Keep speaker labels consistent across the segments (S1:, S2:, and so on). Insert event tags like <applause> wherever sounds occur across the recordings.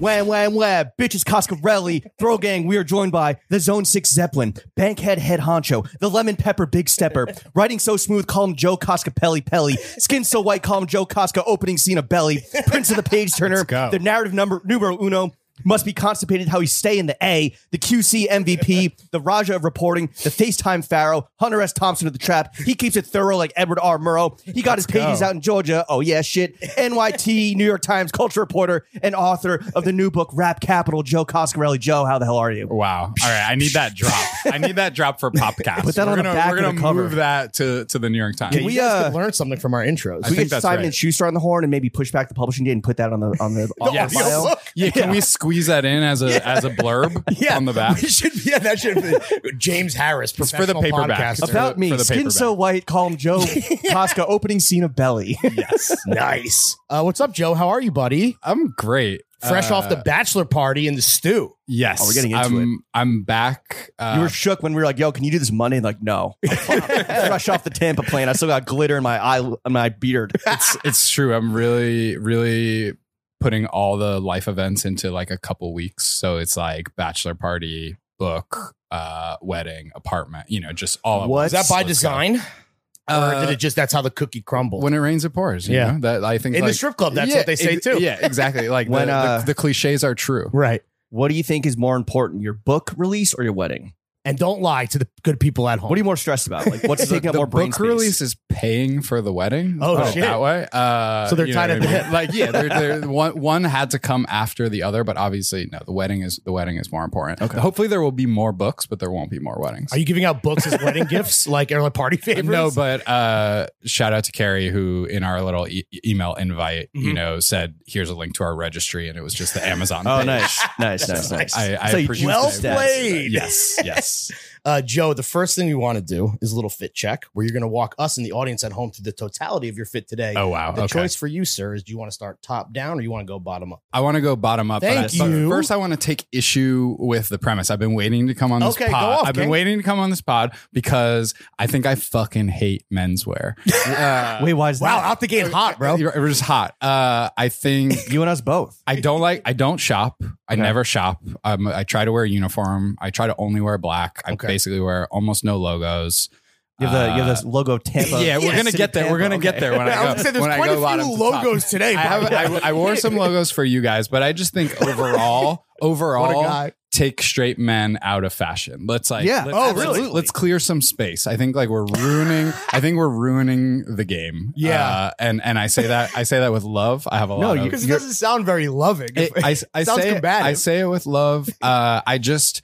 S1: Wham, wham, wham. Bitches Coscarelli. Throw Gang. We are joined by the Zone 6 Zeppelin, Bankhead Head Honcho, the Lemon Pepper Big Stepper, Riding So Smooth, Call Him Joe Cosca Pelly Pelly, Skin So White, Call Him Joe Cosca, Opening Scene of Belly, Prince of the Page Turner,
S2: go.
S1: the narrative number numero uno. Must be constipated how he stay in the A, the QC MVP, the Raja of reporting, the FaceTime Pharaoh, Hunter S. Thompson of the trap. He keeps it thorough like Edward R. Murrow. He got his pages
S2: go.
S1: out in Georgia. Oh yeah, shit. NYT, New York Times culture reporter and author of the new book Rap Capital, Joe Coscarelli. Joe, how the hell are you?
S2: Wow. All right. I need that drop. I need that
S1: <laughs>
S2: drop for Popcast.
S1: Put that
S2: we're
S1: on the
S2: gonna,
S1: back
S2: We're
S1: of
S2: gonna
S1: the cover.
S2: move that to, to the New York Times.
S1: Can
S3: We
S1: we
S3: you guys
S1: uh,
S3: could learn something from our intros.
S2: I
S1: we
S2: think
S1: get
S2: that's
S1: Simon
S2: right.
S1: and Schuster on the horn and maybe push back the publishing date and put that on the on the on the
S2: Yes.
S1: bio?
S2: <laughs> Yeah, can we squeeze that in as a as
S1: <laughs>
S2: a blurb on the back?
S3: <laughs> We should yeah, that should be James Harris
S2: It's for the
S3: professional
S2: paperback.
S3: podcaster.
S2: It's for
S1: About
S2: the-
S1: me,
S2: for the
S1: skin
S2: paperback.
S1: so white, calm
S2: <laughs>
S1: Joe Costco, opening scene of Belly.
S2: Yes.
S3: nice. Uh, what's up, Joe? How are you, buddy?
S2: I'm great.
S3: Fresh
S2: Uh,
S3: off the bachelor party in the stew.
S2: Yes.
S1: Oh, we're getting into
S2: I'm, I'm back. Uh,
S1: you were shook when we were like, "Yo, can you do this Monday?" And like, no. Fresh off the Tampa plane, I still got glitter in my eye, in my beard.
S2: <laughs> it's it's true. I'm really really putting all the life events into like a couple weeks. So it's like bachelor party, book, uh, wedding, apartment. You know, just all. at
S1: What?
S2: once.
S3: Is that by
S2: Let's go.
S3: design, or
S2: Uh,
S3: did it just that's how the cookie crumbled?
S2: when it rains, it pours. yeah,
S3: Yeah.
S2: that I think
S3: in
S2: like-
S3: the strip club, that's
S2: Yeah,
S3: what they say
S2: ex-
S3: too.
S2: Yeah, exactly.
S3: <laughs>
S2: Like
S1: When,
S2: the,
S1: uh,
S2: the, the cliches are true.
S3: right.
S1: What do you think is more important, your book release or your wedding?
S3: And don't lie to the good people at home.
S1: What are you more stressed about? Like, what's
S2: <laughs> The,
S1: taking up
S2: the
S1: more brain
S2: book
S1: space?
S2: release is paying for the wedding.
S3: Oh,
S2: Put it
S3: shit.
S2: That way. Uh,
S3: So they're
S2: you know what
S3: tied at
S2: I
S3: the
S2: mean?
S3: hip.
S2: Like, yeah, they're,
S3: <laughs>
S2: they're, one one had to come after the other, but obviously, no. The wedding is the wedding is more important. Okay. Hopefully, there will be more books, but there won't be more weddings.
S3: Are you giving out books as wedding <laughs> gifts, like or like party favors?
S2: No, but uh, shout out to Carrie, who in our little e- email invite, you
S3: Mhm.
S2: know, said, "Here's a link to our registry," and it was just the Amazon.
S1: Oh,
S2: page. <laughs>
S1: nice, nice, nice, nice.
S2: I, I
S1: So you-
S2: appreciate
S3: well
S2: that.
S3: played.
S2: Yes,
S3: <laughs>
S2: yes.
S3: uh, Joe, the first thing we want to do is a little fit check, where you're going to walk us and the audience at home through the totality of your fit today.
S2: Oh wow.
S3: the
S2: okay.
S3: choice for you, sir, is do you want to start top down or you want to go bottom up?
S2: I want to go bottom up.
S3: Thank
S2: but I- but
S3: you.
S2: first, I want to take issue with the premise. I've been waiting to come on this
S3: Okay,
S2: pod.
S3: go off,
S2: I've been
S3: King.
S2: waiting to come on this pod because I think I fucking hate menswear. Uh,
S1: Wait, why is
S3: Wow,
S1: that?
S3: out the gate <laughs> hot, bro.
S2: It was hot. Uh, I
S3: <laughs>
S2: think
S1: You and us both.
S2: I don't like. I don't shop. I
S1: Okay.
S2: never shop. Um, I try to wear a uniform. I try to only wear black. I
S3: Okay.
S2: basically wear almost no logos.
S1: You have the you have
S2: Uh,
S1: this logo Tampa.
S2: yeah, we're gonna
S1: City
S2: get there. We're
S1: Tampa.
S2: gonna get
S1: Okay.
S2: there when I go.
S3: was gonna say, there's
S2: when I
S3: quite
S2: go
S3: a few
S2: bottom to top.
S3: logos
S2: <laughs>
S3: today,
S2: I, have,
S3: <laughs>
S2: I, I wore some logos for you guys, but I just think overall,
S3: What a
S2: overall,
S3: guy.
S2: take straight men out of fashion. Let's like,
S1: Yeah.
S2: Let's,
S1: Oh,
S2: let's-
S1: really?
S2: Let's, clear some space. I think like we're ruining. I think we're ruining the game.
S3: Yeah.
S2: Uh, and and I say that I say that with love. I have a
S1: No,
S2: lot.
S1: you-
S2: of,
S3: Because it doesn't sound very loving. <laughs>
S2: it, <laughs> I, I
S3: Sounds
S2: say
S3: combative.
S2: It, I say it with
S3: <laughs>
S2: love. Uh, I just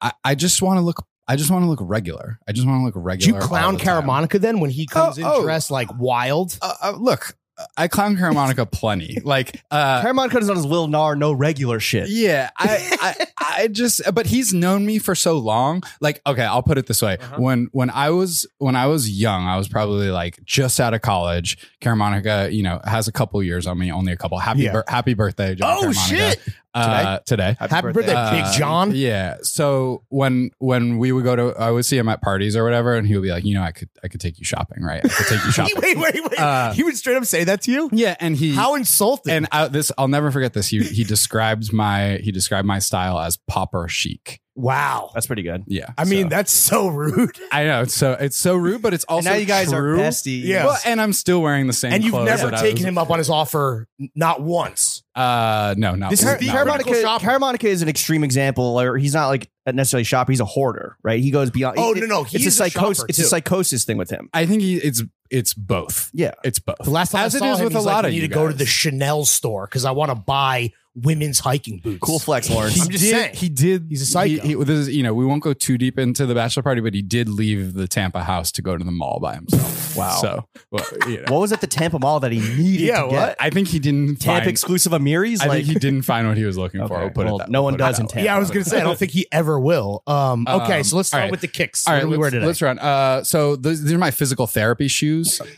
S2: I, I just want to look. I just want to look regular. I just want to look
S3: Do
S2: regular.
S3: you
S2: all
S3: clown
S2: the time.
S3: Karamonica then when he comes
S2: Oh,
S3: in
S2: oh.
S3: dressed like wild?
S2: Uh, uh, look, I clown Karamonica
S3: <laughs>
S2: plenty. Like,
S1: <laughs>
S2: uh,
S1: Paramount Cut is on his Will Nar, no regular shit.
S2: yeah, I,
S3: <laughs>
S2: I, I just, but he's known me for so long. Like, okay, I'll put it this way:
S3: Uh-huh.
S2: when when I was when I was young, I was probably like just out of college. Karamonica, you know, has a couple years on me, only a couple. Happy
S3: Yeah.
S2: bir- happy birthday, John Karamonica. Uh, today.
S3: Oh, Happy birthday, Big John.
S2: uh, Yeah. So when when we would go to, I would see him at parties or whatever, and he would be like, you know, I could I could take you shopping, right? I could take
S3: <laughs>
S2: you shopping.
S3: <laughs> wait, wait, wait.
S2: Uh,
S3: he would straight up say that to you?
S2: yeah, and he
S3: How insulting.
S2: and I, this I'll never forget this. He he described my he described my style as popper chic.
S3: wow.
S1: That's pretty good.
S2: Yeah.
S3: I mean,
S2: so-
S3: that's so rude.
S2: I know it's so it's so rude, but it's
S1: And
S2: also
S1: now you guys
S2: true.
S1: are besties.
S3: Yeah.
S2: Well, and I'm still wearing the same.
S3: And you've
S2: clothes
S3: never
S2: that I
S3: taken
S2: was-
S3: him up on his offer, n- not once.
S2: Uh, no, not
S1: This is
S2: not
S3: the
S2: really.
S3: Paramount- critical
S1: Paramount.
S3: shopper.
S1: Paramount is an extreme example. Or he's not like necessarily a shopper. He's a hoarder, right? He goes beyond.
S3: Oh,
S1: it-
S3: no, no.
S1: It's
S3: He's
S1: a psychosis.
S3: shopper,
S1: It's a
S3: too.
S1: psychosis thing with him.
S2: I think he, it's it's both.
S1: Yeah.
S2: it's both.
S3: The last time
S2: As
S3: I
S2: it
S3: saw
S2: is
S3: him,
S2: with
S3: he's
S2: a
S3: like,
S2: lot
S3: "You
S2: of
S3: need
S2: you
S3: to go to
S2: guys."
S3: the Chanel store because I want to buy women's hiking boots.
S1: Cool flex, Lawrence.
S3: I'm
S2: He
S3: just
S2: did-
S3: saying.
S2: He did.
S3: He's a psycho.
S2: He, he- this is, you know, we won't go too deep into the bachelor party, but he did leave the Tampa house to go to the mall by
S3: <laughs>
S2: himself.
S1: Wow.
S2: So, well, you know.
S1: What was at the Tampa Mall that he needed?
S3: Yeah,
S1: to
S3: what?
S1: Get?
S2: I think he didn't
S1: Tampa
S2: find.
S1: exclusive Amiri's.
S2: I
S1: Like,
S2: think he didn't find what he was looking for.
S1: Okay,
S2: We'll put it
S1: well,
S2: that-
S1: no
S2: we'll
S1: one
S2: put it
S1: does
S2: that
S1: in
S2: way.
S1: Tampa.
S3: Yeah, I was gonna say I don't think he ever will. Um, okay,
S2: Um,
S3: so let's
S2: all
S3: start
S2: right.
S3: with the kicks.
S2: All
S3: All
S2: right,
S3: right, what do we
S2: let's,
S3: wear today?
S2: let's run. Uh, so those, these are my physical therapy shoes.
S1: What's-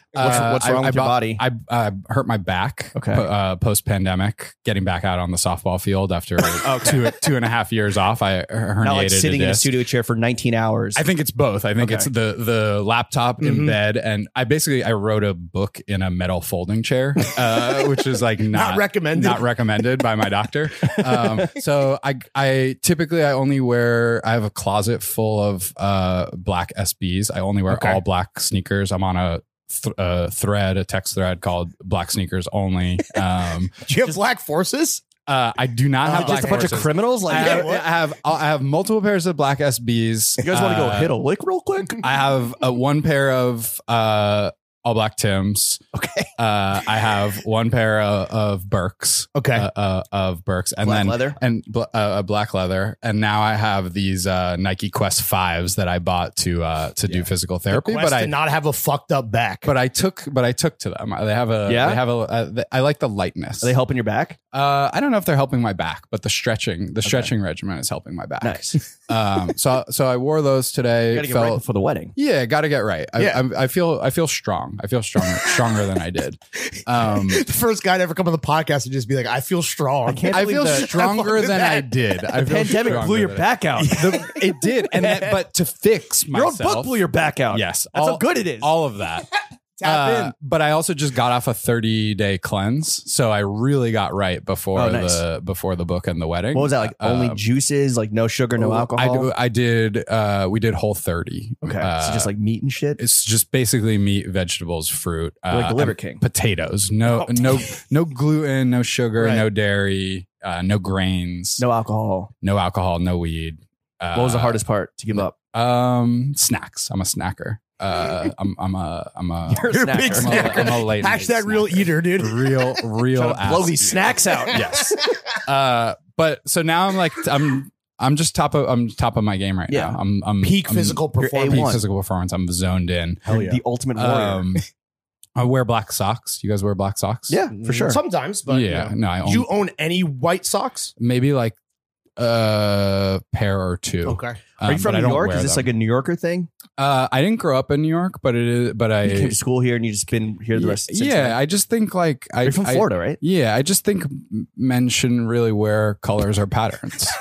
S1: what's wrong
S2: I,
S1: with
S2: I
S1: your body?
S2: I uh, hurt my back.
S1: Okay.
S2: po- Uh, Post pandemic, getting back out on the softball
S1: <laughs>
S2: field after two two and a half years off, I herniated.
S1: Not like sitting in a
S2: disc.
S1: studio chair for 19 hours.
S2: I think it's both. I think
S1: Okay. Mm-hmm.
S2: it's the the laptop in
S4: Mhm.
S2: bed, and I basically I wrote a book in a metal folding chair, uh, which is
S1: <laughs>
S2: like
S4: Not,
S2: not
S4: recommended.
S2: not recommended by my doctor.
S1: <laughs>
S2: Um, so I, I typically I only wear. I have a closet full of uh, black SBs. I only wear
S1: Okay.
S2: all black sneakers. I'm on a, th- a thread, a text thread called "Black Sneakers Only." Um,
S4: Do <laughs> you have black forces?
S2: uh, I do not
S1: Is
S2: have
S1: it just a
S2: black
S1: bunch of
S2: horses.
S1: criminals. Like
S2: I have,
S4: what?
S2: I have uh, I have multiple pairs of black SBs.
S1: you guys want to go
S2: Uh,
S1: hit a lick real quick?
S2: I have uh, one pair of uh, all black Tims.
S1: Okay.
S2: Uh, I have one pair of, of Burks.
S4: Okay.
S2: Uh, uh, of Burks, and
S1: Black
S2: then
S1: leather.
S2: and bl- uh, uh, black leather, and now I have these uh, Nike Quest Fives that I bought to uh, to do physical therapy.
S4: Quest
S2: But
S4: to
S2: I
S4: not have a fucked up back.
S2: but I took but I took to them. They have a
S1: Yeah?
S2: They have a uh, th- I like the lightness.
S1: Are they helping your back?
S2: uh, I don't know if they're helping my back, but the stretching the stretching regimen is helping my back. <laughs>
S1: Nice.
S2: um, so so I wore those today.
S1: Got to get
S2: Felt-
S1: right before the wedding.
S2: yeah, got to get right. I,
S4: Yeah.
S2: I, I feel I feel strong. I
S1: <laughs>
S2: feel stronger stronger than I did.
S4: <laughs>
S2: Um,
S4: the first guy to ever come on the podcast and just be like, "I feel strong."
S1: <laughs>
S4: <laughs>
S1: I can't
S2: I
S1: believe
S2: feel
S1: the
S2: stronger than I did. I feel
S1: pandemic
S2: stronger
S1: blew your
S2: than I-
S1: back
S2: <laughs>
S1: out.
S2: The- it did, and that, but to fix
S1: Your own
S2: myself,
S1: book blew your back out.
S2: Yes,
S1: That's
S2: all,
S1: how good it is.
S2: <laughs> all of that.
S4: Tap
S2: Uh, But I also just got off a 30 day cleanse, so I really got right before
S1: Oh, nice.
S2: the before the book and the wedding.
S1: what was that like? only
S2: Um,
S1: juices, like no sugar, no alcohol.
S2: I, do- I did. Uh, we did whole 30.
S1: okay,
S2: uh,
S1: so just like meat and shit.
S2: it's just basically meat, vegetables, fruit, uh,
S1: You're like the Liver Oh.
S2: and
S1: King.
S2: potatoes. No, no, no gluten, no sugar,
S4: Right.
S2: no dairy, uh, no grains, no,
S1: No alcohol.
S2: alcohol, no weed. Uh,
S1: what was the hardest part to give
S2: <laughs>
S1: up?
S2: Um, snacks. I'm a snacker. Uh, I'm, I'm a, I'm a,
S1: You're a
S4: You're a big
S2: I'm a,
S1: snacker.
S2: I'm a late
S4: in.
S2: night
S4: Hashtag real
S2: snacker.
S4: eater, dude.
S1: <laughs>
S2: real, real.
S1: Trying to blow
S2: ass
S1: these
S2: eater.
S1: snacks
S2: <laughs>
S1: out.
S2: Yes. uh, but so now I'm like, I'm, I'm just top of, I'm top of my game right
S1: Yeah.
S2: now. I'm, I'm
S4: Peak
S2: I'm-
S4: physical performance.
S2: peak
S1: A1.
S2: physical performance. I'm zoned in.
S4: <laughs> Hell
S2: <laughs>
S4: yeah.
S1: The ultimate warrior.
S2: Um, I wear black socks. You guys wear black socks?
S1: yeah, for sure.
S4: Sometimes, but
S2: yeah.
S4: yeah.
S2: No, I own
S4: you own any white socks?
S2: maybe like a pair or two. Um,
S4: Okay.
S1: Are you from New York? Is this like a New Yorker thing?
S2: a? Uh, I didn't grow up in New York, but it is. But I.
S1: You came to school here and you just been here the
S2: yeah,
S1: rest. of
S2: yeah, I just think like I.
S1: you're from
S2: I-
S1: Florida,
S2: <laughs>
S1: right?
S2: yeah, I just think men shouldn't really wear colors or patterns. <laughs>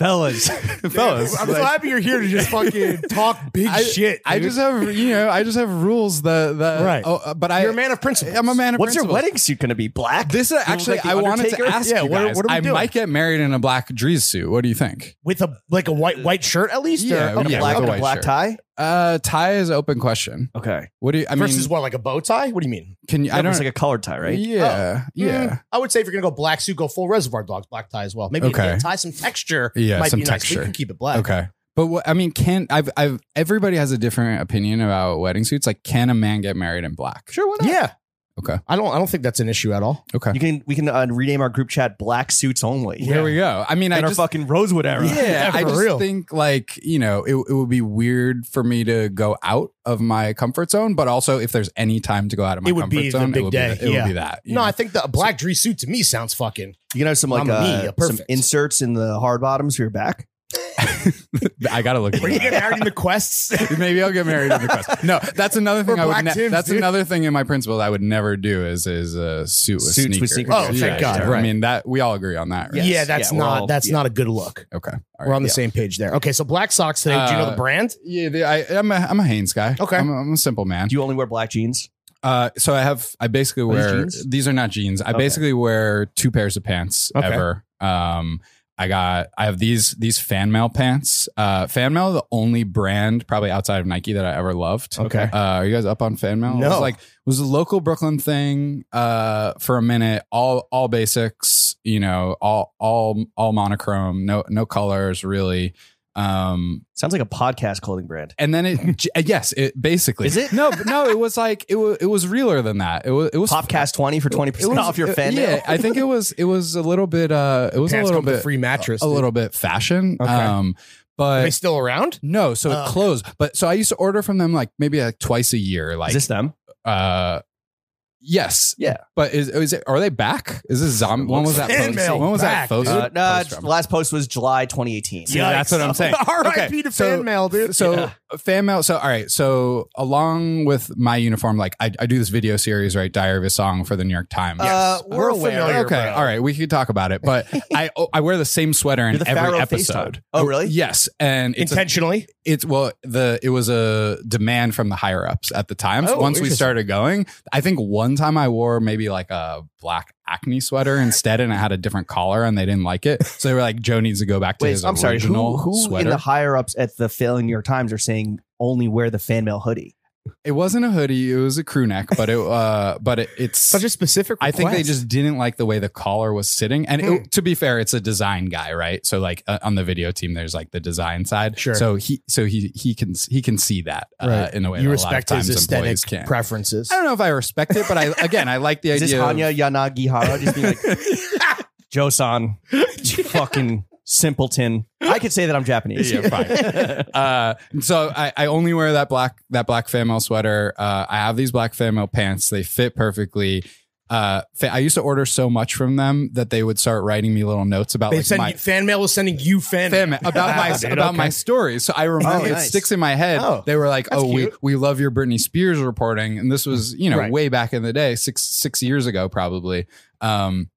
S1: Fellas, <laughs> fellas.
S4: I'm so happy you're here to just fucking talk big
S2: I-
S4: shit.
S2: I
S4: dude.
S2: just have you know, I just have rules that that
S4: Right.
S2: Oh, uh, but I,
S4: you're a man of principle.
S2: I'm a man of
S1: What's your
S2: principles.
S1: wedding suit going to be? Black?
S2: This is actually,
S1: like The
S2: I wanted to
S1: Undertaker?
S2: ask
S4: Yeah,
S2: you
S4: what are-
S2: guys.
S4: what are we
S2: I
S4: doing?
S2: might get married in a black Dries suit. What do you think?
S4: with a like a white white shirt at least.
S2: Yeah,
S4: or-
S1: And a
S2: yeah,
S1: black,
S2: with a
S1: and a
S2: white
S1: black
S2: shirt.
S1: tie?
S2: Uh, tie is open question.
S1: Okay.
S2: What do you? I mean,
S4: versus what like a bow tie? What do you mean?
S2: can you? I don't.
S1: It's like a colored tie, right?
S2: Yeah, yeah.
S4: Mm, I would say if you're gonna go black suit, go full Reservoir Dogs black tie as well. Maybe
S2: Okay.
S4: you can tie some texture.
S2: Yeah,
S4: might
S2: some
S4: be Nice, but
S2: texture.
S4: you can keep it black.
S2: Okay. But what, I mean, can I've I've everybody has a different opinion about wedding suits. Like, can a man get married in black?
S4: Sure. Why not? Yeah.
S2: Okay.
S4: I don't. I don't think that's an issue at all.
S2: Okay.
S1: You can we can uh, rename our group chat "Black Suits Only."
S2: There we go. I mean,
S1: in
S2: I
S1: our
S2: just
S1: fucking
S4: <laughs>
S1: Rosewood era.
S2: yeah,
S4: Yeah,
S2: I
S4: for
S2: just
S4: real.
S2: think like you know it it would be weird for me to go out of my comfort zone, but also if there's any time to go out of my
S4: It would
S2: comfort
S4: be the
S2: zone,
S4: big
S2: it would
S4: day.
S2: be, it
S4: Yeah.
S2: would be that. you
S4: No,
S2: know?
S4: I think the a black dress suit to me sounds fucking.
S1: You can have some like
S4: Mamma
S1: uh,
S4: mia,
S1: some
S4: perfect. <laughs>
S1: inserts in the hard bottoms for your back.
S2: <laughs> I gotta
S4: <laughs>
S2: look. at that.
S4: married in the
S2: <laughs>
S4: quests?
S2: Maybe I'll get married in the quest. No, that's another thing
S4: Or
S2: I would.
S4: black
S2: Ne-
S4: Timbs,
S2: that's
S4: dude.
S2: another thing in my principles I would never do is is a suit with
S1: Suits with
S2: sneakers.
S1: sneakers.
S4: Oh, thank God,
S2: I
S4: right.
S2: mean that we all agree on that. Right?
S1: Yes.
S4: Yeah, that's
S1: Yeah, we're
S4: not.
S1: all-
S4: that's
S1: yeah.
S4: not a good look.
S2: Okay. All
S4: We're
S2: right.
S4: on the same page there. Okay, so black socks today. do you know
S2: Uh,
S4: the brand?
S2: Yeah, the, I, I'm a I'm a Hanes guy.
S4: Okay.
S2: I'm a, I'm a simple man.
S1: Do you only wear black jeans?
S2: Uh, so I have I basically
S1: Are these
S2: wear
S1: jeans?
S2: these are not jeans. I
S1: Okay.
S2: basically wear two pairs of pants
S4: Okay.
S2: ever. Um, I got I have these these fan mail pants. Uh, fan mail the only brand probably outside of Nike that I ever loved.
S4: Okay.
S2: Uh, are you guys up on fan mail? It
S4: No.
S2: was like it was a local Brooklyn thing. Uh, for a minute, all all basics. You know, all all all monochrome. No no colors really. Um,
S1: Sounds like a podcast clothing brand.
S2: and then it j- uh, yes, it basically
S1: Is it?
S2: no no. It was like it was it was realer than that. It was it was
S1: Popcast twenty for twenty
S2: it was-
S1: percent off your
S2: it-
S1: fan.
S2: Yeah, I think it was it was a little bit uh it was
S4: Pants
S2: a little
S4: come with
S2: bit
S4: free mattress.
S2: a
S4: dude.
S2: little bit fashion.
S4: Okay.
S2: Um
S4: Are they
S2: but
S4: still around?
S2: no, so
S4: Oh,
S2: it
S4: okay.
S2: closed. But so I used to order from them like maybe like twice a year.
S1: Is
S2: Like
S1: this them?
S2: uh Yes.
S1: Yeah.
S2: But is, is it, are they back? Is this zombie? When was that?
S4: Fan
S2: Post?
S4: mail
S2: When was
S4: back,
S2: that? Post?
S1: Uh, no,
S2: post from?
S1: last post was July 2018.
S2: See, that's what
S4: <laughs>
S2: I'm saying.
S4: R.I.P.
S2: Okay,
S4: to
S2: so-
S4: fan mail, dude.
S2: So uh, fan mail. So all right. So along with my uniform, like I, I do this video series, right? Diary of a Song for the New York Times.
S1: Uh, we're,
S4: We're
S1: aware.
S4: familiar.
S2: Okay,
S4: bro.
S2: all right, we could talk about
S1: <laughs>
S2: it, but I oh, I wear the same sweater in
S1: You're the
S2: every
S1: Pharaoh
S2: episode.
S1: FaceTime. Oh, really?
S2: Yes, and it's a-
S4: intentionally.
S2: it's well the it was a demand from the higher ups at the time. So
S4: Oh,
S2: once we
S4: interesting.
S2: started going, I think one time I wore maybe like a black acne sweater instead, and it had a different collar, and they didn't like it. So they were like, "Joe needs to go back to
S1: Wait,
S2: his
S1: I'm sorry.
S2: original
S1: Who, who
S2: sweater."
S1: in the higher ups at the failing New York Times are saying only wear the fan mail hoodie?
S2: it wasn't a hoodie; it was a crew neck,
S4: <laughs>
S2: but it uh, but it, it's
S4: Such a specific.
S2: I think they
S4: request. Hmm.
S2: just didn't like the way the collar was sitting. And it, to be fair, it's a design guy, right? So like uh, on the video team, there's like the design side.
S4: Sure.
S2: So he so he he can he can see that uh,
S4: Right.
S2: in a way
S4: you
S2: that
S4: respect
S2: a lot of
S4: his
S2: times
S4: aesthetic
S2: employees can't.
S4: preferences.
S2: I don't know if I respect it, but I again I
S4: <laughs>
S2: like the
S1: Is this
S2: idea. of-
S1: Hanya Yanagihara just being like,
S2: <laughs>
S1: Josan, you fucking simpleton? I could say that I'm Japanese.
S2: yeah, fine. uh, so I, I only wear that black that black fan mail sweater. Uh, I have these black fan mail pants. They fit perfectly. Uh, fa- I used to order so much from them that they would start writing me little notes about
S4: They
S2: like
S4: send
S2: my
S4: you, fan mail was sending you fan,
S2: <laughs>
S4: <laughs>
S2: Damn it, about my
S4: Wow, dude,
S2: about
S4: okay.
S2: my story. So I remember
S1: Oh,
S2: it
S1: nice.
S2: sticks in my head.
S4: Oh,
S2: they were like,
S4: that's
S2: "Oh,
S4: cute.
S2: we we love your Britney Spears reporting," and this was you know
S4: Right.
S2: way back in the day, six six years ago probably. Um,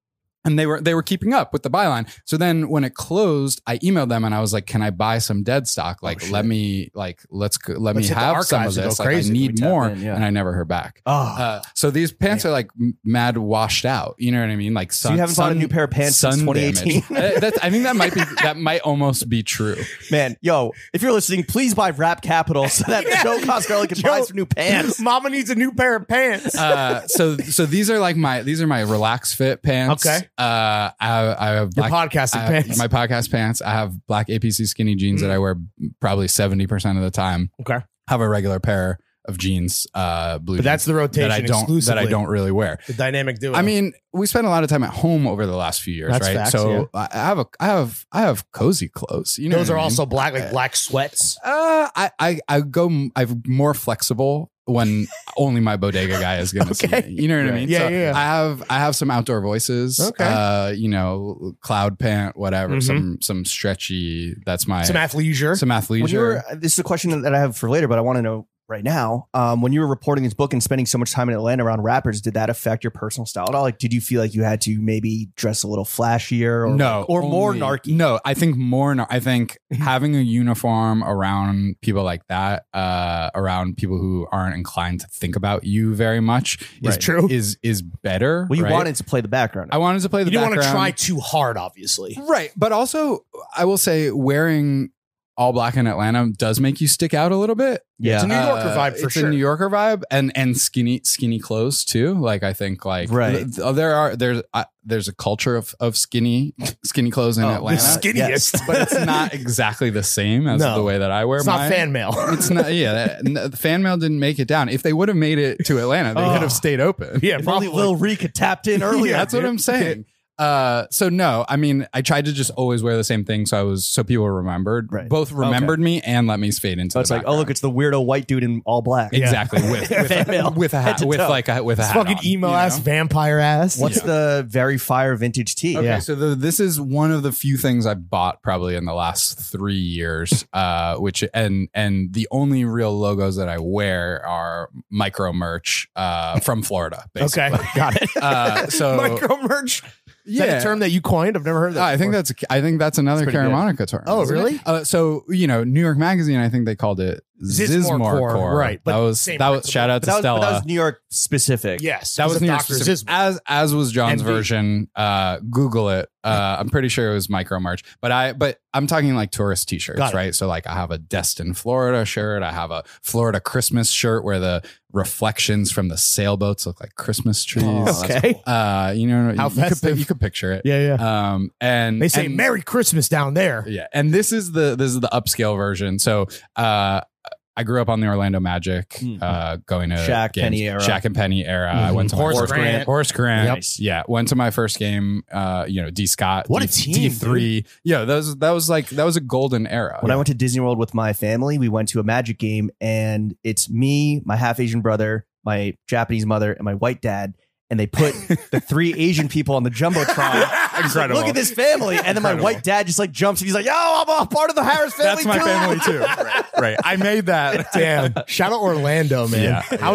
S2: and they were they were keeping up with the byline. So then when it closed, I emailed them and I was like, "Can I buy some dead stock? Like, let me like let's go-
S4: Oh, Let's
S2: let me
S4: hit the
S2: have some of
S4: archives and go
S2: this. Like, I
S4: crazy.
S2: need
S1: We tap
S2: more."
S1: in, yeah.
S2: And I never heard back.
S1: Oh,
S2: Uh, so these pants are like m- mad washed out. You know what I mean? Like sun,
S1: you haven't bought a
S2: sun-
S1: new pair of pants since
S2: sun
S1: 2018?
S2: damage. <laughs> Uh, that's- I think that might be that might almost be true.
S1: man, yo, if you're listening, please buy Rap Capital so <laughs> that Joe Coscarelli can buy
S4: Joe-
S1: some new
S4: <laughs>
S1: pants.
S4: Mama needs a new pair of pants.
S2: Uh, so so these are like my these are my relax fit pants.
S4: Okay.
S2: Uh, I, I have
S4: Your
S2: black.
S4: podcasting
S2: I have
S4: pants.
S2: My podcast pants. I have black APC skinny jeans that I wear probably seventy percent of the time.
S4: okay,
S2: Have a regular pair of jeans, uh, blue.
S4: but that's
S2: jeans
S4: the rotation
S2: that I don't that
S4: exclusively.
S2: I don't really wear.
S4: The dynamic duo.
S2: I mean, we spent a lot of time at home over the last few years,
S4: That's
S2: right?
S4: facts,
S2: so I I have a I have I have cozy clothes. You know,
S4: those
S2: what
S4: are
S2: I mean?
S4: also black, like black sweats.
S2: Uh, I, I, I go, I'm more flexible
S4: <laughs>
S2: when only my bodega guy is going to see
S4: Okay.
S2: me. You know what I
S4: Right.
S2: mean?
S4: Yeah, yeah, yeah.
S2: I have, I have some outdoor voices,
S4: Okay.
S2: uh, you know, cloud pant, whatever,
S4: Mhm.
S2: some, some stretchy, that's my,
S4: Some
S2: some,
S4: athleisure.
S2: athleisure.
S1: When you were, uh, this is a question that I have for later, but I want to know right now. Um, when you were reporting this book and spending so much time in Atlanta around rappers, did that affect your personal style at all? Like, did you feel like you had to maybe dress a little flashier or
S2: no,
S1: or more
S2: only-
S1: narky?
S2: No, I think more. Nar-
S4: <laughs>
S2: I think having a uniform around people like that, uh, around people who aren't inclined to think about you very much, is
S4: Right. True.
S2: Is is better.
S1: Well, you
S2: right?
S1: wanted to play the background.
S2: I wanted to play the.
S4: you didn't want to
S2: background.
S4: try too hard, obviously.
S2: Right. But also, I will say wearing all black in Atlanta does make you stick out a little bit. Uh,
S1: yeah,
S4: It's a New Yorker vibe for
S2: it's
S4: sure.
S2: a New Yorker vibe, and and skinny skinny clothes too. Like I think like
S1: Right.
S2: th- th- there are there's uh, there's a culture of of skinny <laughs> skinny clothes in
S1: Oh,
S4: <laughs>
S1: the
S2: Atlanta,
S4: skinniest.
S2: but it's not exactly the same as
S4: No.
S2: the way that I wear.
S4: <laughs> It's not
S2: mine.
S4: fan mail. <laughs>
S2: It's not. Yeah, that, n- the fan mail didn't make it down. If they would have made it to Atlanta, they
S4: Oh.
S2: could have stayed open. <laughs>
S4: yeah,
S1: If only
S4: probably.
S1: Lil Reek had tapped <laughs> in earlier.
S2: Yeah, that's what
S1: dude.
S2: I'm saying. Uh, so no, I mean, I tried to just always wear the same thing, so I was so people remembered.
S1: Right.
S2: Both remembered me and let me fade into.
S1: So it's
S2: the
S1: like, oh look, it's the weirdo white dude in all black.
S2: background. exactly
S4: <laughs>
S2: with with,
S1: Fan
S2: a,
S1: mail.
S2: with a
S1: Head
S2: hat,
S1: to
S2: with
S1: toe.
S2: like a with a
S4: This
S2: hat.
S4: fucking
S2: on,
S4: emo
S2: you
S4: ass
S2: know?
S4: vampire ass.
S1: What's the very fire vintage tee?
S2: Okay,
S4: Yeah.
S2: so the, this is one of the few things I've bought probably in the last three years. Uh, which and and the only real logos that I wear are micro merch uh, from Florida. Basically.
S4: okay? Got
S3: <laughs>
S4: it.
S2: Uh, so
S4: Micro merch. Is
S2: yeah,
S4: that a term that you coined? I've never heard that.
S2: I
S4: before.
S2: think that's I think that's another
S1: pretty good.
S2: Karamonica term.
S4: Oh,
S2: isn't it?
S4: really?
S2: Uh, so you know, New York Magazine. I think they called it
S4: Zizmore
S2: Zizmore
S4: Core,
S2: Core.
S4: right,
S2: That
S4: but
S2: was
S4: same
S2: that was
S4: principle.
S2: shout out
S1: But
S2: to
S1: that, was, but
S2: Stella.
S1: that was New York specific.
S4: yes.
S2: That was New York
S4: Doctor
S2: specific.
S4: Zismo.
S2: as as was John's
S4: NB.
S2: version. Uh, Google it. Uh, I'm pretty sure it was Micro March, but I but I'm talking like tourist
S4: Got
S2: T-shirts,
S4: it.
S2: right? So like I have a Destin, Florida shirt. I have a Florida Christmas shirt where the reflections from the sailboats look like Christmas trees.
S4: Okay.
S2: Uh, you know,
S4: Oh. How
S2: you, could, pic-
S4: festive.
S2: you could picture it.
S4: Yeah,
S1: Uh,
S4: yeah.
S2: Um, and
S4: They say
S2: and-
S4: Merry Christmas down there.
S2: yeah, and this is the this is the upscale version. So uh, I grew up on the Orlando Magic,
S4: Mm-hmm.
S1: Mhm.
S2: uh, going to
S1: Shaq, Penny era.
S2: Shaq and Penny era. I
S4: Mhm.
S2: went to
S4: Horace
S2: my first
S4: Grant.
S2: game- Horace Grant.
S1: Yep.
S2: Yeah, went to my first game. Uh, you know, D Scott.
S4: What
S2: D,
S4: a team,
S2: D three. Yeah, that was that was like that was a golden era.
S1: When I went to Disney World with my family, we went to a magic game, and it's me, my half Asian brother, my Japanese mother, and my white dad, and they put
S2: <laughs>
S1: the three Asian people on the jumbotron.
S2: Incredible.
S1: Look at this family, and then my
S2: Incredible.
S1: white dad just like jumps and he's like, "Yo, I'm a part of the Harris family
S2: That's my
S1: too."
S2: family too. right, right. I made <laughs> that.
S3: Damn. Shout out Orlando, man.
S2: Yeah,
S3: How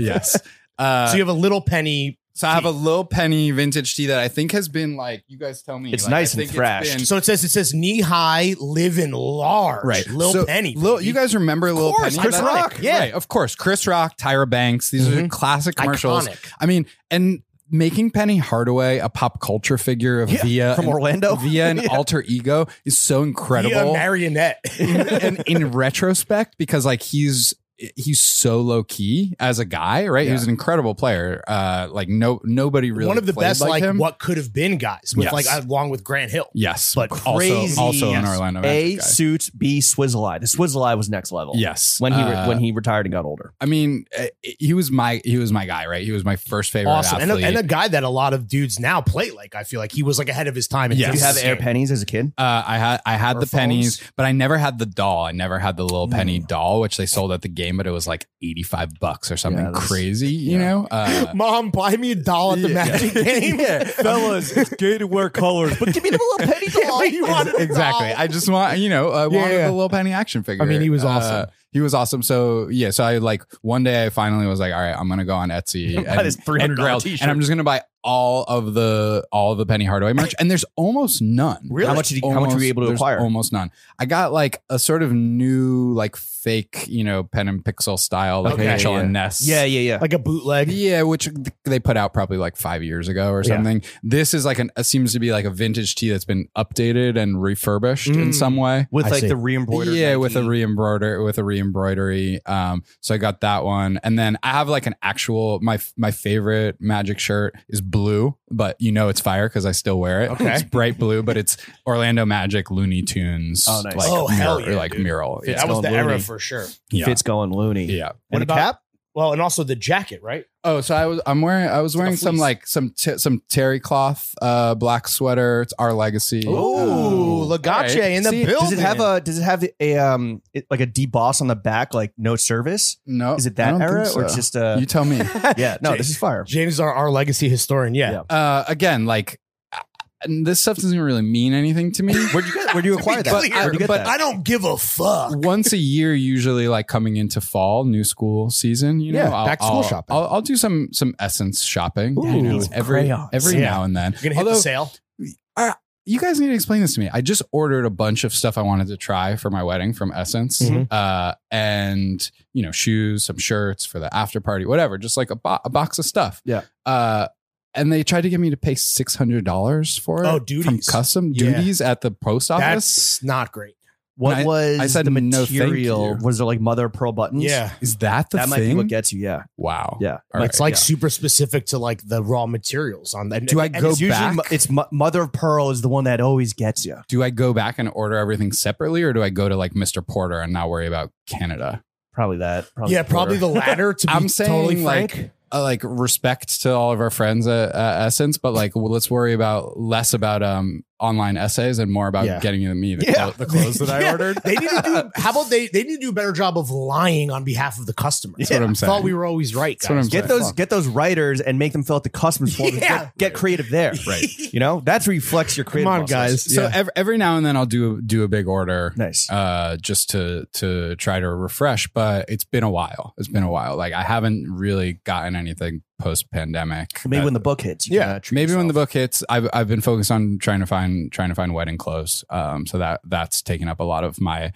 S1: <laughs>
S2: Yes. Uh,
S3: So you have a little penny.
S2: so I have a little penny vintage tea that I think has been like you guys tell me.
S1: It's
S2: Like,
S1: nice
S2: I
S1: and
S2: think it's
S1: fresh.
S2: been-
S3: So it says it says knee high, living large.
S2: Right.
S3: Little
S2: So,
S3: penny.
S2: Lil,
S3: baby.
S2: you guys remember Lil
S1: course,
S2: Penny?
S1: Chris
S2: That's-
S1: Rock, yeah. Mm-hmm.
S2: Right, of course. Chris Rock, Tyra Banks. These are
S3: Mhm.
S2: classic commercials.
S3: Iconic.
S2: I mean, and making Penny Hardaway a pop culture figure of
S1: Yeah,
S2: Via
S1: <laughs> from
S2: and- Oh,
S1: Orlando.
S2: Via
S1: <laughs>
S2: an alter ego is so
S3: Be a
S2: incredible.
S3: marionette.
S2: <laughs>
S3: <laughs>
S2: and in retrospect, because like he's he's so low key as a guy, right? He was an incredible player. Uh, like no nobody really
S3: One of the
S2: played
S3: best, like,
S2: him.
S3: what could have been guys, with
S2: Yes.
S3: like along with Grant Hill.
S2: Yes,
S3: But crazy.
S2: also also an
S3: Yes.
S2: Orlando Magic
S1: A
S2: guy.
S1: suits, B Swizzle Eye. The Swizzle Eye was next level.
S2: Yes,
S1: when he re-
S2: Uh,
S1: when he retired and got older.
S2: I mean, uh, he was my he was my guy, right? He was my first favorite
S3: Awesome. And a,
S2: athlete.
S3: and a guy that a lot of dudes now play like. I feel like he was like ahead of his time. in
S2: Yes.
S1: Did you
S3: this
S1: have air
S3: game.
S1: pennies as a kid?
S2: uh, I had I had
S3: Or
S2: the
S3: phones.
S2: pennies, but I never had the doll. I never had the little penny
S3: Mm.
S2: doll, which they sold at the game, but it was like eighty five bucks or something
S1: that's-
S2: crazy, you know. Uh,
S3: Mom, buy me a doll at
S2: <laughs>
S3: the
S2: Yeah.
S3: magic game. <laughs>
S1: fellas, it's gay to wear colors, but give me the little penny doll.
S3: Oh, you wanted a
S2: exactly.
S3: doll.
S2: I just want you know I wanted
S3: yeah.
S2: the little penny action figure.
S3: I mean, he was
S2: Uh,
S3: awesome.
S2: he was awesome. So yeah, so I like one day I finally was like, all right, I'm gonna go on
S3: <laughs>
S2: Etsy
S1: Buy this
S2: and
S1: $300
S2: Grailed,
S1: t-shirt.
S2: and I'm just gonna buy all of the all of the Penny Hardaway merch, and there's almost none.
S3: Really?
S1: How much did you, how much were
S2: Almost-
S1: you able to
S2: there's
S1: acquire?
S2: Almost none. I got like a sort of new, like fake, you know, pen and pixel style, like
S3: Okay.
S2: Rachel
S1: Yeah.
S2: and Ness.
S1: yeah, yeah, yeah.
S3: Like a bootleg.
S2: Yeah, which they put out probably like five years ago or
S1: Yeah.
S2: something. This is like an it seems to be like a vintage tee that's been updated and refurbished in
S3: Mm.
S2: some way.
S1: with
S3: I
S1: like
S3: see.
S1: the re-embroidered.
S2: yeah, with a
S1: Nike.
S2: re-embroider with a re-embroidery. Um, so I got that one, and then I have like an actual my my favorite Magic shirt is blue, but you know it's fire because I still wear it.
S3: Okay.
S2: it's bright blue, but it's Orlando Magic Looney Tunes.
S1: Oh, nice.
S2: Like,
S3: Oh, hell
S2: mirror-
S3: yeah,
S2: like
S3: dude.
S2: mural.
S3: Yeah,
S2: It's-
S3: that was
S1: going
S3: the era
S1: loony.
S3: for sure.
S2: yeah.
S1: Fitz going loony.
S2: yeah.
S3: What
S1: And
S3: about-
S1: the cap?
S3: Well, and also the jacket, right?
S2: Oh, so I was I'm wearing I was wearing
S3: a
S2: some
S3: fleece.
S2: like some t- some terry cloth uh black sweater. It's our legacy.
S3: Ooh,
S2: Um,
S3: Legace in the
S2: See,
S3: building.
S1: Does it have a does it have a um it, like a deboss on the back like no service?
S2: no.
S1: Is it
S2: Oh, I
S1: that
S2: don't
S1: era
S2: think
S1: or
S2: so.
S1: just uh
S2: you tell me.
S1: <laughs> yeah, no, this is
S3: <laughs>
S1: fire.
S3: James is our, our legacy historian. Yeah.
S1: Yeah.
S2: uh again, like uh, and this stuff doesn't really mean anything to me.
S1: <laughs> Where'd you get where'd you acquire that?
S3: clear,
S1: Where'd you get
S2: but
S1: that?
S3: I don't give a fuck.
S2: Once a year, usually like coming into fall, new school season, you know,
S3: Yeah, back to school
S2: I'll,
S3: shopping.
S2: I'll, I'll do some some essence shopping
S1: Ooh.
S2: you know,
S1: Needs
S2: every
S1: crayons.
S2: every
S3: Yeah.
S2: now and then.
S3: You're gonna hit
S2: Although,
S3: the sale.
S2: you guys need to explain this to me. I just ordered a bunch of stuff I wanted to try for my wedding from Essence,
S1: Mm-hmm.
S3: Mhm.
S2: uh, and you know, shoes, some shirts for the after party, whatever. Just like a, bo- a box of stuff.
S1: Yeah.
S2: Uh, and they tried to get me to pay six hundred dollars for it.
S3: Oh,
S2: from
S3: duties.
S2: custom
S3: Yeah.
S2: duties at the post office.
S3: That's not great.
S1: What
S2: I-
S1: was
S2: I said
S1: the
S2: no, thank
S1: material?
S2: you.
S1: was there like mother of pearl buttons?
S3: Yeah.
S2: Is that the
S1: that might
S2: thing?
S1: be what gets you. Yeah,
S2: wow.
S1: yeah.
S2: Mm. All
S3: it's like
S2: yeah.
S3: super specific to like the raw materials on that.
S2: Do I
S3: and
S2: go
S3: it's
S1: It's usually
S2: back?
S1: mo- it's mo- mother of pearl is the one that always gets you.
S2: Do I go back and order everything separately, or do I go to like Mr. Porter and not worry about Canada?
S1: Probably that. Probably
S3: yeah, probably
S1: Porter.
S3: the latter.
S2: <laughs>
S3: To be
S2: I'm saying
S3: totally
S2: like
S3: frank,
S2: uh, like respect to all of our friends at, at Essence, but like well, let's worry about less about um online essays and more about
S3: Yeah.
S2: getting you me the,
S1: Yeah.
S2: clo- the <laughs> clothes
S1: <laughs>
S2: that I
S3: Yeah.
S2: ordered.
S3: <laughs> they need to do. How about they? They need to do a better job of lying on behalf of the customer.
S2: That's what I'm
S3: I thought
S2: saying.
S3: we were always right.
S2: That's what
S3: guys.
S2: I'm
S1: get
S2: Sorry,
S1: those
S2: fuck.
S1: get those writers and make them fill out the customs form. and
S3: Yeah.
S1: Get, get creative there.
S2: <laughs> Right.
S1: You know that's where you flex your creative. muscles.
S2: So every, every now and then I'll do do a big order,
S1: Nice.
S2: uh, just to to try to refresh. But it's been a while. It's been a while. Like I haven't really gotten anything post pandemic.
S1: Maybe when the book hits. You
S2: yeah,
S1: can, uh,
S2: maybe when the book hits. I've I've been focused on trying to find trying to find wedding clothes. Um, so that that's taken up a lot of my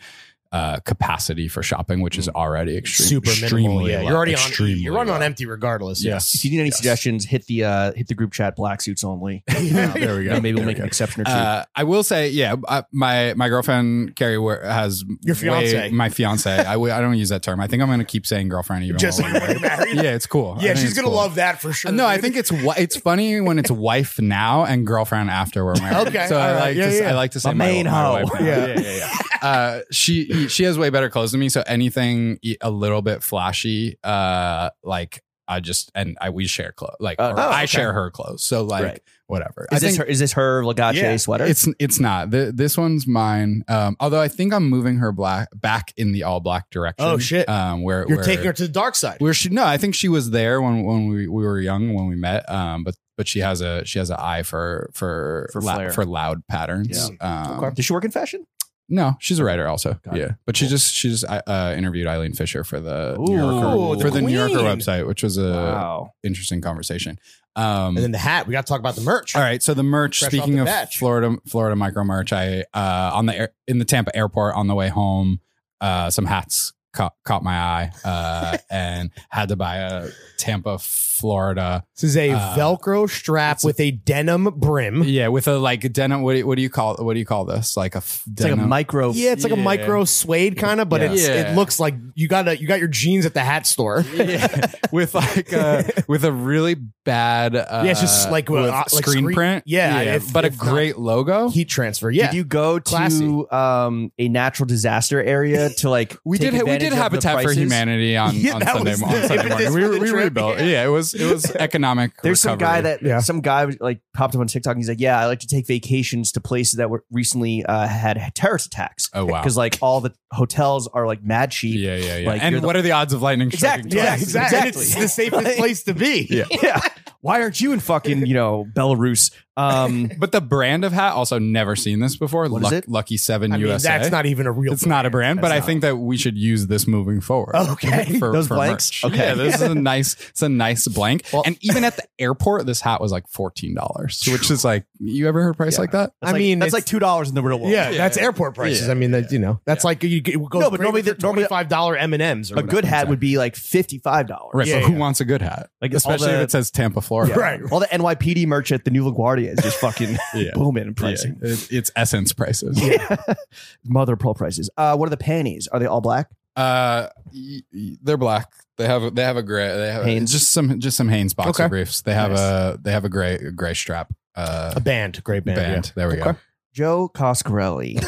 S2: uh capacity for shopping, which
S1: Mm.
S2: is already extreme,
S3: super minimal.
S2: extremely
S3: Yeah,
S2: low-
S3: you're already on.
S2: extremely
S3: You're running
S2: low.
S3: on empty regardless. Yeah.
S2: Yes.
S1: If you need any
S2: Yes.
S1: suggestions, hit the uh, hit the group chat. Black suits only.
S2: Yeah, <laughs> there we go.
S1: And maybe we'll
S2: There we
S1: make
S2: go.
S1: an exception or two.
S2: Uh, I will say, yeah, I, my my girlfriend Carrie wor- has
S3: Your fiance.
S2: my fiance. I w- I don't use that term. I think I'm going to keep saying girlfriend even.
S3: Just
S2: while
S3: <laughs>
S2: we're
S3: we're married.
S2: yeah, it's cool. I
S3: Yeah,
S2: think
S3: she's
S2: it's
S3: gonna
S2: cool. Uh,
S3: love that for sure.
S2: No, I
S3: dude.
S2: think it's wi- it's funny when it's wife now and girlfriend after we're married.
S3: Okay,
S2: so I
S3: all right,
S2: like
S3: yeah,
S2: to,
S3: yeah.
S2: I like to say
S1: My main hoe.
S2: wife now.
S3: Yeah.
S2: yeah, yeah. Uh, she she has way better clothes than me. So anything e- a little bit flashy, uh, like. I just and I we share clothes. Like
S1: Oh,
S2: or
S1: oh,
S2: I
S1: okay.
S2: share her clothes. So like
S1: Right.
S2: whatever. I
S1: Is this
S2: think
S1: her, is this her Legace
S4: Yeah,
S1: sweater?
S2: it's it's not. Th- this one's mine. Um, although I think I'm moving her black back in the all black direction.
S4: Oh, shit.
S2: Um, where
S4: You're
S2: where,
S4: taking her to the dark side.
S2: where she no, I think she was there when when we, we were young when we met. Um, but but she has a she has an eye for for
S1: For
S2: lou-
S1: flair.
S2: for loud patterns. Um,
S1: Does she work in fashion?
S2: No, she's a writer also.
S1: Got it.
S2: yeah, but she just she just uh, interviewed Eileen Fisher for the New
S1: Ooh,
S2: Yorker
S1: the
S2: for the New Yorker
S4: queen.
S2: website, which was a
S1: wow.
S2: interesting conversation. Um,
S4: and then the hat. We got to talk about the merch.
S2: all right, so the merch.
S4: Fresh off
S2: speaking
S4: the
S2: of
S4: batch.
S2: Florida, Florida micro merch, I uh, on the air, in the Tampa airport on the way home, uh, some hats caught, caught my eye,
S4: <laughs>
S2: uh, and had to buy a Tampa, Florida.
S4: This is a
S2: Uh,
S4: Velcro strap
S2: it's a-
S4: with a denim brim.
S2: Yeah, with a like denim. What do you, what do you call what do you call this? Like a f-
S1: It's like a
S2: denim-
S1: micro.
S4: Yeah, it's like a
S2: Yeah.
S4: micro suede kind of, but
S2: Yeah.
S4: it's
S2: Yeah.
S4: it looks like you got a, you got your jeans at the hat store.
S2: <laughs> yeah, with
S4: <laughs>
S2: like a, with a really bad uh,
S4: Yeah, it's just like, uh,
S2: with
S4: like
S2: screen
S4: screen-
S2: print.
S4: yeah, if-
S2: but
S4: if
S2: a
S4: not-
S2: great logo.
S4: Heat transfer. Yeah.
S1: Did you go
S4: Classy.
S1: to um, a natural disaster area to like?
S2: <laughs> we
S1: take
S2: did ha- we
S1: advantage
S2: did
S1: of the
S2: Habitat for
S1: prices?
S2: Humanity on,
S4: Yeah,
S2: on
S4: that
S2: Sunday,
S4: was
S2: mo-
S4: the
S2: on Sunday
S4: impetus
S2: morning. We,
S4: for the
S2: we
S4: trip,
S2: rebuilt.
S4: yeah.
S2: Yeah. it was it was economic.
S1: There's some guy
S2: recovery.
S1: that
S4: Yeah.
S1: some guy like popped up on TikTok. and He's like, "Yeah, I like to take vacations to places that were recently uh, had terrorist attacks
S2: Oh wow.
S1: because like all the hotels are like mad cheap."
S2: Yeah, yeah, yeah.
S1: like,
S2: and
S1: you're the-
S2: what are the odds of lightning
S1: Exactly,
S2: striking
S4: yeah,
S2: twice?
S4: exactly. And
S1: Exactly.
S4: It's the safest place to be.
S2: Yeah.
S1: yeah. <laughs> Why aren't you in fucking you know Belarus? Um,
S2: But the brand of hat also never seen this before.
S1: What is it?
S2: Lucky Seven
S4: I mean,
S2: USA.
S4: that's not even a real.
S2: it's not a brand, but
S1: That's
S2: I
S1: not-
S2: think that we should use this moving forward.
S4: Okay.
S2: <laughs> for,
S1: Those
S2: for
S1: blanks?
S2: merch.
S1: Okay.
S2: Yeah, this is a nice, it's a nice blank.
S4: Well-
S2: and even at the airport, this hat was like fourteen dollars, which is like, you ever heard price
S1: Yeah.
S2: like that?
S1: that's
S4: I
S1: like-
S4: mean,
S1: that's
S4: it's-
S1: like two dollars in the real world.
S4: Yeah,
S2: Yeah.
S4: that's airport prices.
S2: Yeah.
S4: I mean, that you know, that's
S2: Yeah.
S4: like you you go
S1: No, but normally the- normally-
S4: twenty five dollar M and M's.
S1: a good hat would be like fifty five dollars.
S2: Right,
S4: Yeah,
S2: but who
S4: yeah.
S2: wants a good hat?
S1: Like, all
S2: especially
S1: the-
S2: if it says Tampa, Florida.
S4: Right.
S1: All the NYPD merch at the New LaGuardia is just fucking
S2: Yeah.
S1: booming in
S2: Yeah.
S1: pricing.
S2: It- it's essence prices.
S1: Yeah. <laughs> Mother pearl prices. Uh, what are the panties? Are they all black?
S2: Uh, y- y- they're black. They have they have a gray. They have
S1: Hanes.
S2: just some just some Hanes boxer
S4: Okay.
S2: briefs. They have
S1: Nice.
S2: a they have a gray a gray strap. Uh,
S4: a band, great band.
S2: band.
S4: yeah.
S2: There we go.
S1: Okay. Joe Coscarelli.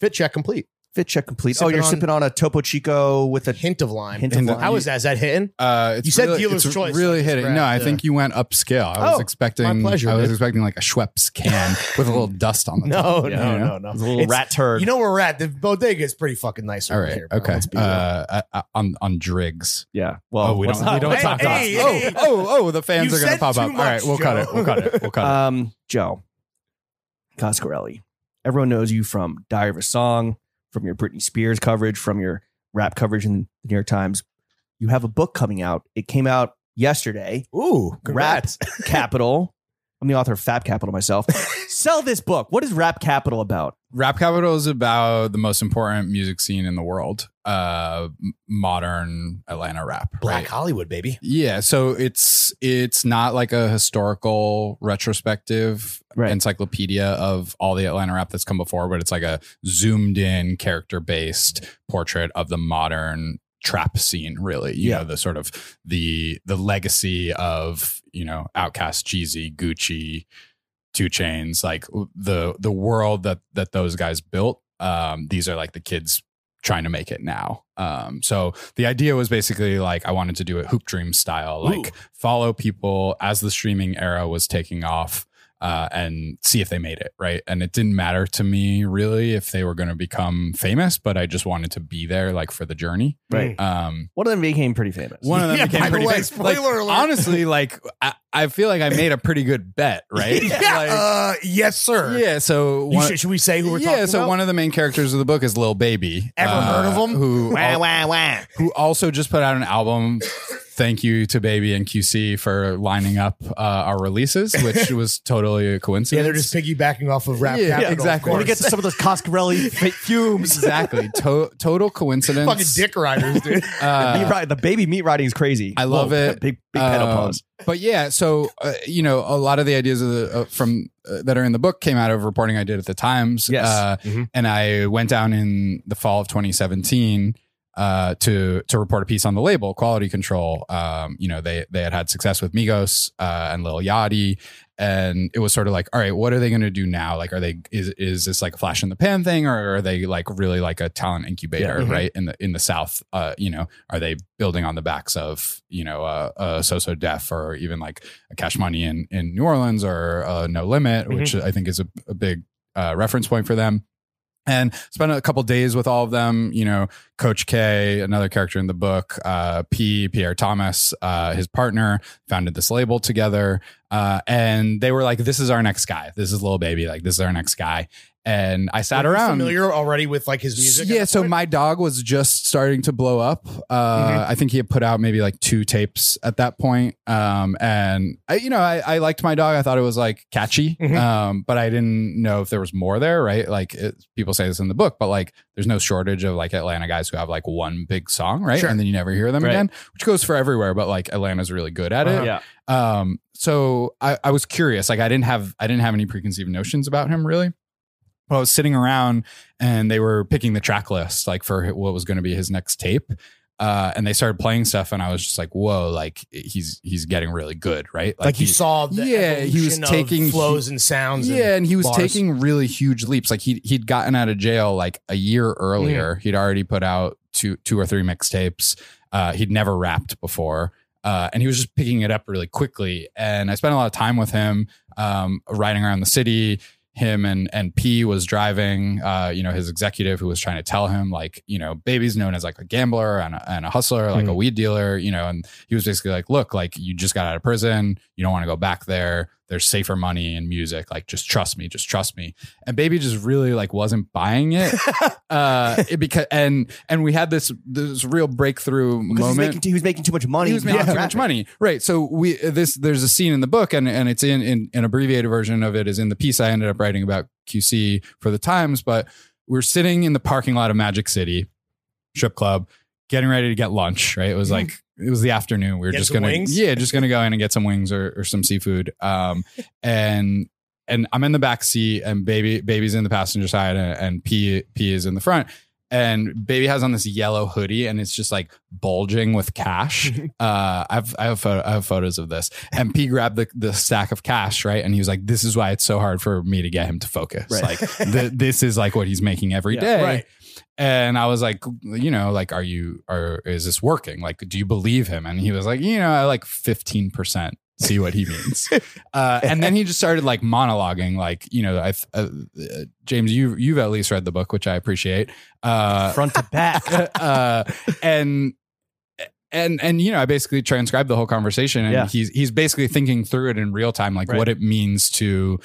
S4: Fit check complete.
S1: Fit check complete. oh,
S4: Sipping
S1: you're
S4: on-
S1: sipping on a Topo Chico with
S4: A
S1: a
S4: hint of lime.
S1: hint of
S2: And the-
S1: lime.
S4: How is that? Is that hitting?
S1: <laughs>
S2: Uh, it's
S4: You said
S2: really,
S4: dealer's
S2: it's
S4: choice. I
S2: Really
S4: just
S2: hitting.
S4: grabbed,
S2: No, I
S4: uh,
S2: think you went upscale. I was
S4: Oh,
S2: expecting.
S4: my pleasure,
S2: I was
S4: dude.
S2: expecting like a Schweppes can with a little dust on the
S4: No,
S2: top. you
S4: no,
S2: know?
S4: no, no,
S1: a little
S4: It's-
S1: rat turd?
S4: You know where we're at. The bodega is pretty fucking nice.
S2: All
S4: over
S2: right.
S4: here, bro.
S2: Okay.
S4: Let's be real.
S2: Uh, I- I- on on Driggs.
S1: yeah. Well,
S2: oh, we
S1: what's
S2: don't.
S1: up?
S2: We don't
S4: Hey,
S2: talk.
S4: hey,
S2: dots.
S4: hey.
S2: Oh, oh, oh, the fans
S4: You
S2: are gonna
S4: said
S2: pop
S4: too
S2: up. All right,
S4: much,
S2: we'll cut it.
S4: Joe.
S2: We'll cut it.
S1: <laughs>
S2: We'll cut it.
S1: Um, Joe Coscarelli. Everyone knows you from Diary of a Song, from your Britney Spears coverage, from your rap coverage in the New York Times. You have a book coming out. It came out yesterday.
S4: Ooh, congrats.
S1: Rap Capital. I'm the author of Fab Capital myself. Sell this book. What is Rap Capital about?
S2: Rap Capital is about the most important music scene in the world, uh, m- modern Atlanta rap.
S4: Black
S2: right?
S4: Hollywood, baby.
S2: Yeah, so it's it's not like a historical retrospective
S1: Right.
S2: encyclopedia of all the Atlanta rap that's come before, but it's like a zoomed in character based portrait of the modern trap scene really you
S1: Yeah.
S2: know the sort of the the legacy of you know outcast cheesy gucci two chains like the the world that that those guys built um these are like the kids trying to make it now um so the idea was basically like i wanted to do it hoop dream style like
S4: Ooh.
S2: follow people as the streaming era was taking off uh, and see if they made it right and it didn't matter to me really if they were going to become famous but i just wanted to be there like for the journey
S4: Mm.
S1: Right.
S2: um
S1: One of them became pretty famous. <laughs>
S2: one of them
S4: <laughs> Yeah, by
S2: became
S4: the
S2: pretty
S4: way,
S2: famous.
S4: spoiler
S2: Like,
S4: alert.
S2: honestly like I, I feel like i made a pretty good
S4: <laughs>
S2: bet right
S4: Yeah.
S2: Like,
S4: uh, yes, sir.
S2: yeah so
S4: You
S2: one-
S4: should, should we say who we're
S2: yeah
S4: talking
S2: so
S4: about?
S2: one of the main characters of the book is lil baby uh,
S4: Ever heard of him?
S2: who
S4: Wah, wah, wah.
S2: who also just put out an album. Thank you to Baby and QC for lining up uh, our releases,
S4: <laughs>
S2: which was totally a coincidence.
S4: Yeah, they're just piggybacking off of rap.
S2: Yeah,
S4: Capital, of
S2: exactly.
S1: When we
S4: course.
S1: get to some of those Coscarelli fumes.
S2: exactly to- total coincidence.
S4: fucking dick riders, dude. <laughs>
S2: Uh,
S1: Meat ri- the baby meat riding is crazy.
S2: I love
S1: Whoa,
S2: it.
S1: Big, big pedal
S2: Um,
S1: pause.
S2: But yeah, so uh, you know, a lot of the ideas of the, uh, from uh, that are in the book came out of reporting I did at the Times.
S1: Yes.
S2: uh,
S4: Mhm.
S2: and I went down in the fall of 2017. uh, to to report a piece on the label quality control. Um, you know, they they had had success with Migos uh, and Lil Yachty, and it was sort of like, all right, what are they going to do now? Like, are they is is this like a flash in the pan thing, or are they like really like a talent incubator,
S1: Yeah. Mhm.
S2: right? In the in the South, uh, you know, are they building on the backs of you know uh, uh, So So Def or even like a Cash Money in in New Orleans or uh, No Limit, which I think is a, a big uh, reference point for them. And spent a couple days with all of them, you know, Coach K, another character in the book, uh, P, Pierre Thomas, uh, his partner, founded this label together. Uh, and they were like, this is our next guy. This is Lil Baby. Like, this is our next guy. And I <laughs> sat
S4: Were you
S2: around.
S4: Familiar already with like his music? at
S2: Yeah,
S4: that
S2: so
S4: point?
S2: my dog was just starting to blow up. Uh,
S4: Mm-hmm.
S2: I think he had put out maybe like two tapes at that point. Um, and I, you know, I, I liked my dog. I thought it was like catchy,
S4: Mhm.
S2: um, but I didn't know if there was more there. Right? Like it, people say this in the book, but like there's no shortage of like Atlanta guys who have like one big song, right?
S4: Sure.
S2: And then you never hear them
S1: Right.
S2: again, which goes for everywhere. But like Atlanta's really good at it
S4: Uh-huh.
S1: Yeah.
S2: um so I, I was curious like i didn't have i didn't have any preconceived notions about him really but i was sitting around and they were picking the track list like for what was going to be his next tape uh and they started playing stuff and i was just like whoa like he's he's getting really good right
S4: like you
S2: he-
S4: saw the
S2: Yeah, he was
S4: evolution of
S2: taking-
S4: flows and sounds. and-
S2: yeah, and he was
S4: bars.
S2: taking really huge leaps. Like he he'd gotten out of jail like a year earlier. He'd already put out two two or three mixtapes. Uh, he'd never rapped before, uh, and he was just picking it up really quickly. And I spent a lot of time with him, um, riding around the city. Him and and P was driving. Uh, you know his executive who was trying to tell him like you know baby's known as like a gambler and a, and a hustler, like
S1: Hmm.
S2: a weed dealer. You know, and he was basically like, look, like you just got out of prison. You don't want to go back there. There's safer money in music. Like, just trust me, just trust me. And baby just really like wasn't buying it.
S1: <laughs>
S2: uh, it because and and we had this this real breakthrough
S1: Because he's
S2: moment.
S1: making, he was making too much money.
S2: He was making
S1: not
S2: too much
S1: rapping.
S2: money, right? So we this there's a scene in the book, and and it's in, in an abbreviated version of it is in the piece I ended up writing about QC for the Times. But we're sitting in the parking lot of Magic City strip club, getting ready to get lunch. Right? It was
S1: Mm-hmm.
S2: like it was the afternoon. We were
S4: Get
S2: just
S4: some
S2: gonna
S4: wings?
S2: yeah, just gonna go in and get some wings or, or some seafood.
S4: <laughs>
S2: Um, and and I'm in the back seat, and baby baby's in the passenger side, and, and P P is in the front and baby has on this yellow hoodie and it's just like bulging with
S1: <laughs>
S2: cash uh i've i have, photo, I have photos of this and p grabbed the, the stack of cash right and he was like this is why it's so hard for me to get him to focus
S1: Right.
S2: like
S1: <laughs>
S2: th- this is like what he's making every
S1: Yeah,
S2: day
S4: right.
S2: and i was like you know like are you are is this working like do you believe him and he was like you know i like 15% see what he
S1: <laughs>
S2: means uh, and then he just started like monologuing like you know i uh, uh, james you you've at least read the book which i appreciate
S1: <laughs>
S2: uh <laughs>
S1: Front to back.
S2: uh, and and and you know, I basically transcribed the whole conversation, and
S1: Yeah.
S2: he's he's basically thinking through it in real time, like
S1: Right.
S2: what it means to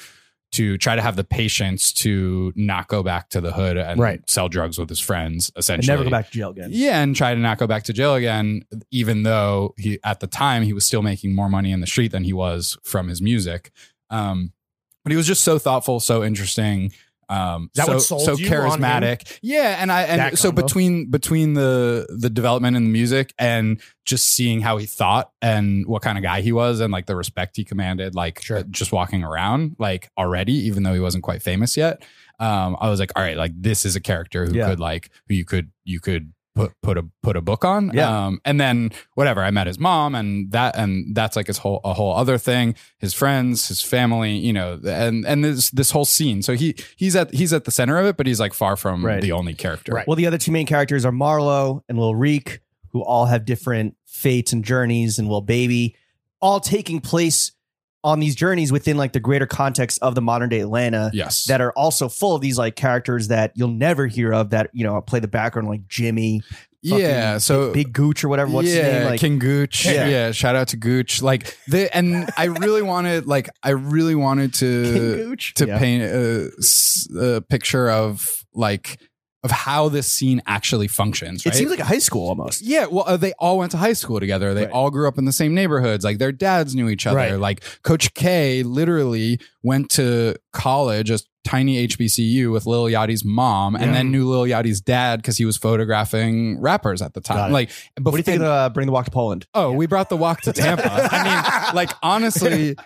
S2: to try to have the patience to not go back to the hood and
S4: Right.
S2: sell drugs with his friends,
S1: And
S2: essentially.
S1: never go back to jail again.
S2: Yeah, and try to not go back to jail again, even though he at the time he was still making more money in the street than he was from his music. Um, but he was just so thoughtful, so interesting, um,
S4: That
S2: so,
S4: what sold
S2: so
S4: you on him?
S2: charismatic. Yeah, and I and
S4: That
S2: so
S4: combo?
S2: between between the the development in the music and just seeing how he thought and what kind of guy he was and like the respect he commanded, like uh,
S4: Sure.
S2: just walking around like already, even though he wasn't quite famous yet um, I was like, all right, like this is a character who
S1: Yeah.
S2: could like who you could you could put put a put a book on.
S1: Yeah.
S2: Um, and then whatever, I met his mom and that and that's like his whole a whole other thing. His friends, his family, you know, and and this this whole scene. So he he's at he's at the center of it, but he's like far from
S1: Right.
S2: the only character.
S4: Right.
S1: Well, the other two main characters are Marlo and Lil Reek, who all have different fates and journeys, and Lil Baby, all taking place on these journeys within like the greater context of the modern day Atlanta
S2: Yes.
S1: that are also full of these like characters that you'll never hear of that, you know, play the background like Jimmy,
S2: yeah.
S1: fucking
S2: So
S1: Big Gooch or whatever. What's
S2: yeah,
S1: his name? Like
S2: King Gooch.
S1: Yeah.
S2: Yeah. shout out to Gooch. Like the and I really wanted, like I really wanted to
S1: King Gooch.
S2: uh, to
S1: Yeah.
S2: paint a, s- a picture of like of how this scene actually
S1: It
S2: functions. right?
S1: seems like a high school almost.
S2: yeah, well, uh, they all went to high school together. They
S1: Right.
S2: all grew up in the same neighborhoods. Like their dads knew each other.
S4: Right.
S2: Like Coach K literally went to college, a tiny HBCU, with Lil Yachty's mom, and
S4: Yeah.
S2: then knew Lil Yachty's dad because he was photographing rappers at the
S4: Got
S2: time.
S4: it.
S2: Like,
S1: What do you think of uh, Bring the Walk to Poland?
S2: Oh, we brought the walk to Tampa. I mean, like honestly,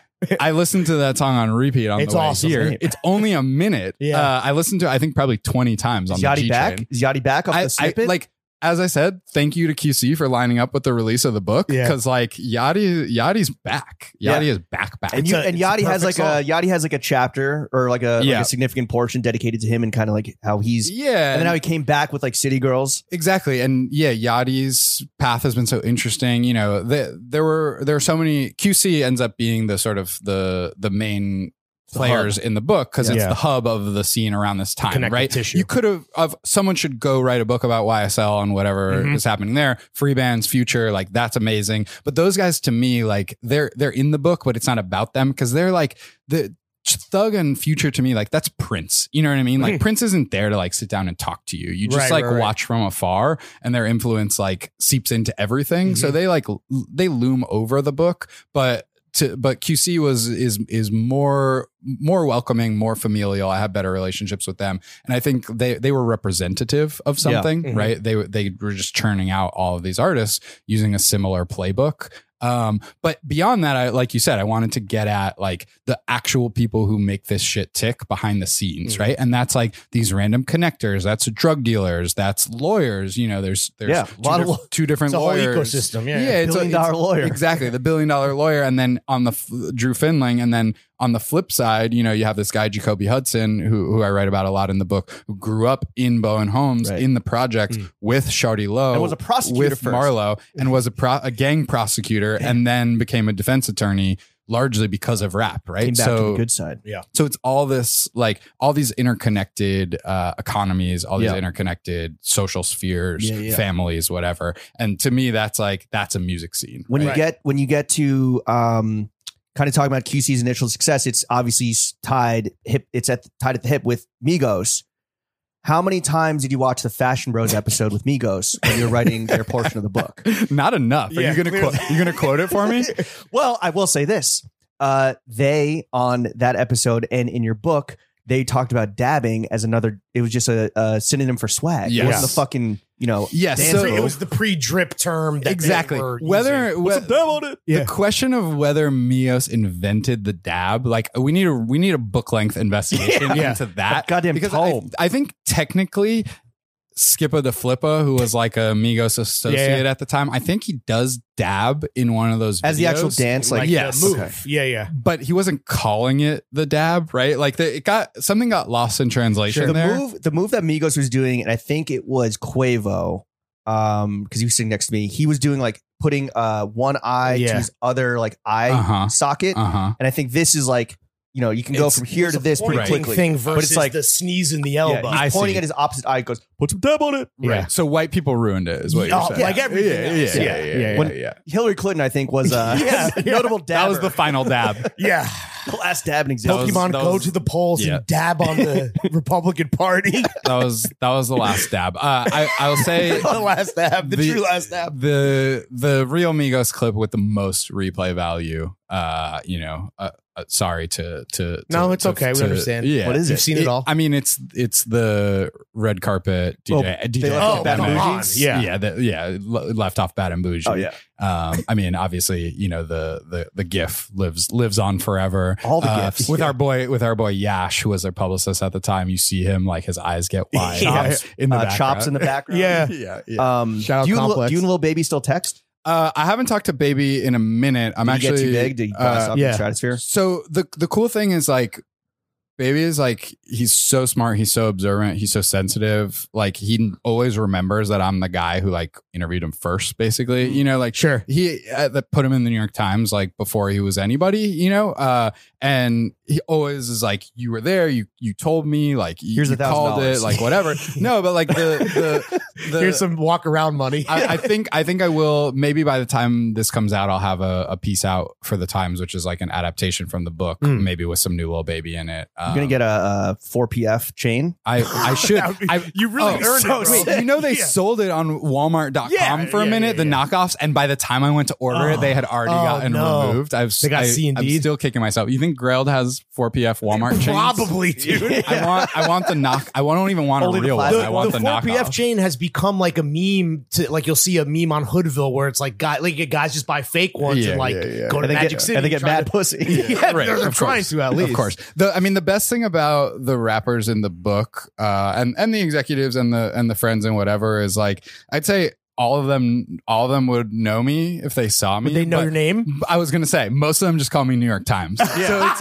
S2: I listened to that song on repeat on
S4: It's
S2: the way
S4: awesome.
S2: here. It's only a minute.
S4: Yeah.
S2: uh, I listened to it, I think probably twenty times on
S1: Is
S2: the
S1: Yachty
S2: G
S1: back?
S2: train.
S1: Is Yachty back off
S2: I,
S1: the
S2: I
S1: snippet?
S2: like as I said, thank you to QC for lining up with the release of the book
S4: Yeah.
S2: because like Yadi Yadi's back.
S1: Yeah.
S2: Yadi is back back.
S1: And,
S4: It's
S1: you,
S4: a-
S1: and
S4: it's a
S1: Yadi has like
S4: perfect
S1: a Yadi has like a chapter or like a, like
S2: Yeah.
S1: a significant portion dedicated to him and kind of like how he's
S2: yeah,
S1: and then how he came back with like City Girls.
S2: Exactly, and yeah, Yachty's path has been so interesting. You know, the, there were there are so many. QC ends up being the sort of the the main
S4: The
S2: players in the book because it's
S4: Yeah.
S2: the hub of the scene around this time,
S4: connective
S2: right?
S4: tissue.
S2: You could have of someone should go write a book about YSL and whatever
S4: Mhm.
S2: is happening there. Free bands, future, like that's amazing. But those guys, to me, like they're they're in the book, but it's not about them because they're like the. Thug and Future to me, like that's Prince. You know what I mean? Like
S4: Mhm.
S2: Prince isn't there to like sit down and talk to you. You just
S4: Right,
S2: like
S4: right, right.
S2: watch from afar, and their influence like seeps into everything. So
S4: Mm-hmm.
S2: they like l- they loom over the book, but to but QC was is is more more welcoming, more familial. I have better relationships with them, and I think they they were representative of
S1: Yeah.
S2: something,
S4: Mhm.
S2: right? They they were just churning out all of these artists using a similar playbook. Um, but beyond that, I like you said, I wanted to get at like the actual people who make this shit tick behind the scenes,
S4: Mhm.
S2: right? And that's like these random connectors, that's drug dealers, that's lawyers. You know, there's there's
S1: Yeah,
S2: two,
S1: a lot of
S2: diff-
S1: law-
S2: two different
S4: It's a whole
S2: lawyers.
S4: ecosystem.
S2: Yeah,
S4: Yeah.
S2: it's a-
S1: Billion dollar
S2: it's-
S1: lawyer.
S2: Exactly, the billion dollar lawyer, and then on the f- Drew Finling, and then on the flip side, you know, you have this guy Jacoby Hudson, who who I write about a lot in the book, who grew up in Bowen Homes
S1: Right. Hmm.
S2: in the project
S4: Mm.
S2: with Shardy Lowe,
S1: And was a prosecutor
S2: with
S1: first.
S2: Marlowe, and was a pro- a gang prosecutor, and then became a defense attorney largely because of rap, right?
S1: Came back
S2: so
S1: to the good side.
S2: so it's all this like all these interconnected uh, economies all these
S1: Yeah.
S2: interconnected social spheres
S1: Yeah, yeah.
S2: families whatever and to me that's like that's a music scene
S1: When you
S4: Right.
S1: get when you get to um kind of talking about QC's initial success, it's obviously s- tied hip it's at tied at the hip with Migos. How many times did you watch the Fashion Bros episode with Migos when you're writing their portion of the book?
S2: <laughs> not enough are
S4: Yeah,
S2: you gonna
S4: clearly.
S2: quote you gonna quote it
S1: <laughs>
S2: for me
S1: well, I will say this. Uh, they on that episode and in your book, they talked about dabbing as another. It was just a, a synonym for swag. It
S2: Yes.
S1: wasn't the fucking you know.
S2: yes
S1: Dancer.
S2: so
S4: it was the pre-drip term that they
S2: exactly
S4: were
S2: whether
S4: using.
S2: whe-
S1: on it?
S4: Yeah.
S2: the question of whether mios invented the dab like we need a we need a book length investigation
S4: Yeah.
S2: into that
S1: Goddamn
S2: because I,
S1: tome.
S2: I think technically Skipper the Flipper, who was like a Migos associate
S4: Yeah,
S2: at the time, I think he does dab in one of those
S1: As the actual
S2: videos,
S1: dance, like,
S4: like
S2: yes,
S4: the move.
S1: okay.
S4: Yeah, yeah.
S2: but he wasn't calling it the dab, right? Like the, it got something got lost in translation
S1: the
S2: there.
S1: move, the move that Migos was doing, and I think it was Quavo, um, because he was sitting next to me. He was doing like putting uh one eye to
S4: Yeah.
S1: his other like eye <laughs>
S2: Uh huh.
S1: socket,
S2: Uh huh.
S1: and I think this is like you know you can go
S2: It's-
S1: from here to this pretty
S2: pointing
S1: quickly.
S4: thing
S1: but
S4: versus
S1: it's like
S4: the sneeze in the
S1: yeah,
S4: elbow.
S1: he's
S2: I
S1: pointing
S2: see.
S1: at his opposite eye. Goes put some dab on it.
S4: Yeah.
S2: Right. So white people ruined it, is what
S4: Oh,
S2: you're saying.
S4: like everything
S2: Yeah,
S4: else. Yeah.
S2: yeah, yeah, yeah,
S4: Yeah,
S2: yeah,
S1: yeah.
S2: yeah.
S1: Hillary Clinton, I think, was
S3: <laughs>
S1: uh,
S4: <laughs>
S1: <laughs>
S4: Yeah,
S2: <laughs>
S4: yeah.
S1: notable
S2: That
S1: dab.
S2: was the
S4: <laughs>
S2: final dab.
S4: yeah.
S1: the last dab in
S2: That
S1: existence.
S2: was-
S4: Pokemon
S2: that
S4: go
S2: was-
S4: to the polls
S2: yeah.
S4: and dab on
S2: <laughs>
S4: the Republican Party.
S2: that was that was the last dab. Uh, I
S4: <laughs>
S2: I'll
S1: <laughs>
S2: say
S4: the last dab, the,
S2: The-
S4: true last dab.
S2: the the real Migos clip with the most replay value. Uh, you know, uh, uh, sorry to to
S4: No,
S2: to-
S4: it's
S2: to-
S4: okay. We
S2: to-
S4: understand.
S2: Yeah,
S1: What is
S4: You've
S1: it?
S4: seen it, all.
S2: I mean, it's it's the red carpet DJ.
S1: Well,
S2: DJ
S1: they left
S4: off Bad and
S2: Bougie.
S4: Bougie. Yeah.
S2: yeah, the, yeah. le- Left off bad and bougie.
S1: Oh yeah,
S2: Um, I mean, obviously, you know the the the GIF lives lives on forever.
S1: All the
S2: Uh,
S1: GIFs.
S2: with our boy with our boy Yash, who was their publicist at the time. You see him like his
S1: <laughs>
S2: eyes get wide um,
S4: Yeah.
S2: in the
S1: uh, chops in the background.
S4: Yeah.
S1: <laughs>
S2: yeah, yeah.
S1: Um,
S2: Shout out
S1: do you, and Lil-
S2: Complex.
S1: do you and Lil Baby still text?
S2: Uh, I haven't talked to Baby in a minute. I'm
S1: Did you
S2: actually
S1: get too big? Did you
S2: uh,
S1: bust up in
S4: yeah.
S1: the stratosphere?
S2: so the the cool thing is like Baby is like he's so smart, he's so observant, he's so sensitive. Like he always remembers that I'm the guy who like interviewed him first, basically.
S1: Mm-hmm.
S2: You know, like
S4: Sure.
S2: he uh, that put him in the New York Times like before he was anybody, you know. Uh, and he always is like, "You were there. You you told me. Like you,
S1: Here's
S2: you
S1: a thousand
S2: called it.
S1: dollars. <laughs>
S2: Like whatever. no, but like the the, the
S4: Here's some walk around money.
S2: I, I think I think I will. Maybe by the time this comes out, I'll have a, a piece out for the Times, which is like an adaptation from the book,
S4: Mm.
S2: maybe with some new little baby in it. Um,
S1: You're gonna get a, uh 4PF chain. <laughs>
S2: I I should.
S4: That would be-
S2: I,
S4: you really
S2: oh,
S4: earned
S2: so
S4: it. Bro.
S2: sick. you know they
S4: Yeah.
S2: sold it on Walmart.com
S4: Yeah,
S2: for a
S4: yeah,
S2: minute,
S4: yeah,
S2: the
S4: yeah.
S2: knockoffs, and by the time I went to order it, they had already
S4: Oh,
S2: gotten
S4: no.
S2: removed. I've
S4: They got
S2: I,
S4: C and
S2: I'm
S4: D?
S2: still kicking myself. You think Grailed has four PF Walmart chains?
S4: Probably,
S2: <laughs>
S4: dude.
S2: I want I want the knock. I won't even want
S1: Only
S2: a
S1: the
S2: real one.
S1: plastic
S2: I want the, knockoff.
S4: 4PF chain has become like a meme to like you'll see a meme on Hoodville where it's like guy like guys just buy fake ones
S2: Yeah,
S4: and like
S2: yeah, yeah.
S4: go to
S1: and they
S4: Magic
S1: get,
S4: City
S1: and they get
S4: try
S1: mad
S4: to-
S1: pussy.
S4: <laughs>
S3: <laughs>
S4: Yeah, they're- they're
S2: of
S4: trying
S2: course.
S4: to at least.
S2: Of course. The I mean the best thing about the rappers in the book, uh, and and the executives and the and the friends and whatever is like, I'd say all of them, all of them would know me if they saw me.
S3: Would they know
S2: but-
S3: your name?
S2: I was gonna say most of them just call me New York
S3: <laughs>
S2: Times. So it's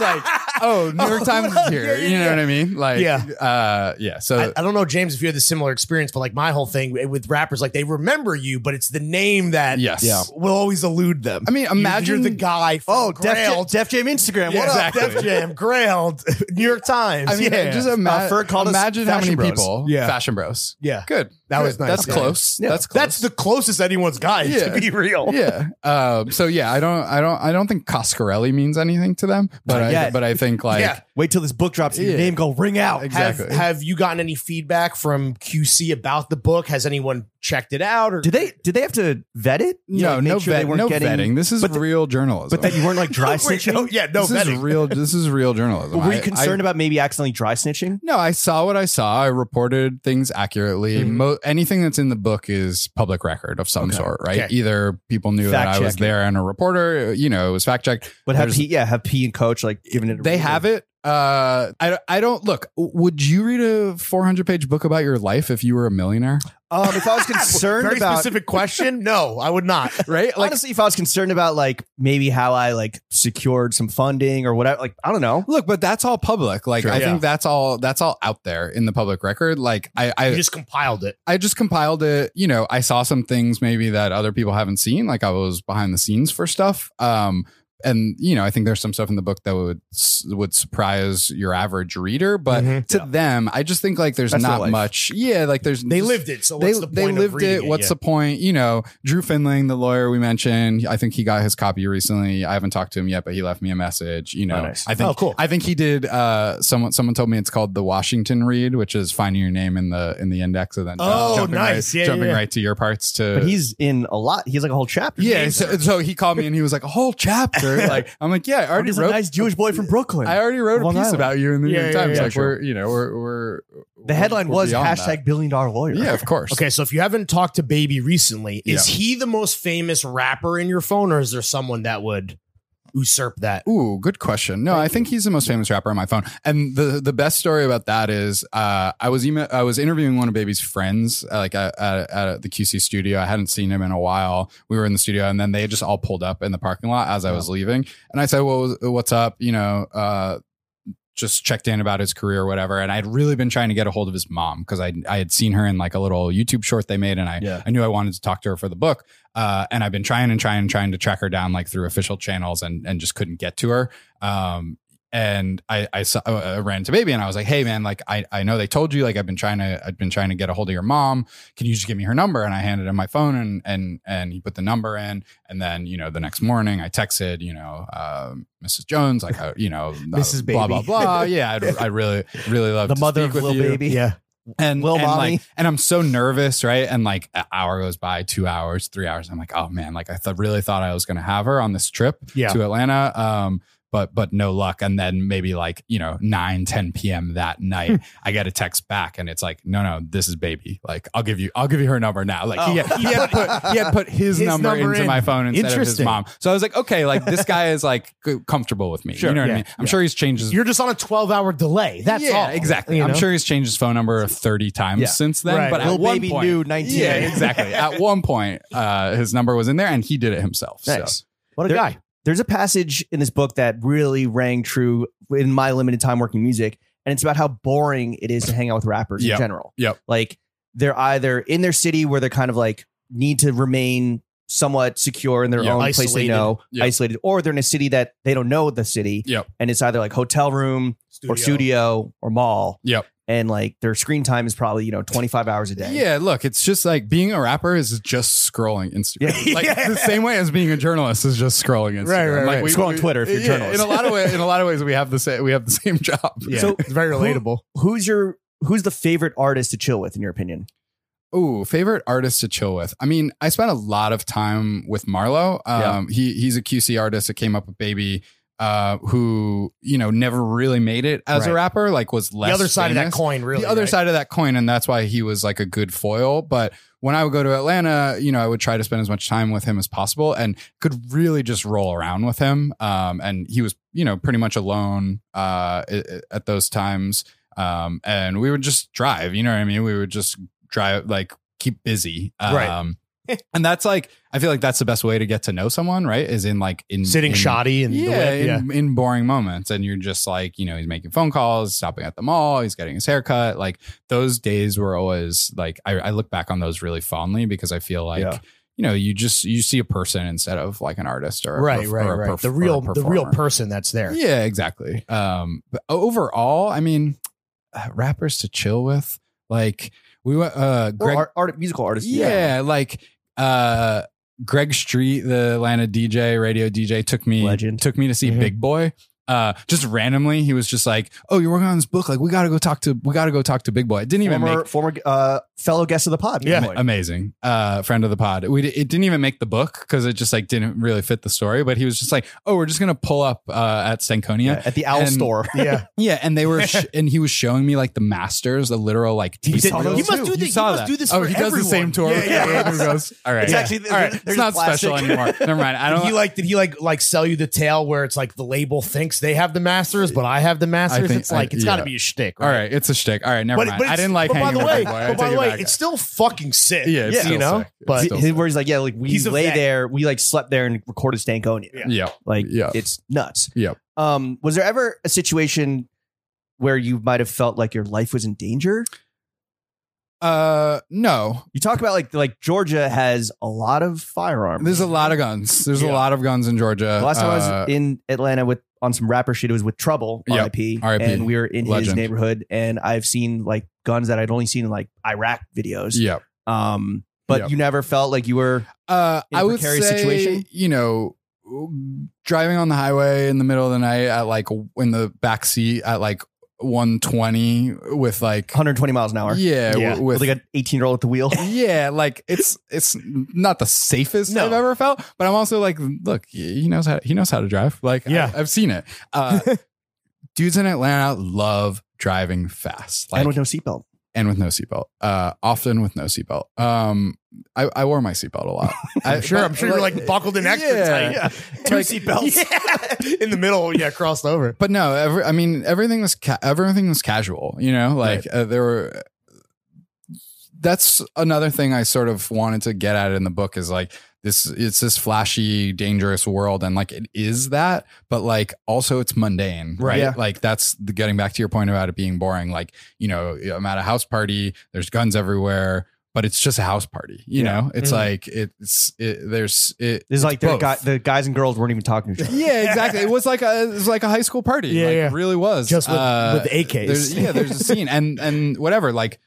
S4: <laughs>
S2: like, <laughs> oh, New York Times is here. you know what I mean? Like,
S3: Yeah.
S2: uh, yeah. So
S3: I, I don't know, James, if you had the similar experience, but like my whole thing with rappers, like they remember you, but it's the name that
S2: Yes. Yeah.
S3: will always elude them.
S2: I mean,
S3: You're-
S2: imagine-
S3: you're the guy. From
S1: Oh, Def, Jam-
S3: Grailed.
S1: Def Jam Instagram.
S3: Yeah,
S1: what up?
S3: exactly. Def Jam, Grailed, <laughs> New York Times.
S2: I mean,
S3: yeah.
S2: just ima-
S1: Uh, Ferg called us
S2: imagine how
S1: Fashion
S2: many
S1: Bros.
S2: people.
S3: Yeah.
S2: Fashion Bros.
S3: yeah.
S2: Good.
S3: That
S2: Good.
S3: was nice.
S2: That's
S3: Yeah.
S2: close.
S1: Yeah.
S2: That's close.
S3: That's the closest anyone's got
S2: Yeah.
S3: to be
S2: <laughs>
S3: real.
S2: yeah. Um, so yeah, I don't, I don't, I don't think Coscarelli means anything to them, but
S1: Not
S2: I,
S1: yet.
S2: but I think
S1: <laughs>
S2: like,
S3: Yeah.
S1: Wait till this book drops. and Your
S2: Yeah.
S1: name go ring out.
S3: Have,
S2: exactly.
S3: have you gotten any feedback from QC about the book? Has anyone checked it out? Or
S1: Did they? Did they have to vet it? You
S2: no,
S1: know, make
S2: no,
S1: sure they
S2: vet-
S1: weren't
S2: no
S1: getting-
S2: vetting. This is
S1: but the-
S2: real journalism.
S1: But that you weren't like dry
S3: Wait,
S1: snitching.
S3: no, yeah, no
S2: this is
S3: vetting.
S2: real. This is real journalism.
S1: Were you
S2: I-
S1: concerned
S2: I-
S1: about maybe accidentally dry snitching?
S2: No, I saw what I saw. I reported things accurately.
S1: Mm-hmm.
S3: Mhm.
S2: Mo- anything that's in the book is public record of some sort, right?
S3: Okay.
S2: Either people knew that I was
S1: Fact-checked.
S2: there and a reporter, you know, it was fact checked.
S1: But have
S2: There's-
S1: P, yeah, have P and Coach like giving it. A
S2: They
S1: read?
S2: have it. Uh, I, I don't look. Would you read a 400 page book about your life if you were a millionaire?
S1: Um, if I
S2: <laughs>
S1: was concerned
S3: Very
S1: about,
S3: specific question? No, I would not.
S2: Right? Like,
S1: honestly, if I was concerned about like maybe how I like secured some funding or whatever, like I don't know.
S2: look, but that's all public. Like,
S1: Sure.
S2: I
S3: Yeah.
S2: think that's all that's all out there in the public record. Like, I I,
S3: You just compiled it.
S2: I just compiled it. You know, I saw some things maybe that other people haven't seen. Like I was behind the scenes for stuff. Um, and you know, I think there's some stuff in the book that would would surprise your average reader, but
S3: Mhm.
S2: to them, I just think like there's
S1: That's their
S2: not
S1: life.
S2: much. Yeah, like there's
S3: They
S2: just-
S3: lived it. So
S2: They,
S3: what's the point
S2: they
S3: of
S2: lived
S3: reading
S2: it. What's
S3: Yeah.
S2: the point? You know, Drew Finling, the lawyer we mentioned, I think he got his copy recently. I haven't talked to him yet, but he left me a message. You know,
S1: Oh, nice.
S2: I think
S3: Oh, cool.
S2: I think he did. Uh, someone someone told me it's called the Washington read, which is finding your name in the in the index and then uh,
S3: Oh,
S2: jumping
S3: nice.
S2: right,
S3: Yeah,
S2: jumping
S3: yeah, yeah.
S2: right to your parts to.
S1: But he's in a lot. He's like a whole chapter.
S2: yeah, so, so he called me and he was like a whole
S3: <laughs>
S2: chapter. Like I'm like, yeah, I already
S1: He's a
S2: wrote.
S1: nice Jewish boy from Brooklyn.
S2: I already wrote a
S1: Long
S2: piece
S1: Island.
S2: about you in the New
S3: Yeah,
S2: York
S3: yeah,
S2: Times.
S3: yeah,
S2: like
S3: sure.
S2: we're, you know, we're we're.
S1: the headline
S2: we're
S1: was
S2: beyond
S1: hashtag billion dollar lawyer. <laughs>
S2: That. Yeah, of course.
S3: Okay, so if you haven't talked to Baby recently, is
S2: Yeah.
S3: he the most famous rapper in your phone, or is there someone that would usurp that?
S2: Ooh, good question. No, I think he's the most famous rapper on my phone. And the the best story about that is uh, I was email I was interviewing one of Baby's friends uh, like at, at, at the QC studio. I hadn't seen him in a while. We were in the studio, and then they just all pulled up in the parking lot as I was leaving. And I said, "Well, what's up?" You know. Uh, just checked in about his career or whatever. And I'd really been trying to get a hold of his mom because I, I had seen her in like a little YouTube short they made and I,
S1: Yeah.
S2: I knew I wanted to talk to her for the book. Uh, and I've been trying and trying and trying to track her down like through official channels and, and just couldn't get to her. Um, and I, I saw, uh, I ran to baby and I was like, Hey man, like I, I know they told you, like I've been trying to, I've been trying to get a hold of your mom. Can you just give me her number? And I handed him my phone and, and, and he put the number in. And then, you know, the next morning I texted, you know, um, Mrs. Jones, like, uh,
S1: <laughs>
S2: you know,
S1: Mrs.
S2: blah,
S1: Baby.
S2: blah,
S1: <laughs>
S2: blah uh, yeah, I'd, I really, really love
S1: the
S2: to
S1: mother
S2: speak
S1: of
S2: with
S1: little
S2: you.
S1: baby.
S3: <laughs> Yeah.
S2: and
S1: Lil
S2: and,
S1: Mommy.
S2: like, and I'm so nervous, right? And like an hour goes by, two hours, three hours. I'm like, oh man, like I th- really thought I was going to have her on this trip
S3: Yeah.
S2: to Atlanta. Um, but but no luck. And then maybe like you know 9, 10 p.m. that
S3: Hmm.
S2: night, I get a text back, and it's like, no, no, this is baby. Like I'll give you, I'll give you her number now. Like he, had, he had put he had put his,
S3: Oh. His
S2: number,
S3: number
S2: into
S3: in.
S2: my phone instead of his
S3: Interesting.
S2: mom. So I was like, okay, like this guy is like c- comfortable with me.
S3: Sure,
S2: you know what
S3: yeah,
S2: I mean? I'm sure he's changed his
S3: You're just on a 12 hour delay. That's
S2: yeah,
S3: all.
S2: Exactly.
S3: You
S2: I'm
S3: know?
S2: sure he's changed his phone number 30 times
S1: Yeah.
S2: since then.
S3: Right.
S2: But
S1: Lil
S2: at one
S1: Baby
S2: point,
S1: knew 19. <laughs>
S2: yeah, exactly. At one point, uh, his number was in there, and he did it himself.
S1: Nice.
S2: So
S3: What a
S1: There-
S3: guy.
S1: There's a passage in this book that really rang true in my limited time working music, and it's about how boring it is to hang out with rappers
S2: Yep.
S1: in general.
S2: Yep.
S1: Like they're either in their city where they're kind of like need to remain somewhat secure in their
S2: Yeah.
S1: own place they
S3: Isolated.
S1: know,
S2: Yep.
S1: isolated, or they're in a city that they don't know the city.
S2: Yep.
S1: And it's either like hotel room or studio or mall.
S2: Yep.
S1: And like their screen time is probably, you know, 25 hours a day.
S2: yeah, look, it's just like being a rapper is just scrolling Instagram.
S1: Yeah.
S2: <laughs> Like the same way as being a journalist is just scrolling Instagram.
S3: Right, right,
S2: Like,
S3: right.
S1: Scrolling Twitter if you're a
S2: yeah,
S1: journalist.
S2: In a lot of ways, in a lot of ways, we have the same we have the same job.
S3: Yeah.
S1: So-
S3: it's very relatable.
S1: Who's your who's the favorite artist to chill with in your opinion?
S2: Ooh, favorite artist to chill with. I mean, I spent a lot of time with Marlo. Um, he he's a QC artist that came up with Baby. Uh, uh, who you know never really made it as a
S3: Right.
S2: rapper, like was
S3: the
S2: less
S3: other side of that
S2: famous.
S3: coin, really.
S2: the other
S3: right?
S2: side of that coin, and that's why he was like a good foil. But when I would go to Atlanta, you know, I would try to spend as much time with him as possible, and could really just roll around with him. Um, and he was, you know, pretty much alone uh, i- i- at those times. Um, and we would just drive. You know what I mean? We would just drive, like keep busy. Um,
S3: Right.
S2: and that's like I feel like that's the best way to get to know someone, right? Is in like in
S3: Sitting
S2: in,
S3: shoddy and the
S2: yeah,
S3: way-
S2: in, in boring moments. And you're just like, you know, he's making phone calls, stopping at the mall, he's getting his haircut. Like those days were always like, I, I look back on those really fondly because I feel like,
S3: Yeah.
S2: you know, you just, you see a person instead of like an artist or, a
S3: right,
S2: perf-
S3: right,
S2: or a
S3: right.
S2: perf-
S3: the real,
S2: or a
S3: the real
S2: performer.
S3: person that's there.
S2: Yeah, exactly. Um, but overall, I mean, uh, rappers to chill with, like we went, uh,
S1: Or
S2: Greg,
S1: art, art, musical artist.
S2: yeah, like uh Greg Street, the Atlanta DJ, radio DJ, took me
S1: Legend. Mm-hmm.
S2: took me to see
S3: Mhm.
S2: Big Boy. Uh, just randomly, he was just like, "Oh, you're working on this book. Like, we gotta go talk to we gotta go talk to Big Boy." It didn't even
S1: Former,
S2: make
S1: former uh, fellow guest of the pod.
S3: Yeah.
S1: Boy.
S2: amazing uh friend of the pod we di- it didn't even make the book because it just like didn't really fit the story but he was just like oh we're just gonna pull up uh at stankonia
S1: Yeah, at the Owl
S2: And- <laughs>
S1: Store.
S3: Yeah.
S2: yeah and they were
S3: <laughs>
S2: sh- and he was showing me like the masters the literal like
S1: He
S2: tape
S1: did-
S2: reels.
S1: he must
S3: do
S2: You
S3: the- he
S2: saw
S3: must
S2: that.
S3: do this
S2: oh
S3: for
S2: he does the
S3: everyone.
S2: same tour
S3: Yeah, yeah, yeah.
S2: He goes, all right
S1: It's
S2: Yeah.
S1: actually
S2: all right
S1: there's
S2: it's not
S1: plastic.
S2: special anymore never mind
S1: <laughs>
S2: i
S3: Did
S2: don't
S3: he like? Did he like like sell you the tale where it's like the label thinks they have the masters, but I have the masters?
S2: think-
S3: it's like
S2: I-
S3: it's got to
S2: yeah.
S3: be a shtick.
S2: all right it's a shtick all right never
S3: but,
S2: mind
S3: but
S2: i
S3: it's-
S2: didn't like
S3: But by
S2: hanging
S3: the
S2: with
S3: way,
S2: Big Boy. I
S3: but by
S2: take
S3: the
S2: it
S3: way,
S2: back.
S3: it's still fucking sick.
S2: Yeah, it's
S3: you
S2: still
S3: know.
S2: sick. It's
S3: But
S2: still
S1: His where he's like, yeah, like we
S3: He's a
S1: lay
S3: vet.
S1: there, we like slept there and recorded Stankonia.
S3: Yeah.
S2: yeah
S1: Like
S2: Yeah.
S1: it's nuts.
S2: Yeah.
S1: Um, was there ever a situation where you might have felt like your life was in danger?
S2: uh no
S1: You talk about like like Georgia has a lot of firearms.
S2: there's a lot of guns there's
S3: Yeah.
S2: a lot of guns in georgia
S1: The last time I
S2: Uh,
S1: was in Atlanta with on some rapper shit, it was with Trouble,
S2: Yeah.
S1: RIP,
S2: R.I.P..
S1: and we were in his
S2: Legend.
S1: neighborhood, and I've seen like guns that I'd only seen in like Iraq videos.
S2: yeah
S1: Um, but
S2: Yeah.
S1: you never felt like you were
S2: Uh,
S1: in a
S2: I would say,
S1: precarious situation?
S2: you know, driving on the highway in the middle of the night at like in the back seat at like 120 with like
S1: 120 miles an hour
S2: yeah, w-
S3: Yeah.
S1: with
S2: with
S1: like an 18 year old at the wheel.
S2: <laughs> yeah, like it's it's not the safest
S1: No.
S2: I've ever felt, but I'm also like, look, he knows how he knows how to drive. Like, I-
S3: Yeah.
S2: I've seen it.
S3: <laughs>
S2: Uh, dudes in Atlanta love driving fast, like
S1: and with no seatbelt.
S2: and with no seatbelt. Uh, often with no seatbelt. Um, I, I wore my seatbelt a lot. I,
S3: <laughs> I'm sure.
S2: but,
S3: I'm sure you're like buckled in extra
S2: Yeah.
S3: tight. Two
S2: Like-
S1: <laughs>
S3: seatbelts in the middle. Yeah, crossed over.
S2: but no, every, I mean everything was ca- everything was casual, you know. Like uh, there were. That's another thing I sort of wanted to get at in the book is like this. It's this flashy, dangerous world, and like it is that, but like also it's mundane, right?
S1: Yeah.
S2: Like that's the, getting back to your point about it being boring. Like you know, I'm at a house party. There's guns everywhere. But it's just a house party, you
S1: Yeah. Mm-hmm.
S2: know. It's
S3: Mhm.
S2: like it's it, there's it,
S1: This is like the,
S2: both.
S1: guy, the guys and girls weren't even talking to
S2: <laughs>
S1: each other.
S2: yeah, exactly. It was like a it was like a high school party.
S3: Yeah,
S2: like,
S3: yeah.
S2: it really was.
S3: Just with-
S2: Uh,
S3: with AKs.
S2: There's, yeah, there's a scene and and whatever. Like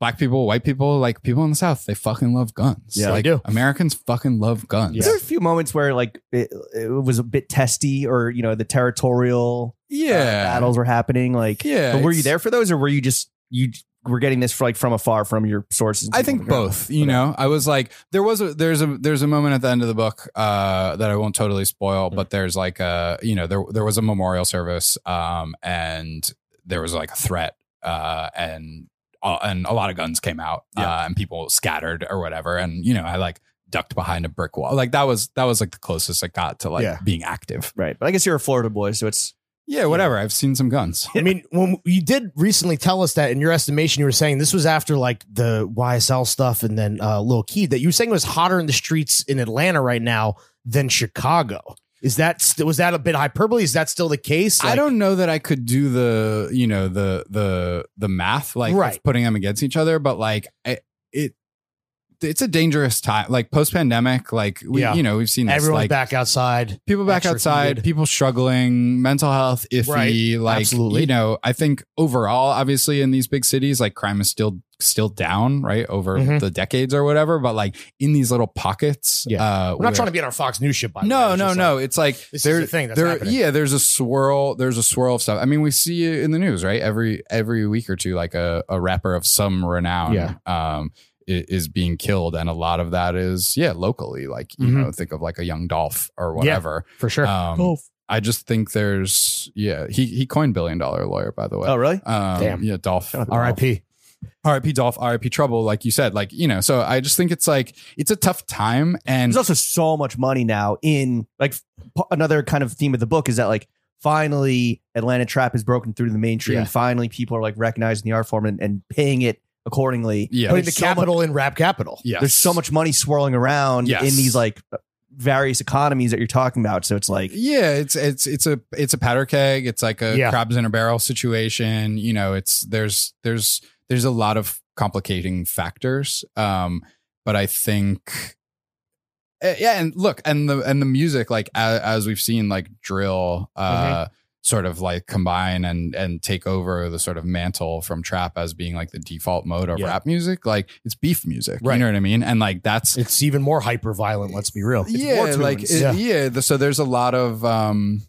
S2: black people, white people, like people in the South, they fucking love guns.
S3: Yeah, they
S2: like,
S3: do.
S2: Americans fucking love guns.
S3: Yeah.
S1: There were a few moments where like it, it was a bit testy, or you know the territorial uh,
S2: Yeah.
S1: battles were happening. Like,
S2: Yeah,
S1: but were you
S2: it's-
S1: there for those, or were you just you were getting this for, like from afar from your sources?
S2: I think both. You know, I was like, there was a there's a there's a moment at the end of the book uh, that I won't totally spoil,
S3: Hmm.
S2: but there's like a you know there there was a memorial service, um, and there was like a threat, uh, and uh, and a lot of guns came out, uh, and people scattered or whatever, and you know I like ducked behind a brick wall, like that was that was like the closest I got to like
S3: Yeah.
S2: being active.
S1: right? But I guess you're a Florida boy, so it's
S2: Yeah, whatever. I've seen some guns.
S3: I mean, when you did recently tell us that in your estimation, you were saying this was after like the YSL stuff and then uh, Lil Key that you were saying it was hotter in the streets in Atlanta right now than Chicago. Is that st- was that a bit hyperbole? Is that still the case?
S2: I
S3: Like,
S2: don't know that I could do the you know the the the math like of
S3: Right.
S2: putting them against each other, but like I, it it's a dangerous time. Like post pandemic, like we
S3: Yeah.
S2: you know we've seen this,
S3: Everyone
S2: like
S3: back outside.
S2: people back
S3: extra
S2: outside,
S3: heated.
S2: people struggling, mental health iffy.
S3: Right.
S2: Like
S3: Absolutely.
S2: you know, I think overall, obviously in these big cities, like crime is still still down right over
S3: Mhm.
S2: the decades or whatever. But like in these little pockets,
S3: Yeah.
S2: uh,
S3: We're not
S2: where-
S3: trying to be on our Fox News shit. By the way.
S2: no,
S3: It's
S2: no,
S3: just
S2: no.
S3: like,
S2: it's like
S3: This
S2: there-
S3: is the thing that's
S2: there-
S3: happening.
S2: yeah, there's a swirl. There's a swirl of stuff. I mean, we see it in the news, right? Every every week or two, like a, a rapper of some renown,
S3: Yeah.
S2: um, i- is being killed, and a lot of that is yeah, locally. Like you
S3: Mhm.
S2: know, think of like a young Dolph or
S3: Yeah.
S2: whatever.
S3: for sure.
S2: Um, I just think there's yeah. He he coined billion dollar lawyer by the way.
S1: Oh, really?
S2: Um,
S3: Damn.
S2: Yeah, Dolph.
S3: R.I.P.
S2: RIP Dolph, RIP Trouble, like you said, like, you know, so I just think it's like, it's a tough time. And
S1: There's also so much money now in like p- another kind of theme of the book is that like finally Atlanta trap has broken through to the mainstream.
S2: Yeah.
S1: And finally, people are like recognizing the art form and, and paying it accordingly.
S2: yeah,
S3: Putting the
S1: There's so
S3: capital in rap capital.
S2: yes.
S1: There's so much money swirling around
S2: Yes.
S1: in these like various economies that you're talking about. So it's like
S2: Yeah, it's it's it's a it's a powder keg. It's like a
S3: Yeah.
S2: crabs in a barrel situation. You know, it's there's there's there's a lot of complicating factors. Um, but I think, eh, yeah, and look, and the and the music, like as, as we've seen, like drill, uh,
S3: Mm-hmm.
S2: sort of like combine and and take over the sort of mantle from trap as being like the default mode of
S3: Yeah.
S2: rap music. Like it's beef music,
S3: Right.
S2: you know what I mean? And like that's
S3: It's even more hyper violent. Let's be real.
S2: yeah,
S3: war
S2: like
S3: tunes.
S2: it- yeah.
S3: Yeah.
S2: the- so there's a lot of um,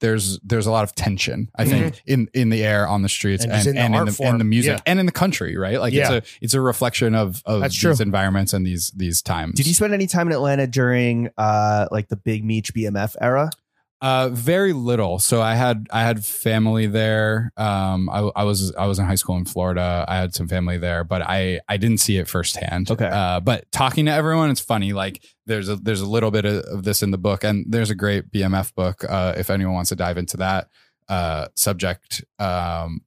S2: there's there's a lot of tension.
S3: Mm-hmm.
S2: I think in in the air on the streets
S3: And
S2: and
S3: just
S2: and,
S3: in the
S2: in,
S3: art
S2: the,
S3: form.
S2: and the music
S3: Yeah.
S2: and in the country, right? Like
S3: Yeah.
S2: it's a it's a reflection of of
S3: That's
S2: these
S3: true.
S2: environments and these these times.
S1: Did you spend any time in Atlanta during uh like the Big Meech BMF era?
S2: Uh, very little. So I had I had family there. Um, I, I was I was in high school in Florida. I had some family there, but I I didn't see it firsthand.
S1: Okay.
S2: Uh, but talking to everyone, it's funny. Like there's a there's a little bit of, of this in the book, and there's a great BMF book. Uh, if anyone wants to dive into that uh subject, um,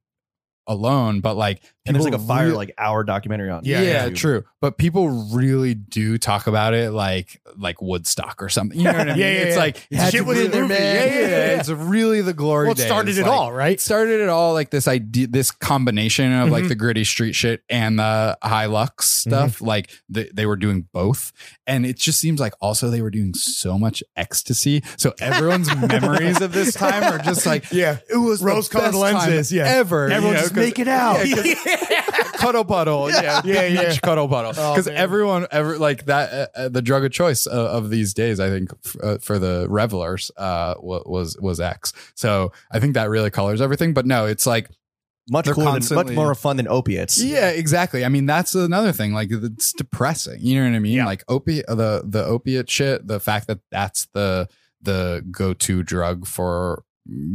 S2: alone, but like
S1: And there's like a
S2: people
S1: fire
S2: re-
S1: like hour documentary on.
S2: yeah,
S1: YouTube.
S2: true. But people really do talk about it like like Woodstock or something. You know what I mean?
S3: <laughs> Yeah, yeah,
S2: it's
S3: yeah.
S2: like
S3: It's shit was in there,
S2: really-
S3: man.
S2: Yeah, yeah, yeah. It's really the glory.
S3: Well, it
S2: days.
S3: started it
S2: Like,
S3: all,
S2: It
S3: right?
S2: started it all like this idea, this combination of
S3: Mm-hmm.
S2: like the gritty street shit and the high lux stuff. Like the, they were doing both, and it just seems like also they were doing so much ecstasy. So
S3: <laughs>
S2: everyone's memories of this time are just like
S3: Yeah.
S2: it was the
S3: Rose-colored
S2: best time
S3: lenses, yeah.
S2: ever.
S1: Everyone's
S2: you know,
S1: just
S2: 'cause-
S1: making out.
S2: Yeah, 'cause cuddle puddle. Yeah,
S3: Yeah,
S2: Beach
S3: yeah.
S2: cuddle puddle.
S3: Oh,
S2: Because
S3: man.
S2: everyone ever like that uh, uh, the drug of choice uh, of these days, I think, f- uh, for the revelers uh, wa- was was X. So I think that really colors everything. But no, it's like
S1: Much
S2: They're
S1: cooler than, much
S2: constantly-
S1: more fun than opiates.
S2: yeah, exactly. I mean, that's another thing. Like it's depressing. You know what I mean? Like opiate the the opiate shit. The fact that that's the the go to drug for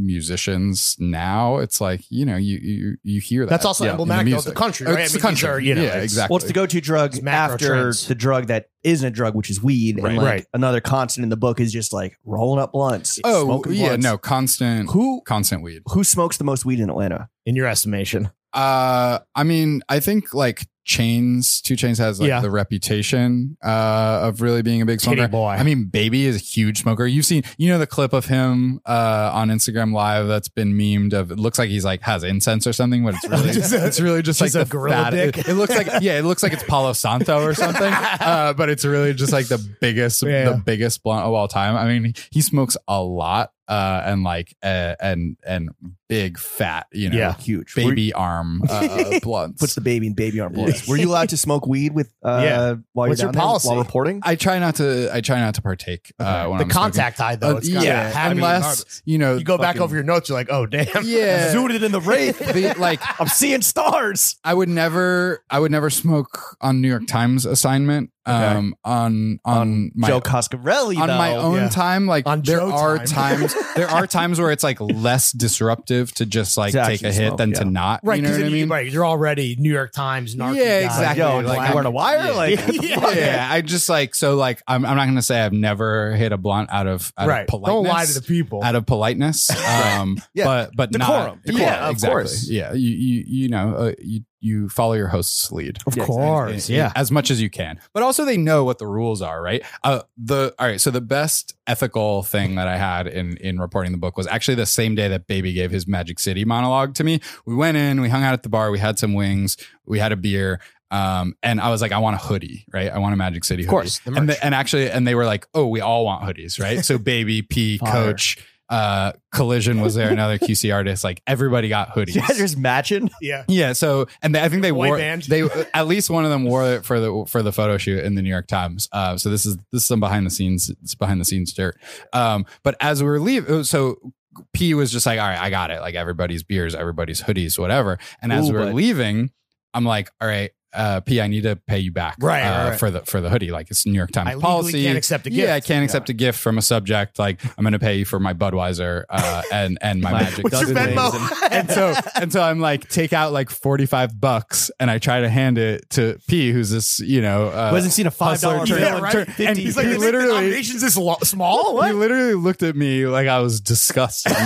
S2: musicians now it's like you know you you, you hear that
S3: That's also
S2: yeah, in
S3: emblematic of the
S2: music.
S3: country,
S2: It's
S3: right? I
S2: the
S3: mean, these
S2: country.
S3: are, you know,
S2: yeah
S3: it's-
S2: exactly
S1: Well, it's the go-to drug
S3: It's macro
S1: after
S3: trends.
S1: the drug that isn't a drug, which is weed.
S3: Right.
S1: And like
S3: Right.
S1: another constant in the book is just like rolling up blunts.
S2: Oh
S1: smoking
S2: yeah,
S1: blunts.
S2: no constant,
S1: Who
S2: constant weed.
S1: who smokes the most weed in Atlanta?
S3: In your estimation,
S2: Uh, I mean, I think like Chains, Two Chains has like
S3: Yeah.
S2: the reputation uh of really being a big
S3: Kitty
S2: smoker.
S3: boy.
S2: I mean, Baby is a huge smoker. You've seen, you know, the clip of him uh on Instagram Live that's been memed. Of it looks like he's like has incense or something, but it's really,
S3: <laughs> Just a-
S2: it's really just,
S3: just
S2: like
S3: a
S2: the
S3: gorilla
S2: fat-
S3: dick.
S2: It, it looks
S3: <laughs>
S2: like yeah, it looks like it's Palo Santo or something. Uh, but it's really just like the biggest,
S3: Yeah.
S2: the biggest blunt of all time. I mean, he, he smokes a lot. Uh, and like uh, and and big fat, you know,
S3: Yeah.
S1: Huge. Were-
S2: baby arm
S3: <laughs>
S2: uh, blunts.
S1: puts the baby in baby arm
S2: Yeah.
S1: blunts. Were you
S2: <laughs>
S1: allowed to smoke weed with uh
S3: Yeah.
S1: while
S3: What's
S1: you're down
S3: your
S1: there,
S3: policy?
S1: while reporting?
S2: I try not to. I try not to partake uh, when
S3: the
S2: I'm
S3: contact high
S2: smoking.
S3: though.
S2: Uh,
S3: it's gotta
S2: yeah,
S3: have you regardless.
S2: unless you know
S3: you go back
S2: fucking-
S3: over your notes, you're like,
S2: <laughs>
S3: oh damn.
S1: <laughs>
S2: Yeah.
S1: Zooted in the
S2: <laughs>
S1: wraith.
S2: the, like
S1: I'm seeing stars.
S2: I would never. I would never smoke on New York Times assignment. Um, on on, my
S1: Joe Coscarelli,
S2: on
S1: though.
S2: my own
S3: Yeah.
S2: time. Like
S3: On
S2: there
S3: Joe
S2: are
S3: time.
S2: times there are times where it's like less disruptive to just like
S1: To
S2: take
S1: actually
S2: a hit
S1: smoke,
S2: than
S1: yeah.
S2: to not.
S3: <laughs> Right,
S2: you know
S3: because
S2: what I mean?
S3: right, you're already New York Times, narky
S2: Yeah,
S3: guy.
S2: exactly.
S1: Yo,
S2: Like,
S1: like,
S2: I'm-
S1: wearing a wire?
S2: <laughs> yeah.
S1: Like, what the
S3: Yeah.
S1: fuck?
S2: yeah, I just like so like I'm, I'm not gonna say I've never hit a blunt out of out
S3: <laughs> right.
S2: of politeness.
S3: Don't lie to the people.
S2: out of
S3: <laughs>
S2: politeness. Um,
S1: Yeah.
S2: but but
S1: Decorum.
S2: not
S1: Decorum.
S2: yeah,
S1: Of
S2: exactly.
S1: course.
S2: Yeah, you you you know uh, you you follow your host's lead.
S3: Of
S1: Yeah,
S3: course, yeah.
S2: as much as you can. But also, they know what the rules are, right? Uh, the all right. So the best ethical thing that I had in in reporting the book was actually the same day that Baby gave his Magic City monologue to me. We went in, we hung out at the bar, we had some wings, we had a beer. Um, and I was like, I want a hoodie, right? I want a Magic City hoodie.
S3: course, the
S2: and,
S3: merch.
S2: the- and actually, and they were like, oh, we all want hoodies, right? So baby,
S3: <laughs>
S2: P,
S1: Fire.
S2: coach, uh, collision was there, another QC artist, like everybody got
S3: <laughs>
S1: <laughs>
S2: hoodies.
S1: Yeah, just matching.
S3: Yeah.
S2: <laughs> Yeah, so and they, I think they
S3: Boy
S2: wore
S3: band.
S2: they <laughs> at least one of them wore it for the for the photo shoot in the New York Times. Uh, so this is this is some behind the scenes it's behind the scenes dirt. Um, but as we were leaving, so P was just like, all right, I got it. Like everybody's beers, everybody's hoodies, whatever. And as
S1: Ooh,
S2: we were
S1: bud.
S2: leaving, I'm like, all right. uh, P, I need to pay you back
S3: Right,
S2: uh,
S3: right, right.
S2: for the for the hoodie. Like it's New York Times
S3: I legally
S2: policy.
S3: can't accept a gift.
S2: Yeah, I can't accept a gift from a subject. Like I'm going to pay you for my Budweiser uh, and and my magic.
S3: What's your
S2: Dust Days.
S3: <laughs> Venmo?
S2: <laughs> And so and so I'm like take out like 45 bucks and I try to hand it to P, who's this you know uh,
S1: Who hasn't seen a five dollar
S2: hustler
S1: <laughs>
S2: turned-
S1: bill in
S2: turned- and
S1: 50. He's
S2: he's like
S1: like,
S2: he
S1: "This
S2: literally
S3: Nation's this lo- small? Oh, What?
S2: he literally looked at me like I was disgusted.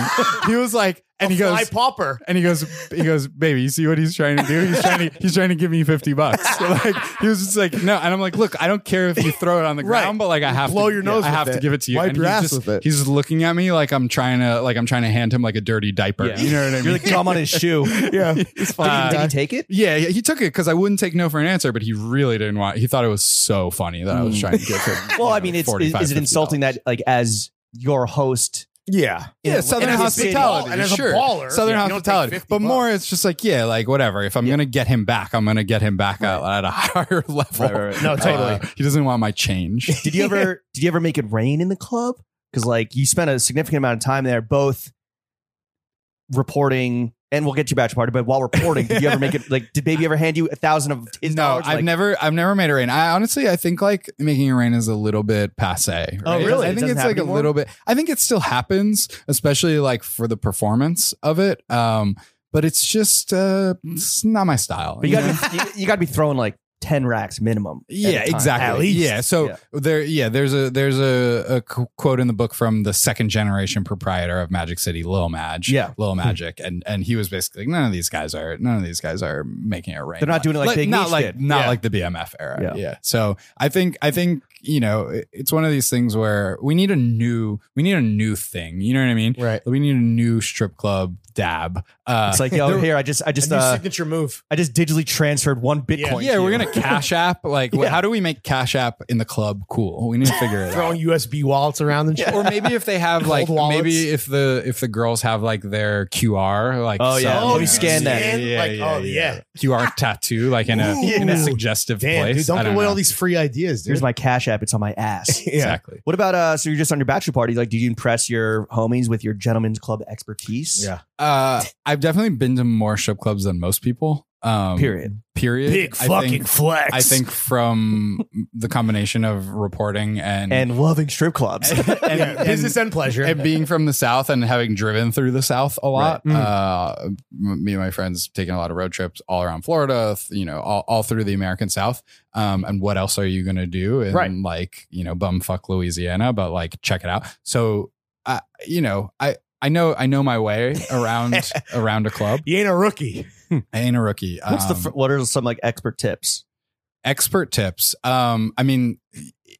S2: he was like, and he goes,
S3: Fly pauper.
S2: and he goes, he goes, baby, you see what he's trying to do? He's trying to, he's trying to give me fifty bucks. <laughs> So, like he was just like, no, and I'm like, look, I don't care if you throw it on the
S3: Right.
S2: ground, but like I have
S3: blow
S2: to,
S3: your nose
S2: I
S3: with
S2: have to
S3: it.
S2: give it to you.
S5: Wipe
S2: and
S5: your
S2: he's
S5: ass
S2: just,
S5: with it.
S2: He's just looking at me like I'm trying to, like I'm trying to hand him like a dirty diaper.
S1: Yeah.
S2: You know what I mean?
S1: You're like gum on his <laughs> shoe.
S5: Yeah.
S2: Uh,
S5: Did he
S6: take it?
S2: yeah, yeah, he took it because I wouldn't take no for an answer, but he really didn't want. He thought it was so funny that I was trying to get
S1: <laughs>
S2: him.
S1: Mm. Well,
S2: you
S1: I
S2: know,
S1: mean, it's is,
S2: 45,
S1: is it
S2: 50
S1: insulting that like as your host?
S3: Yeah.
S1: in
S2: yeah,
S1: a-
S2: Southern
S1: in a city-
S2: hospitality,
S3: and as a
S2: sure.
S3: baller,
S2: Southern
S3: yeah, you don't take
S2: hospitality,
S3: 50
S2: but
S3: bucks.
S2: more, it's just like yeah, like whatever. If I'm gonna get him back, I'm gonna get him back out at a <laughs> higher level. <laughs>
S3: No, totally.
S2: Uh, he doesn't want my change.
S1: Did
S2: <laughs>
S1: you ever did you ever make it rain in the club? Because like you spent a significant amount of time there, both reporting, and we'll get your bachelor party. But while reporting, did you ever make it like? Did baby ever hand you a thousand of his
S2: no,
S1: dollars?
S2: I've
S1: Like,
S2: never, I've never made it rain. I honestly, I think like making it rain is a little bit passe.
S1: Oh,
S2: right?
S1: really?
S2: I
S1: It
S2: think
S1: doesn't
S2: it's
S1: happen
S2: like a
S1: anymore?
S2: little bit. I think it still happens, especially like for the performance of it. Um, but it's just, uh, it's not my style.
S1: But you
S2: you know?
S1: got you, you got to be throwing like ten racks minimum. at a
S2: Yeah,
S1: time.
S2: exactly.
S1: At least.
S2: Yeah, so
S1: Yeah.
S2: there, yeah, there's a there's a, a qu- quote in the book from the second generation proprietor of Magic City, Lil Madge.
S1: Yeah. Hmm.
S2: Lil Magic, and and he was basically like, none of these guys are none of these guys are making it rain.
S1: They're not doing it like Big
S2: not
S1: Meech
S2: like
S1: did.
S2: not
S3: Yeah.
S2: like the BMF era.
S1: Yeah.
S2: yeah. So I think I think you know it- it's one of these things where we need a new we need a new thing. You know what I mean?
S3: Right.
S2: We need a new strip club dab. Uh,
S1: It's like yo, here I just I just
S3: a new
S1: uh,
S3: signature move.
S1: I just digitally transferred one
S3: Yeah.
S1: Bitcoin.
S2: yeah,
S1: to
S2: we're
S1: you.
S2: gonna Cash
S1: <laughs>
S2: App. Like, wh- how do we make Cash App in the club cool? We need to figure it out.
S3: Throwing USB wallets around and shit.
S2: <laughs> or maybe if they have like
S3: wallets.
S2: maybe if the if the girls have like their QR like
S1: Oh, yeah.
S2: some-
S1: Let me scan that.
S3: Like, oh, yeah.
S2: QR tattoo like in a in a
S3: Ooh.
S2: suggestive
S3: Damn,
S2: place
S3: dude, don't
S2: I
S3: give away
S2: know.
S3: all these free ideas, dude.
S1: Here's my Cash App. It's on my
S2: <laughs>
S1: ass.
S2: exactly
S1: What about uh? So you're just on your bachelor party. Like, did you impress your homies with your gentleman's club expertise?
S3: Yeah.
S2: uh I've definitely been to more strip clubs than most people um
S1: Period.
S3: Mm-hmm.
S2: period
S3: big
S2: I
S3: fucking
S2: think,
S3: flex.
S2: I think from the combination of reporting and
S1: And loving strip
S3: <laughs>
S1: clubs. <laughs>
S2: and,
S3: <laughs> Yeah,
S2: and-
S3: business and pleasure.
S2: and being from the south and having driven through the south a lot
S1: Right. Mm.
S2: uh, m- me and my friends taking a lot of road trips all around florida th- you know all, all through the american south um, and what else are you going to do in
S3: Right.
S2: like you know bumfuck louisiana but like check it out so uh, you know i I know, I know my
S3: <laughs>
S2: way around around a club.
S3: you ain't a rookie.
S2: I ain't a rookie.
S1: What's the
S2: Um,
S1: fr- what are some like expert tips?
S2: expert tips um i mean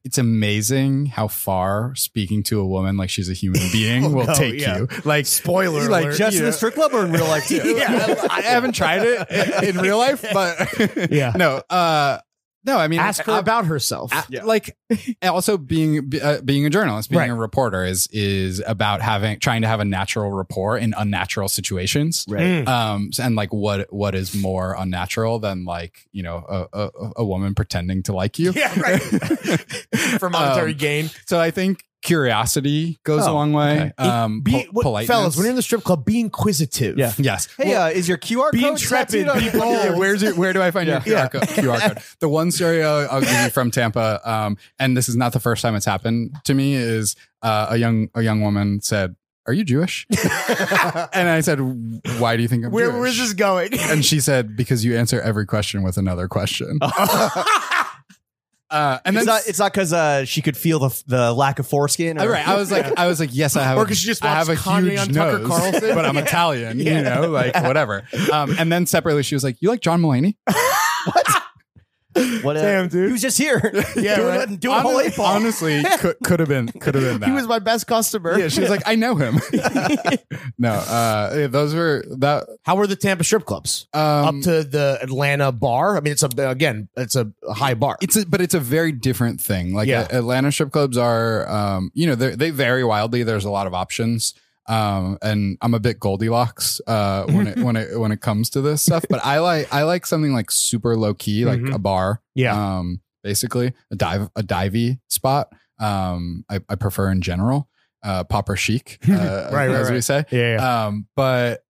S2: it's amazing how far speaking to a woman like she's a human being
S3: <laughs> Oh,
S2: will
S3: no,
S2: take
S3: yeah.
S2: you like
S3: Spoiler
S2: like
S3: alert.
S1: Just in <laughs>
S2: yeah.
S1: the strip club or in real life
S3: <laughs>
S1: too?
S2: yeah, I I haven't tried it in real life, but
S3: Yeah.
S2: <laughs> no, uh, no. I mean,
S3: <laughs> Ask her
S2: I-
S3: about herself.
S2: I- like also being be- uh, being a journalist, being
S3: Right.
S2: a reporter is is about having trying to have a natural rapport in unnatural situations.
S3: Mm.
S1: Right.
S2: Um, and like what what is more unnatural than like you know a, a, a woman pretending to like you?
S3: <laughs> Yeah,
S2: <laughs>
S3: right. For monetary
S2: Um,
S3: gain.
S2: so I think curiosity goes a
S1: Oh,
S2: long way.
S1: okay.
S2: Um,
S3: Be,
S2: po-
S3: what-
S2: politeness.
S3: fellas, when you're in the strip club, be inquisitive.
S1: Yeah.
S2: yes,
S1: Hey, uh, is your QR
S3: Be
S1: code
S3: intrepid,
S1: tattooed on
S3: be
S1: your-
S3: bold.
S2: Yeah, where's your where do I find your QR,
S3: Yeah.
S2: code, QR
S3: <laughs>
S2: code? The one story I'll, I'll give you from Tampa, um, and this is not the first time it's happened to me, is uh, a young a young woman said, "Are you
S3: <laughs>
S2: Jewish?" and I said, "Why do you think I'm
S3: Where,
S2: Jewish?"
S3: where's this <laughs> going?
S2: and she said, "Because you answer every question with another question."
S3: Oh.
S2: <laughs> Uh, and
S1: It's
S2: then
S1: not. It's not because uh, she could feel the the lack of foreskin. Or,
S2: All right, I was like, I was like, yes, I have.
S3: Or
S2: a-
S3: 'cause she just
S2: I have a
S3: watched Kanye
S2: huge
S3: on Tucker
S2: nose,
S3: Carlson. <laughs>
S2: but I'm Italian, you know, like whatever. Um, and then separately, she was like, "You like John Mulaney?"
S1: <laughs> what? A,
S3: Damn, dude.
S1: He was just
S3: <laughs>
S1: here.
S3: Yeah,
S1: doing,
S3: right.
S1: a- doing a whole eight ball.
S3: <laughs>
S2: honestly, could, could have been, could have been that.
S3: he was my best customer.
S2: yeah, she was like, I know him. <laughs> no, uh, yeah, those were that.
S3: How were the Tampa strip clubs?
S2: Um,
S3: Up to the Atlanta bar. I mean, it's a again, it's a high bar.
S2: it's a, but it's a very different thing. Like
S3: Yeah.
S2: uh, Atlanta strip clubs are, um, you know, they they vary wildly. There's a lot of options. Um, and I'm a bit Goldilocks uh, when it when it when it comes to this stuff. But I like I like something like super low key, like
S3: Mhm.
S2: a bar.
S3: yeah.
S2: um basically a dive a divey spot um i, I
S3: <laughs>
S2: prefer in general uh popper chic uh,
S3: Right, right,
S2: as we
S3: right.
S2: say
S3: yeah.
S2: um but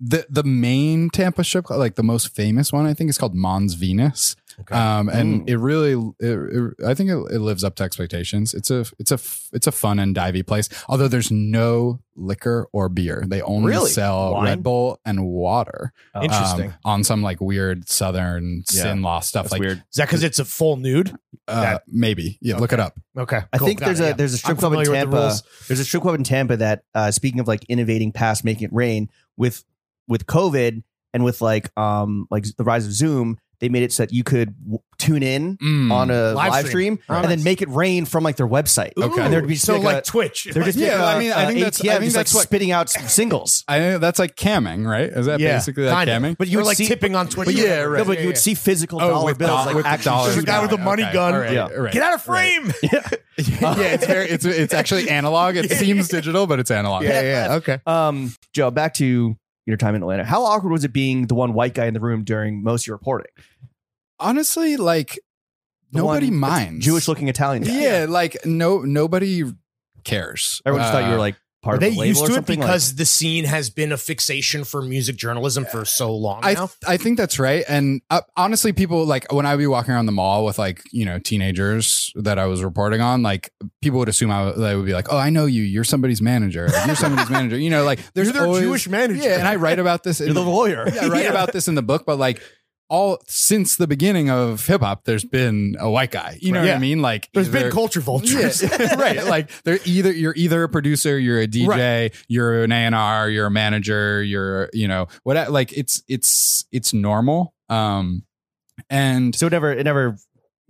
S2: the the main Tampa strip club, like the most famous one, I think is called Mons Venus. Um, and it really, it, it- I think it, it lives up to expectations. It's a, it's a, f- it's a fun and divey place. Although there's no liquor or beer, they only
S3: Really?
S2: sell
S3: Wine?
S2: Red Bull and water. um,
S3: Interesting.
S2: on some like weird Southern
S5: Yeah.
S2: sin law stuff.
S5: That's
S2: like
S5: weird.
S3: Um, Is that because it's a full nude?
S2: Uh,
S3: That-
S2: maybe, yeah. Look it up.
S3: Okay.
S1: I
S3: cool,
S1: think
S3: got
S1: there's
S3: it,
S1: a
S3: yeah.
S1: there's a strip
S3: I'm
S1: club in
S3: familiar with the
S1: Tampa.
S3: rules.
S1: There's a strip club in Tampa that uh, speaking of like innovating past making it rain with with COVID and with like um like the rise of Zoom, they made it so that you could w- tune in
S2: Mm.
S1: on a live, stream,
S3: Live stream.
S1: and
S3: Right.
S1: then make it rain from like their website.
S2: Okay.
S1: And there'd be
S3: so
S1: just
S3: like
S1: like a-
S3: Twitch.
S1: they're just uh,
S2: Yeah,
S1: yeah.
S2: I mean, I think that's-
S1: ATM
S2: I think
S1: just like
S2: that's what-
S1: spitting out s- singles.
S2: I know that's like camming, right? Is that
S3: <laughs> Yeah,
S2: basically like
S3: kinda.
S2: camming?
S1: But you
S3: Or
S1: would
S3: like
S1: see-
S3: tipping on Twitch.
S2: But yeah,
S3: or whatever.
S2: right. Oh,
S1: No, but you would see physical dollar
S2: with
S1: bills
S2: doll-
S1: like
S2: with the dollar
S1: actually.
S3: There's a guy
S2: amount.
S3: with a money
S2: Okay,
S3: gun.
S2: all right,
S1: Yeah.
S2: all right.
S3: Get out of frame.
S2: yeah, it's very it's it's
S1: <laughs>
S2: actually analog. It seems digital, but it's analog.
S3: yeah. Okay.
S1: Um, Joe, back to your time in Atlanta. How awkward was it being the one white guy in the room during most of your reporting?
S2: Honestly, like
S1: The
S2: nobody
S1: one
S2: minds.
S1: Jewish looking Italian guy.
S2: Yeah, like no nobody cares.
S1: Everyone just thought you were
S2: Uh,
S1: like part
S3: Are
S1: of the
S3: they
S1: label
S3: used
S1: or
S3: to it
S1: something.
S3: because the scene has been a fixation for music journalism for so long
S2: I,
S3: now?
S2: I think that's right. And uh, honestly, people like when I would be walking around the mall with like, you know, teenagers that I was reporting on, like people would assume I would, they would be like, oh, I know you. You're somebody's manager. You're somebody's <laughs> manager. You know, like there's
S3: There's their
S2: always-
S3: Jewish manager.
S2: Yeah. And I write about
S3: <laughs>
S2: this. in
S1: you're the lawyer.
S2: yeah, <laughs> I write about this in the book, but like all since the beginning of hip hop, there's been a white guy. You know what
S3: Yeah.
S2: I mean? Like
S3: There's
S2: either-
S3: been culture vultures. <laughs>
S2: Yeah, <laughs> right. Like they're either you're either a producer, you're a DJ, you're an A and R, you're a manager, you're you know what? Like it's it's it's normal. Um,
S1: <laughs>
S2: and
S1: So it never it never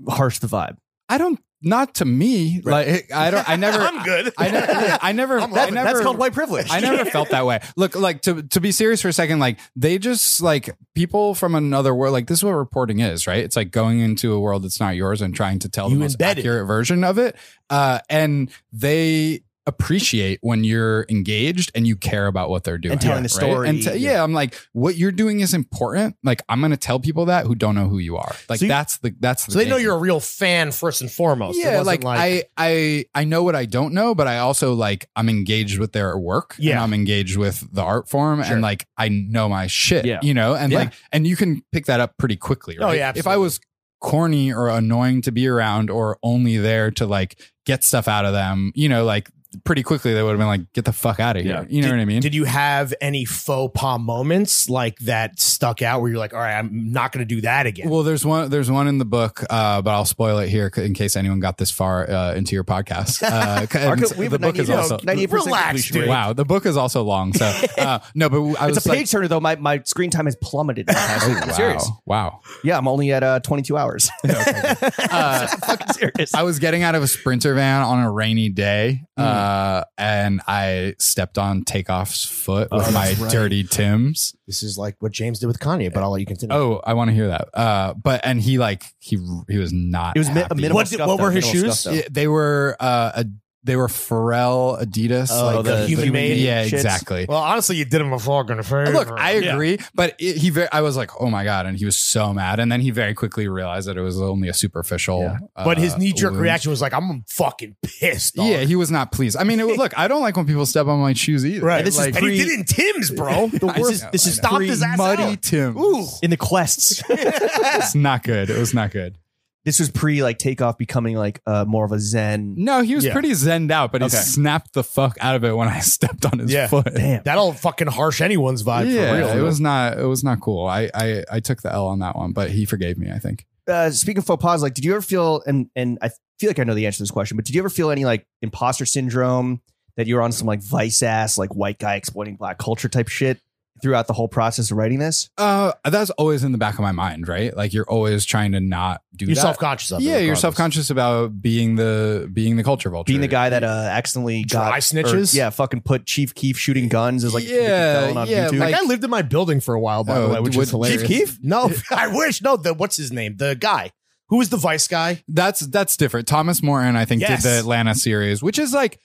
S1: harshed the vibe.
S2: I don't not to me like I don't I never
S3: <laughs> I'm good.
S2: I never yeah, I never I
S1: That-
S2: never
S1: that's called white privilege.
S2: <laughs>
S1: <laughs>
S2: I never felt that way. Look, like to to be serious for a second, like they just like people from another world. Like this is what reporting is, right? It's like going into a world that's not yours and trying to tell
S3: You
S2: the most
S3: embed it.
S2: accurate version of it. Uh, and they appreciate when you're engaged and you care about what they're doing
S1: And telling
S2: right?
S1: the story.
S2: And t- yeah, I'm like, what you're doing is important. Like I'm gonna tell people that who don't know who you are. Like
S3: So you-
S2: that's the that's the
S3: So they know
S2: game.
S3: you're a real fan first and foremost. It
S2: Yeah,
S3: wasn't
S2: like, I, I, I know what I don't know, but I also like I'm engaged with their work. and
S3: Yeah.
S2: I'm engaged with the art form,
S3: Sure.
S2: and like I know my shit.
S1: Yeah.
S2: you know, and
S1: Yeah.
S2: like, and you can pick that up pretty quickly.
S3: Oh,
S2: Right?
S3: yeah,
S2: if I was corny or annoying to be around, or only there to like get stuff out of them, you know, like pretty quickly they would have been like, get the fuck out of here.
S5: Yeah.
S2: You know what I mean?
S3: Did you have any faux pas moments like that stuck out where you're like, all right, I'm not going to do that again?
S2: Well, there's one. There's one in the book, uh, but I'll spoil it here c- in case anyone got this far uh, into your podcast.
S1: <laughs>
S2: Uh, c- and
S1: Marco,
S2: s-
S1: we have
S2: the
S1: a
S2: book
S1: 90,
S2: is also
S1: 98%
S3: Relax,
S1: completion
S3: dude.
S1: rate.
S2: Wow, the book is also
S1: <laughs>
S2: long. So uh, no, but I was
S1: It's a
S2: like,
S1: page turner though. My my screen time has plummeted. in the <laughs> past week.
S2: wow, wow. <laughs>
S1: Yeah, I'm only at uh, 22 <laughs> hours.
S2: Uh,
S1: fucking serious.
S2: I was getting out of a sprinter van on a rainy day, uh,
S1: Hmm.
S2: and I stepped on Takeoff's foot with
S3: Oh,
S2: my
S3: that's right.
S2: dirty Tim's.
S3: this is like what James did with Kanye, but I'll let you continue.
S2: Oh, I want to hear that. Uh, but and he like he he was not.
S1: It was mi- a
S2: happy.
S1: minimal.
S3: What did-
S1: scuff,
S3: what
S1: though,
S3: were his
S1: minimal
S3: shoes?
S1: scuff, though.
S2: Yeah, they were uh, a, they were Pharrell Adidas,
S1: Oh,
S2: like uh,
S1: the
S3: human made
S2: yeah,
S1: shits.
S2: exactly.
S3: Well, honestly, you did him a fucking favor.
S2: Look, I agree, but it, he. Very, I was like, "Oh my god!" And he was so mad, and then he very quickly realized that it was only a superficial.
S1: Yeah.
S3: But his
S2: uh,
S3: knee jerk
S2: wound.
S3: reaction was like, I'm fucking pissed. dog.
S2: Yeah, he was not pleased. I mean, it, look, I don't like when people step on my shoes either.
S3: Right.
S2: This
S3: and
S2: is
S3: he did it in
S1: <laughs>
S2: <laughs>
S3: Tim's, bro.
S1: The
S2: I
S1: worst-
S2: know,
S1: this
S2: I
S1: is
S2: know.
S3: Stomped his ass
S2: muddy
S3: out.
S2: Tim.
S3: Ooh.
S1: in the <laughs> quests.
S2: It's not good. It was not good.
S1: this was pre like takeoff becoming like uh, more of a <laughs> zen.
S2: No, he was
S3: Yeah.
S2: pretty zenned out, but he
S1: Okay.
S2: snapped the fuck out of it when I <laughs> stepped on his
S3: Yeah.
S2: foot.
S1: Damn.
S3: That'll fucking harsh anyone's vibe
S2: yeah,
S3: for real.
S2: it was not. It was not cool. I, I I took the L on that one, but he forgave me. I think.
S1: uh, speaking of faux pas, like, did you ever feel and and I feel like I know the answer to this question, but did you ever feel any like imposter syndrome that you were on some like vice ass like white guy exploiting black culture type shit throughout the whole process of writing this?
S2: Uh, that's always in the back of my mind, right? Like you're always trying to not do
S3: You're
S2: that.
S3: self conscious of it.
S2: yeah, you're
S3: regardless.
S2: self conscious about being the being the culture vulture,
S1: Being the guy that uh, accidentally
S3: Dry
S1: got
S3: snitches.
S1: yeah fucking put Chief Keef shooting guns as like a convicted
S2: Yeah,
S1: felon on
S2: yeah,
S1: YouTube.
S2: like-
S3: Like, I lived in my building for a while, by
S2: Oh,
S3: the way, which
S2: would-
S3: is hilarious.
S2: Chief Keef? <laughs>
S3: No, <laughs> I wish. No, the what's his name? The guy who was the vice guy.
S2: That's that's different. Thomas Moran, I think,
S3: Yes.
S2: did the Atlanta series, which is like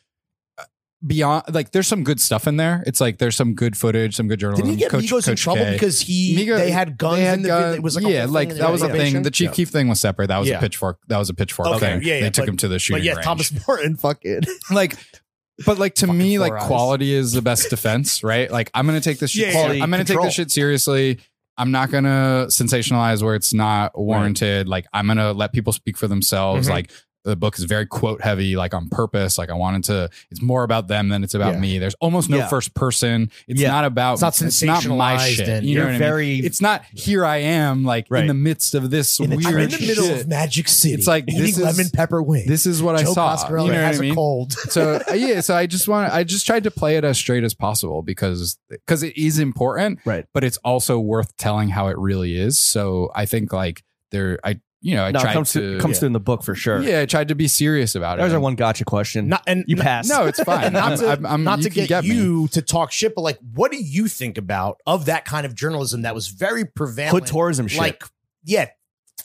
S2: uh, beyond. Like, there's some good stuff in there. It's like there's some good footage, some good journalism.
S3: Didn't he get
S2: Um, Coach-
S3: Migos in
S2: Coach
S3: trouble
S2: K.
S3: because he
S2: Migos-
S3: they had guns
S2: They had
S3: in the
S2: gun-
S3: vid- it was like a
S2: yeah,
S3: whole
S2: like
S3: thing in
S2: that was a thing.
S3: probation.
S2: The Chief
S3: Yeah.
S2: Keef thing was separate. That was
S3: Yeah.
S2: a pitchfork. That was a pitchfork
S3: Okay,
S2: thing.
S3: yeah, yeah,
S2: they took
S3: but-
S2: him to the
S3: But
S2: shooting
S3: yeah,
S2: range.
S3: Thomas Morton, fucking.
S2: like But like to me,
S3: Fucking
S2: like
S3: four eyes.
S2: quality is the best defense, right? Like I'm gonna take this
S1: Yeah,
S2: shit.
S1: yeah, yeah.
S2: I'm gonna take
S1: Control.
S2: this shit seriously. I'm not gonna sensationalize where it's not warranted. Like I'm gonna let people speak for themselves.
S3: Mhm.
S2: Like the book is very quote heavy, like on purpose. Like I wanted to. It's more about them than it's about
S3: Yeah.
S2: me. There's almost no
S1: Yeah.
S2: first person. It's
S1: Yeah.
S2: not about.
S3: It's not
S2: my
S3: sensationalized
S2: shit.
S3: and
S2: you know
S1: You're
S2: what I mean?
S1: very.
S2: It's not here I am, like
S1: Right.
S2: in the midst of this
S1: In the
S2: weird
S1: I'm in the
S2: shit.
S1: middle
S3: Magic City.
S2: It's like, this
S3: eating
S2: is-
S3: lemon pepper wings.
S2: this is what I
S3: Joe
S2: saw.
S3: Coscarelli
S2: you know
S3: has
S2: what I
S3: a
S2: mean?
S3: cold.
S2: so uh, yeah, so I just want I just tried to play it as straight as possible because because it is important,
S1: Right.
S2: But it's also worth telling how it really is. So I think like there, I you know I
S1: no, it
S2: tried
S1: comes
S2: to,
S1: to, comes through in the book for sure.
S2: yeah, I tried to be serious about
S1: That was
S2: it.
S1: our one gotcha question.
S3: Not and
S1: you
S3: n-
S1: pass.
S2: No, it's
S1: <laughs>
S2: fine.
S3: and <laughs> not
S2: I'm-
S3: to
S2: I'm- I'm-
S3: not
S2: Mm. you
S3: to
S2: can
S3: get,
S2: get me.
S3: you to talk shit, but like, what do you think about of that kind of journalism that was very
S1: hood
S3: prevalent?
S1: tourism shit.
S3: like, yeah,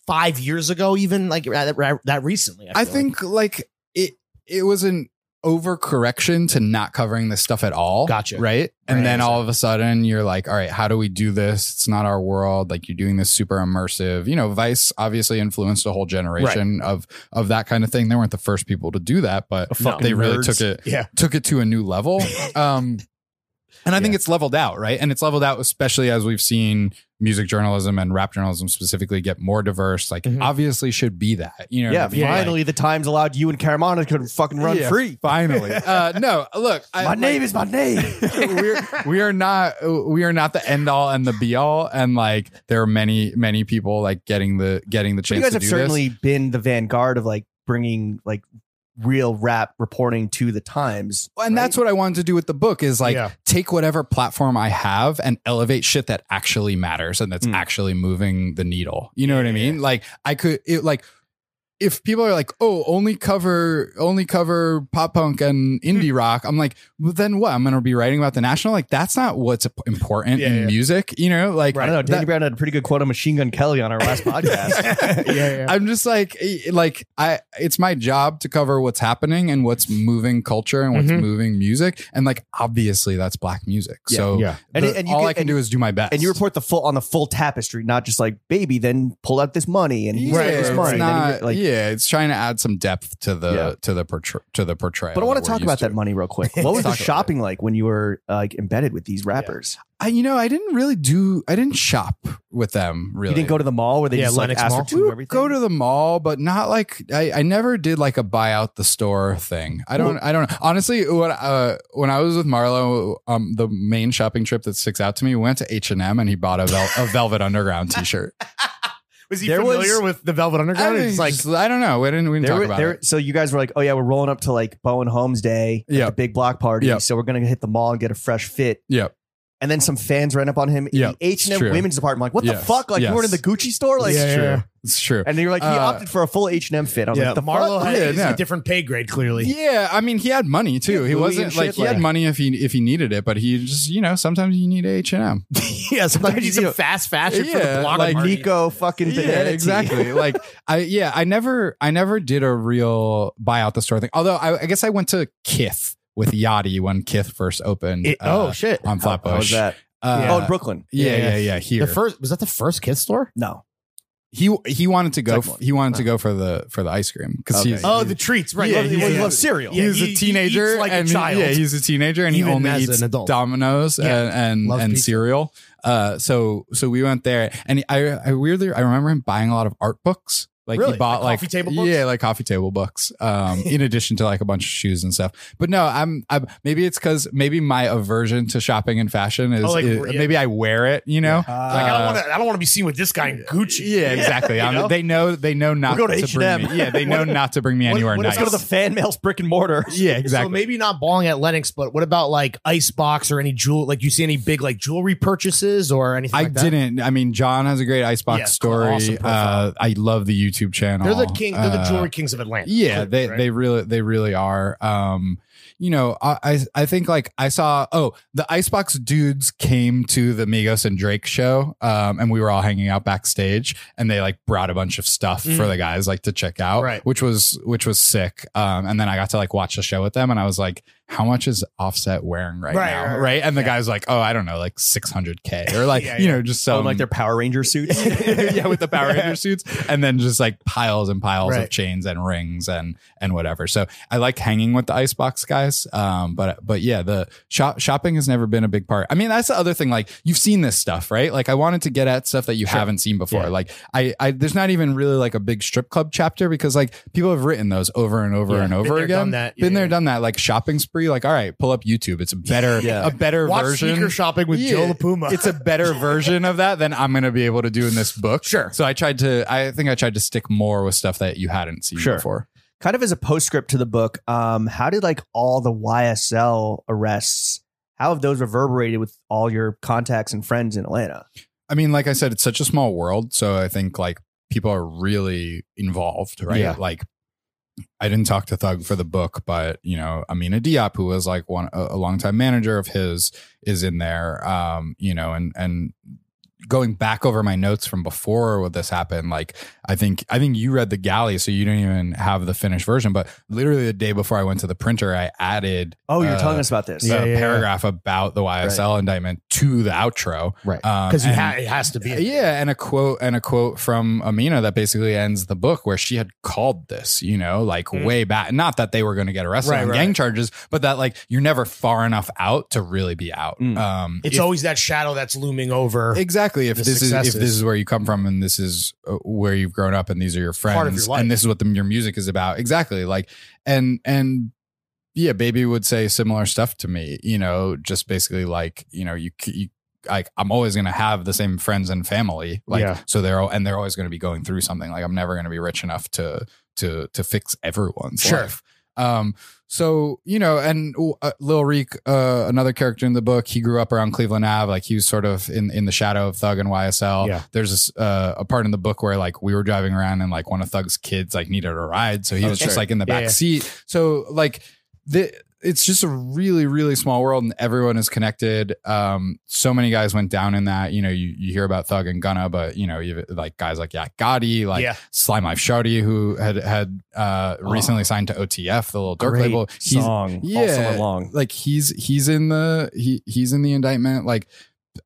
S3: five years ago, even like ra- ra- that recently.
S2: I
S3: feel
S2: think like it it was an overcorrection to not covering this stuff at all.
S3: Gotcha.
S2: Right. And
S3: Right,
S2: then
S3: I
S2: all of a sudden you're like, all right, how do we do this? It's not our world. Like you're doing this super immersive. You know, Vice obviously influenced a whole generation of of that kind of thing. They weren't the first people to do that, but
S1: fucking
S2: they really
S1: nerds.
S2: took it
S3: Yeah.
S2: took it to a new
S1: <laughs>
S2: level. Um and I think it's leveled out, right? And it's leveled out especially as we've seen music journalism and rap journalism specifically get more diverse. Like
S3: Mhm.
S2: obviously should be that. You know,
S1: Mm-hmm. yeah,
S2: what I mean? Like-
S1: finally the times allowed you and Caramana could fucking run
S2: Yeah,
S1: free.
S2: Finally, <laughs> uh, no. Look, I,
S1: my name is my name.
S2: <laughs> we're we are not we are not the end all and the be all, and like there are many many people like getting the getting the
S1: you
S2: chance
S1: guys
S2: to
S1: have
S2: do
S1: certainly been the vanguard of like bringing like real rap reporting to the times.
S2: this. And
S1: right?
S2: that's what I wanted to do with the book is like
S3: Yeah.
S2: take whatever platform I have and elevate shit that actually matters and that's
S1: Mm.
S2: actually moving the needle. You know what I mean? Like I could it like if people are like, "Oh, only cover only cover pop punk
S1: <laughs>
S2: and indie rock," I'm like, well, "Then what? I'm going to be writing about the national? Like that's not what's important
S3: Yeah,
S2: in
S3: yeah.
S2: music, you know? Like
S1: I don't know. Danny
S2: that-
S1: Brown had a pretty good quote on Machine Gun Kelly on our
S2: <laughs>
S1: last podcast.
S3: like. <laughs> yeah, yeah.
S2: I'm just like eh, like I it's my job to cover what's happening and what's moving culture and what's
S3: Mhm.
S2: moving music and like obviously that's black music.
S1: Yeah.
S2: so
S3: Yeah.
S1: And-
S2: the-
S1: and you
S2: all
S1: can-
S2: I can
S1: and-
S2: do is do my best.
S1: And you report the full on the full tapestry, not just like baby. Then pull out this money and he
S2: yeah,
S1: spent this
S2: it's
S1: money. Then he re-
S2: not-
S1: like,
S2: yeah, it's trying to add some depth to the
S1: Yeah.
S2: to the portray- to the portrayal.
S1: but I want
S2: that
S1: to
S2: we're
S1: talk
S2: used
S1: about
S2: to.
S1: that money real quick.
S2: <laughs>
S1: What was
S2: Let's
S1: the
S2: talk about
S1: shopping like when you were uh, like embedded with these rappers?
S2: I, you know, I didn't really do. I didn't shop with them. Really,
S1: You didn't go to the mall where they
S3: Yeah,
S1: just like
S3: Lenox
S1: asked for
S3: Mall.
S2: We
S1: two
S2: would
S1: of everything.
S2: go to the mall, but not like I, I never did like a buy out the store thing. I don't I don't know. honestly when uh when I was with Marlo, um the main shopping trip that sticks out to me, we went to H and M and he bought a, vel- a
S1: <laughs>
S2: Velvet Underground t shirt.
S3: Was he
S1: There was-
S3: familiar with the Velvet
S2: I,
S3: Underground?
S2: don't-
S3: It's like
S2: just- I don't know. We didn't we didn't
S1: There
S2: talk
S1: were-
S2: about
S1: there-
S2: it.
S1: So you guys were like, "Oh yeah, we're rolling up to like Bowen Homes Day, at
S2: Yeah.
S1: the big block party.
S2: Yeah.
S1: So we're gonna hit the mall and get a fresh fit."
S2: Yeah.
S1: And then some fans ran up on him
S2: Yeah,
S1: in the H and
S2: it's true.
S1: M women's department. Like, what the
S2: Yes,
S1: fuck? Like,
S2: yes.
S1: you weren't in the Gucci store. Like,
S2: It's
S3: Yeah,
S2: true.
S3: yeah.
S2: It's true.
S1: and you're like, he
S2: Uh,
S1: opted for a full H and M fit. I was
S3: yeah,
S1: like, the
S3: Marlo
S1: fuck?
S3: had
S2: Yeah,
S3: is
S2: no.
S3: a different pay grade. Clearly,
S2: Yeah, I mean, he had money too.
S1: Yeah,
S2: he
S1: Louis
S2: wasn't
S1: and
S2: like
S1: shit,
S2: he had
S1: like-
S2: money if he if he needed it, but he just you know sometimes you need H and M.
S3: <laughs> yeah. Sometimes
S1: Like,
S3: you need
S1: you know,
S3: some fast fashion for
S2: yeah,
S3: the block
S2: like
S3: party.
S1: Nico fucking banana
S2: yeah,
S1: tea. <laughs>
S2: exactly. like I yeah, I never I never did a real buy out the store thing. Although I, I guess I went to Kith with Yachty when Kith first opened.
S3: It-
S2: uh,
S3: oh shit!
S2: on
S1: How-
S2: Flatbush.
S1: How was that?
S2: Uh,
S1: oh, in Brooklyn.
S2: yeah, yeah,
S3: Yeah,
S2: yeah,
S3: yeah.
S2: Here
S3: The first was that the first kid store?
S1: No.
S2: he he wanted to go.
S1: Second one.
S2: he wanted to go for the for the ice cream because
S1: Okay.
S2: he's
S3: Oh, the treats, right?
S2: Yeah,
S3: Well,
S2: yeah,
S3: well,
S2: yeah.
S3: well,
S1: cereal.
S3: Yeah,
S2: he's
S3: he-
S2: a
S3: he
S2: teenager
S3: eats like a
S2: and
S3: child.
S2: yeah, he's a teenager and he
S3: Even
S2: only
S3: as
S2: eats
S3: an adult.
S2: Domino's
S3: Yeah.
S2: and and,
S3: Loves
S2: and
S3: pizza.
S2: cereal. Uh, so so we went there and I I weirdly I remember him buying a lot of art books. Like he
S3: Really?
S2: bought like,
S3: Like coffee table books?
S2: yeah, like coffee table books.
S3: <laughs>
S2: Um, in addition to like a bunch of shoes and stuff. But no, I'm, I'm maybe it's because maybe my aversion to shopping and fashion is,
S3: Oh, like,
S2: is-
S3: yeah.
S2: maybe I wear it. You know,
S3: Like, I
S2: Uh,
S3: don't want to. I don't want to be seen with this guy in Gucci.
S2: yeah,
S3: <laughs>
S2: exactly. I'm-
S3: know?
S2: They know they know not
S1: We'll go to
S2: bring
S1: H&M.
S2: me.
S3: <laughs>
S2: Yeah, they know not to bring me anywhere
S3: what-
S2: nice.
S1: Let's go to the fan mail's brick and mortar.
S2: <laughs> yeah, exactly.
S3: So maybe not balling at Lennox, but what about like Icebox or any jewel? Like, you see any big like jewelry purchases or anything?
S2: I
S3: like that?
S2: didn't. I mean, John has a great Icebox
S3: Yeah, cool.
S2: story.
S3: Awesome profile.
S2: uh, I love the YouTube channel.
S3: They're the king. They're the
S2: Uh,
S3: jewelry kings of Atlanta.
S2: Yeah, they
S3: right?
S2: they really they really are. Um, you know, I, I I think like I saw. Oh, the Icebox dudes came to the Migos and Drake show, um, and we were all hanging out backstage, and they like brought a bunch of stuff for
S3: Mm.
S2: the guys like to check out,
S3: Right.
S2: Which was which was sick. Um, and then I got to like watch the show with them, and I was like. how much is Offset wearing right,
S4: Right,
S2: now,
S4: right,
S2: right?
S4: right.
S2: And the guy's like, oh, I don't know, like 600k or like
S4: Yeah,
S2: you know, just
S1: So
S2: so
S1: like their Power Ranger
S2: <laughs>
S1: suits.
S2: yeah, with the Power
S1: Yeah.
S2: Ranger suits, and then just like piles and piles
S3: Right.
S2: of chains and rings and and whatever. So I like hanging with the Icebox guys, um, but but yeah, the shop shopping has never been a big part. I mean, that's the other thing. Like you've seen this stuff, right? Like I wanted to get at stuff that you haven't seen before.
S3: Yeah.
S2: Like I, I there's not even really like a big strip club chapter because like people have written those over and over
S3: Yeah.
S2: and
S3: Been
S2: over
S3: there,
S2: again.
S3: done that.
S2: Been
S3: Yeah,
S2: there,
S3: yeah.
S2: done that. Like shopping spree. Like all right, pull up YouTube. It's a better
S1: Yeah.
S2: a better
S3: Watch
S2: version
S3: sneaker shopping with Joe
S2: Yeah.
S3: LaPuma.
S2: It's a
S3: <laughs>
S2: better version of that than I'm going to be able to do in this book.
S1: Sure.
S2: So I tried to, I think I tried to stick more with stuff that you hadn't seen
S1: Sure.
S2: before.
S1: kind of as a postscript to the book, um, how did like all the YSL arrests? How have those reverberated with all your contacts and friends in Atlanta?
S2: I mean, like I said, it's such a small world. So I think like people are really involved, right?
S3: Yeah.
S2: Like I didn't talk to Thug for the book, but you know, Amina Diop, who was like one, a, a longtime manager of his is in there. Um, you know, and, and, going back over my notes from before what this happened like i think i think you read the galley so you didn't even have the finished version but literally the day before i went to the printer i added
S1: Oh, you're
S2: uh,
S1: telling us about this.
S3: Yeah,
S2: a
S3: yeah, yeah.
S2: paragraph about the ysl indictment to the outro
S3: Right.
S2: Um,
S3: Because
S2: and-
S3: it has to be.
S2: yeah, and a quote and a quote from Amina that basically ends the book where she had called this, you know, like
S4: Mm.
S2: way back. Not that they were going to get arrested
S3: Hmm. Right,
S2: on
S3: right.
S2: gang charges, but that like you're never far enough out to really be out.
S3: Hmm.
S1: Mm.
S2: Um,
S3: It's
S2: if-
S3: always that shadow that's looming over
S2: exactly if
S3: the
S2: this is if
S3: successes.
S2: this is where you come from and this is uh, where you've grown up and these are your friends
S3: Part of your life.
S2: and this is what the, your music is about. Exactly, like and and. Yeah, baby would say similar stuff to me, you know, just basically like, you know, you, c- you like I'm always gonna have the same friends and family. Like
S3: Yeah.
S2: so they're all, and they're always gonna be going through something. Like I'm never gonna be rich enough to to to fix everyone's
S3: Sure.
S2: life. Um so, you know, and uh, Lil Reek, uh, another character in the book, he grew up around Cleveland Ave. Like he was sort of in, in the shadow of Thug and YSL.
S3: Yeah.
S2: There's this, uh, a part in the book where like we were driving around and like one of Thug's kids like needed a ride. So he
S1: Oh,
S2: was just
S1: sure.
S2: like in the
S3: Yeah,
S2: back
S3: yeah.
S2: seat. So like the, it's just a really, really small world and everyone is connected. Um, so many guys went down in that, you know, you, you hear about Thug and Gunna, but you know, you like guys like Yak Gotti, like
S3: Yeah.
S2: Slime Life Shardy, who had, had, uh, recently signed to OTF, the little dark
S1: Great
S2: label. He's,
S1: song all
S2: yeah.
S1: summer long.
S2: like he's he's in the he he's in the indictment like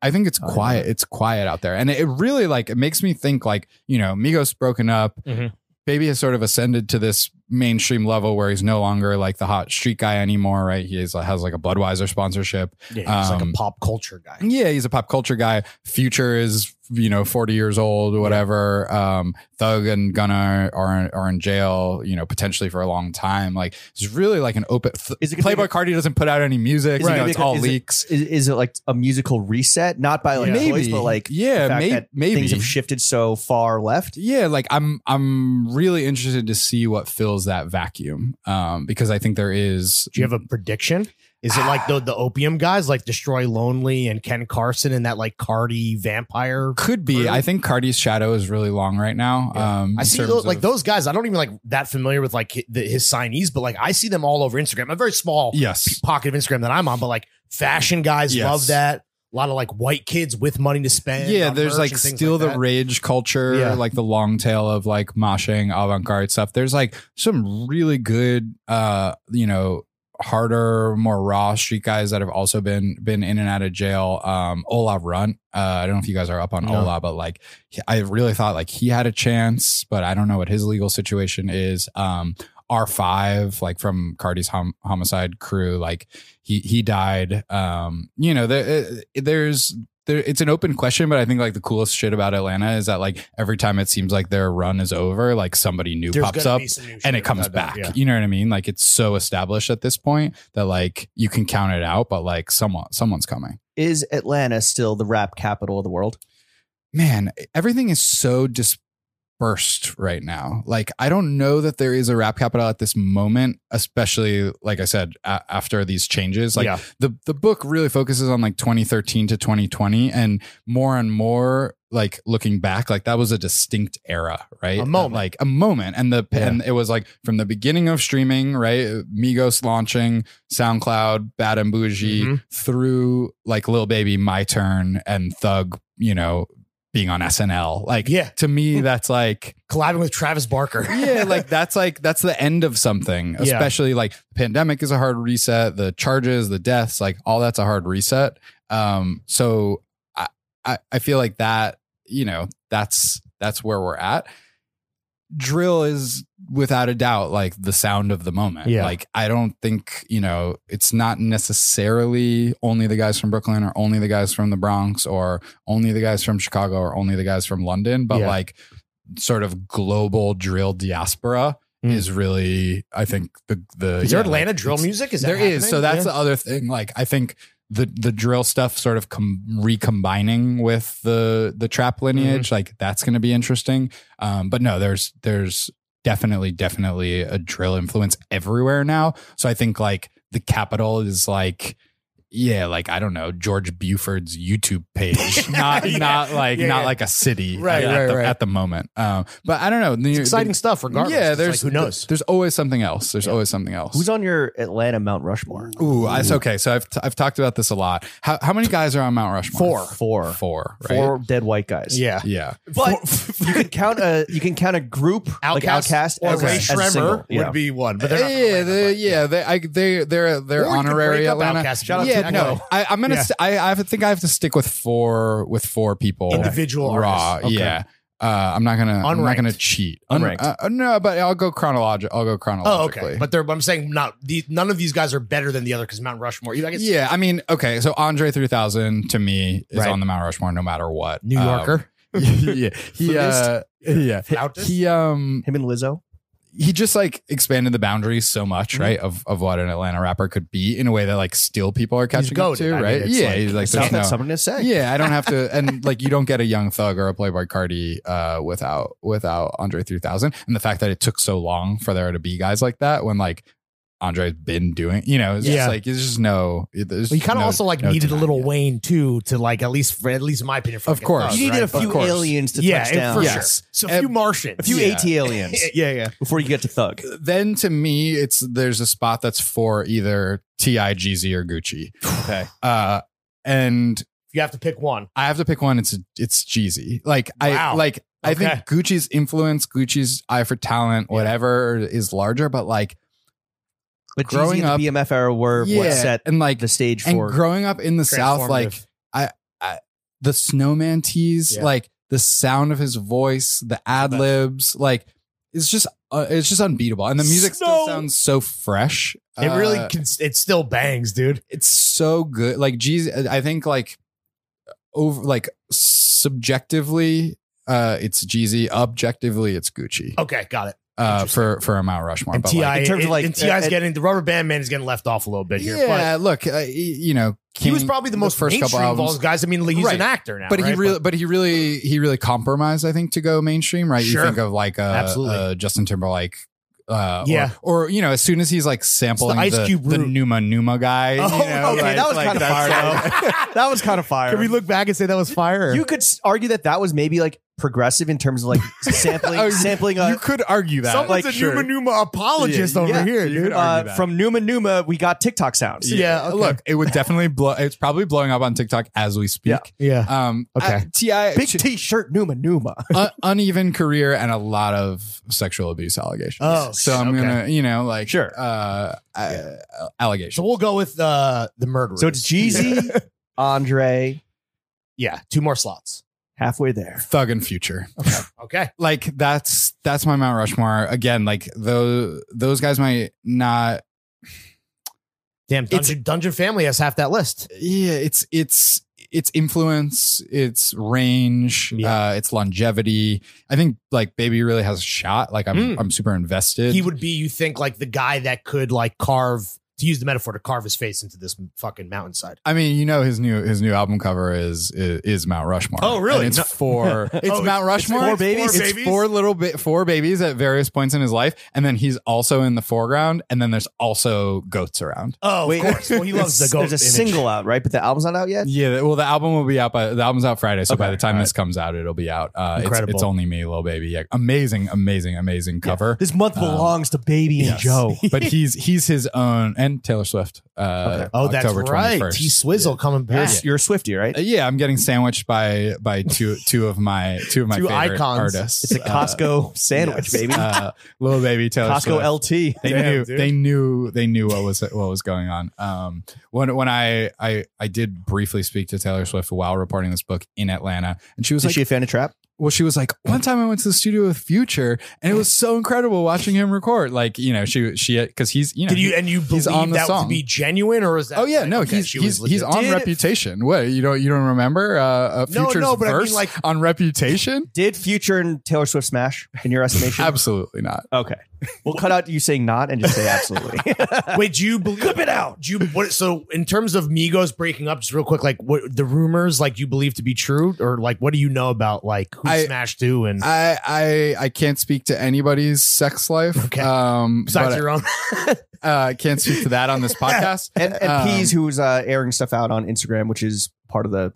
S2: i think it's
S1: Oh, yeah.
S2: quiet it's quiet out there and it really like it makes me think like you know migos broken up
S1: Mm-hmm.
S4: Mhm.
S2: baby has sort of ascended to this mainstream level where he's no longer like the hot street guy anymore right he is, has like a budweiser sponsorship
S3: yeah, he's like
S2: Um,
S3: a pop culture guy.
S2: yeah he's a pop culture guy future is you know 40 years old whatever um thug and gunna are, are in jail you know potentially for a long time like it's really like an open
S1: Is it gonna
S2: playboy
S1: be-
S2: cardi doesn't put out any music
S1: Right.
S2: you know, it's all
S1: Is it-
S2: leaks
S1: Is, is it like a musical reset? Not by like
S3: Yeah.
S1: choice, but like
S2: yeah
S1: the fact
S2: may-
S1: that
S2: maybe
S1: things have shifted so far left.
S2: yeah like i'm i'm really interested to see what fills that vacuum um because i think there is
S3: Do you have a prediction? Is it like the, the opium guys, like Destroy Lonely and Ken Carson and that like Cardi vampire?
S2: could be i think cardi's shadow is really long right now
S3: Yeah.
S2: um
S3: I
S2: in
S3: see
S2: terms
S3: those, like
S2: of-
S3: those guys. I don't even like that familiar with like hi- the, his signees, but like I see them all over Instagram. A very small
S2: yes
S3: pocket of Instagram that I'm on, but like fashion guys
S2: Yes.
S3: love that. A lot of like white kids with money to spend.
S2: yeah
S3: on
S2: there's
S3: merch
S2: like
S3: and things
S2: still
S3: like
S2: the
S3: that.
S2: rage culture
S3: Yeah.
S2: like the long tail of like moshing avant-garde stuff there's like some really good uh you know harder more raw street guys that have also been been in and out of jail um ola runt uh i don't know if you guys are up on
S3: No.
S2: ola but like he- i really thought like he had a chance but i don't know what his legal situation is um r5 like from cardi's hom- homicide crew like he he died um you know there uh, there's there, it's an open question, but I think like the coolest shit about Atlanta is that like every time it seems like their run is over, like somebody new
S3: There's
S2: pops
S3: gonna
S2: up
S3: be some new shit
S2: and it comes
S3: about that,
S2: back.
S3: yeah.
S2: You know what I mean? Like it's so established at this point that like you can count it out, but like someone someone's coming.
S1: Is Atlanta still the rap capital of the world?
S2: Man, everything is so dispersed right now. Like I don't know that there is a rap capital at this moment, especially like I said a- after these changes. Like
S3: yeah.
S2: the the book really focuses on like 2013 to 2020 and more and more like looking back like that was a distinct era right Uh,
S3: A moment.
S2: like a moment and the and it was like from the beginning of streaming right migos launching soundcloud bad and bougie
S3: Mhm.
S2: through like lil baby my turn and thug you know being on SNL. Like,
S3: Yeah. Mm.
S2: to me, that's like,
S3: collabing with Travis Barker.
S2: <laughs>
S3: <laughs>
S2: yeah, like that's like that's the end of something. Especially like the pandemic is a hard reset. The charges, the deaths, like all that's a hard reset. Um, so I, I I feel like that you know that's that's where we're at. Drill is without a doubt like the sound of the moment.
S3: Yeah.
S2: Like I don't think you know it's not necessarily only the guys from Brooklyn or only the guys from the Bronx or only the guys from Chicago or only the guys from London, but
S3: Yeah.
S2: like sort of global drill diaspora
S3: Mm.
S2: is really I think the the
S3: Is there
S2: yeah,
S3: Atlanta
S2: like,
S3: drill
S2: it's-
S3: music? Is that
S2: There is.
S3: happening?
S2: So that's
S3: Yeah.
S2: the other thing. Like I think the the drill stuff sort of com- recombining with the the
S3: Mm-hmm.
S2: trap lineage. Like that's going to be interesting. Um, but no, there's there's definitely definitely a drill influence everywhere now. So I think like the capital is like. Yeah, like I don't know George Buford's YouTube page, not
S3: <laughs> Yeah.
S2: not like
S3: Yeah,
S2: not
S3: yeah.
S2: like a city,
S3: Right,
S2: At,
S3: right,
S2: the,
S3: right.
S2: at the moment, um, but I don't know.
S3: It's
S2: The-
S3: exciting
S2: the-
S3: stuff, regardless.
S2: yeah,
S3: It's
S2: there's
S3: like, who knows.
S2: There's always something else. There's
S3: Yeah.
S2: always something else.
S1: Who's on your Atlanta Mount Rushmore?
S2: Ooh, I, it's okay. So I've t- I've talked about this a lot. How how many guys are on Mount Rushmore?
S3: Four.
S1: Four.
S2: Four. Right?
S1: Four dead white guys.
S2: <laughs>
S3: yeah,
S2: Yeah.
S3: <laughs>
S1: But you can count a you can count a group like Outcast
S3: or
S1: as, a-
S3: Ray
S1: as a single.
S3: Schremer
S1: Yeah.
S3: would be one, but
S2: yeah,
S1: Eh,
S3: they're not from Atlanta,
S2: they-
S3: but-
S2: yeah, they, I, they, they're they're
S3: Or you could
S2: honorary
S3: break up
S2: Atlanta.
S3: Outkast if you want
S2: yeah,
S3: to.
S2: no, I, I'm gonna.
S3: Yeah.
S2: St- I, I think I have to stick with four with four people.
S3: individual
S2: raw.
S3: artists. Okay.
S2: Yeah, uh, I'm not gonna. I'm not
S3: Unranked.
S2: gonna cheat. Un-
S1: Unranked.
S2: uh, no, but I'll go chronological. I'll go
S3: Oh,
S2: chronologically.
S3: okay. But they're, I'm saying not these, none of these guys are better than the other because Mount Rushmore. You, I guess,
S2: yeah, I mean, okay. So Andre 3000 to me is
S3: Right.
S2: on the Mount Rushmore, no matter what.
S3: New
S2: Um,
S3: Yorker.
S2: <laughs> yeah, he, uh,
S3: Flutist.
S2: yeah.
S3: <laughs> Flautist?
S2: He um
S1: Him and Lizzo.
S2: he just like expanded the boundaries so much,
S3: Mm-hmm.
S2: right? Of of what an Atlanta rapper could be in a way that like still people are catching up
S3: goated.
S2: to,
S3: I mean,
S2: right?
S3: it's
S2: yeah,
S3: like-
S2: he's like
S1: Sounds
S2: there's
S1: like
S2: no-
S1: something to say.
S2: yeah, I don't have to, and like you don't get a young thug or a Playboy Cardi uh, without without Andre 3000, and the fact that it took so long for there to be guys like that when like Andre's been doing, you know, it's
S3: Yeah.
S2: just like it's just no. There's
S3: Well, you kind of
S2: no-
S3: also like
S2: no
S3: needed a
S2: denying
S3: little
S2: it.
S3: Wayne too to like at least for at least in my opinion. for
S2: Of
S3: like a
S2: course.
S3: thug,
S1: You needed
S3: right?
S1: a
S3: But-
S1: few
S2: course.
S1: aliens to
S3: yeah,
S1: touch
S3: and
S1: down.
S3: for
S2: Yeah.
S3: sure.
S2: Yes.
S3: So
S2: Ev-
S3: a few Martians,
S1: A few
S2: Yeah.
S1: AT aliens
S2: <laughs>
S3: <laughs> yeah, yeah.
S1: before you get to Thug.
S2: then to me, it's there's a spot that's for either Ti Jeezy or
S3: <sighs>
S2: Gucci. Okay, uh, and
S3: You have to pick one.
S2: I have to pick one. It's it's Jeezy. Like I
S3: Wow.
S2: like I
S3: Okay.
S2: think Gucci's influence, Gucci's eye for talent, whatever is larger, but like
S1: But
S2: Growing
S1: Growing Jeezy
S2: up-
S1: and the BMF era were what set
S2: and like
S1: the stage
S2: and
S1: for.
S2: growing up in the south, like
S3: Transformative.
S2: the snowman tees,
S3: Yeah.
S2: like the sound of his voice, the ad libs, like it's just uh, it's just unbeatable, and the music still
S3: Snow-
S2: sounds so fresh.
S3: it really
S2: Uh,
S3: can, it still bangs, dude.
S2: it's so good. Like Jeezy, I think like over like subjectively, uh, it's Jeezy. Objectively, it's Gucci.
S3: Okay, got it.
S2: uh,
S3: interesting.
S2: for for a Mount Rushmore.
S3: And
S2: but
S3: Ti,
S2: like,
S1: in terms of, like,
S3: and Ti's
S1: uh,
S3: getting the rubber band man is getting left off a little bit here.
S2: yeah, look, uh, y- you know,
S3: but he was
S2: King-
S3: probably the most mainstream of all those guys. I mean, like, he's
S2: Right.
S3: an actor now,
S2: But he
S3: right?
S2: really, but, he really, he really compromised. I think to go mainstream, right?
S3: Sure.
S2: You think of like a,
S3: Absolutely.
S2: uh Justin Timberlake, uh, or-
S3: Yeah.
S2: or, you know, as soon as he's like sampling
S3: Ice
S2: the,
S3: Cube
S2: the
S3: route.
S2: Numa Numa guy.
S3: Oh,
S2: you know,
S3: okay,
S2: like-
S3: that was
S2: like
S3: kinda
S2: that's
S3: fire,
S1: <laughs>
S2: like-
S1: that was kind of fire.
S3: Can we look back and say that was fire?
S1: You could s- argue that that was maybe like progressive in terms of like sampling
S2: Oh,
S1: sampling a,
S2: you could argue that.
S3: Someone's
S1: like,
S3: a
S1: sure.
S3: Numa Numa apologist
S2: Yeah,
S3: over
S1: yeah.
S3: here,
S2: You
S3: dude.
S2: could argue
S1: uh,
S2: that.
S1: from Numa Numa. We got TikTok sounds.
S3: Yeah, okay.
S2: look, it would definitely blow. It's probably blowing up on TikTok as we speak.
S3: Yeah.
S2: Um,
S3: Okay.
S2: I- Ti
S1: Big T-shirt Numa Numa.
S2: un- uneven career and a lot of sexual abuse allegations.
S3: Oh,
S2: so I'm
S3: okay.
S2: gonna, you know, like
S1: Sure.
S2: uh, uh
S3: So
S2: allegations.
S3: we'll go with uh, the murderer.
S1: So it's Jeezy, Andre,
S3: <laughs> yeah, two more slots.
S1: halfway there.
S2: Thug and Future,
S3: Okay.
S2: like that's that's my Mount Rushmore again. Like those those guys might not.
S3: Damn,
S2: It's-
S3: Dungeon, Dungeon Family has half that list.
S2: Yeah, it's it's it's influence, it's range,
S3: Yeah.
S2: uh, it's longevity. I think like Baby really has a shot. Like I'm
S3: Mm.
S2: I'm super invested.
S3: He would be, you think, like the guy that could like carve, to use the metaphor, to carve his face into this fucking mountainside.
S2: I mean, you know his new his new album cover is is, is Mount Rushmore.
S3: Oh, really?
S2: And it's
S3: No-
S2: four. It's
S3: <laughs> Oh,
S2: Mount
S3: it's
S2: Rushmore.
S3: four babies?
S2: It's
S3: Four
S2: four little bit four babies at various points in his life, and then he's also in the foreground. And then there's also goats around.
S3: Oh,
S1: Wait.
S3: of course. Well, he loves the goat.
S1: There's a
S3: image.
S1: single out, right? But the album's not out yet.
S2: Yeah. Well, the album will be out by the album's out Friday, so by
S1: Okay,
S2: the time
S1: all
S2: this comes out, it'll be out. Uh, it's,
S3: Incredible.
S2: it's only me, little baby. Yeah, amazing, amazing, amazing cover.
S1: This month
S2: Um,
S1: belongs to Baby and
S2: <laughs> Yes.
S1: Joe.
S2: but he's he's his own, and and Taylor Swift. Uh,
S3: Oh,
S2: October
S3: that's right.
S2: 21st.
S3: T Swizzle coming
S1: You're,
S3: back.
S1: you're a Swifty, right?
S2: Uh, Yeah, I'm getting sandwiched by by two two of my two of my
S3: Two
S2: favorite
S3: icons.
S2: artists.
S1: It's a Costco sandwich, baby.
S2: Uh, little baby Taylor Swift.
S1: Costco LT.
S2: they
S3: Damn,
S2: knew
S3: dude.
S2: they knew they knew what was what was going on. Um, when when I I I did briefly speak to Taylor Swift while reporting this book in Atlanta, and she was
S1: Is
S2: like,
S1: she a fan of trap?
S2: well, she was like, one time I went to the studio with Future, and it was so incredible watching him record. Like you know, she she because he's you know
S3: Did you
S2: he-
S3: and you believe
S2: he's on the
S3: that
S2: song.
S3: to be genuine or is that?
S2: Oh yeah,
S3: like,
S2: no,
S3: okay,
S2: he's
S3: she
S2: he's,
S3: was
S2: he's
S3: legit?
S2: on
S1: Did-
S2: Reputation. What you don't you don't remember uh, uh
S3: No,
S2: Future's
S3: no, but I mean,
S2: verse
S3: like-
S2: on <laughs> Reputation?
S1: Did Future and Taylor Swift smash in your <laughs> estimation?
S2: Absolutely not.
S1: okay. We'll cut out you saying not and just say absolutely.
S3: Wait, do you believe? Clip it out. Do you what? So in terms of Migos breaking up, just real quick, like what the rumors, like you believe to be true, or like what do you know about like who
S2: I-
S3: smashed who and
S2: I I I can't speak to anybody's sex life.
S3: Okay.
S2: Um,
S3: besides
S2: but, <laughs>
S3: your own? Mm-hmm.
S2: uh, I can't speak to that on <laughs> this podcast.
S1: <laughs> and and
S2: Um,
S1: Pease, who's uh, airing stuff out on Instagram, which is part of the.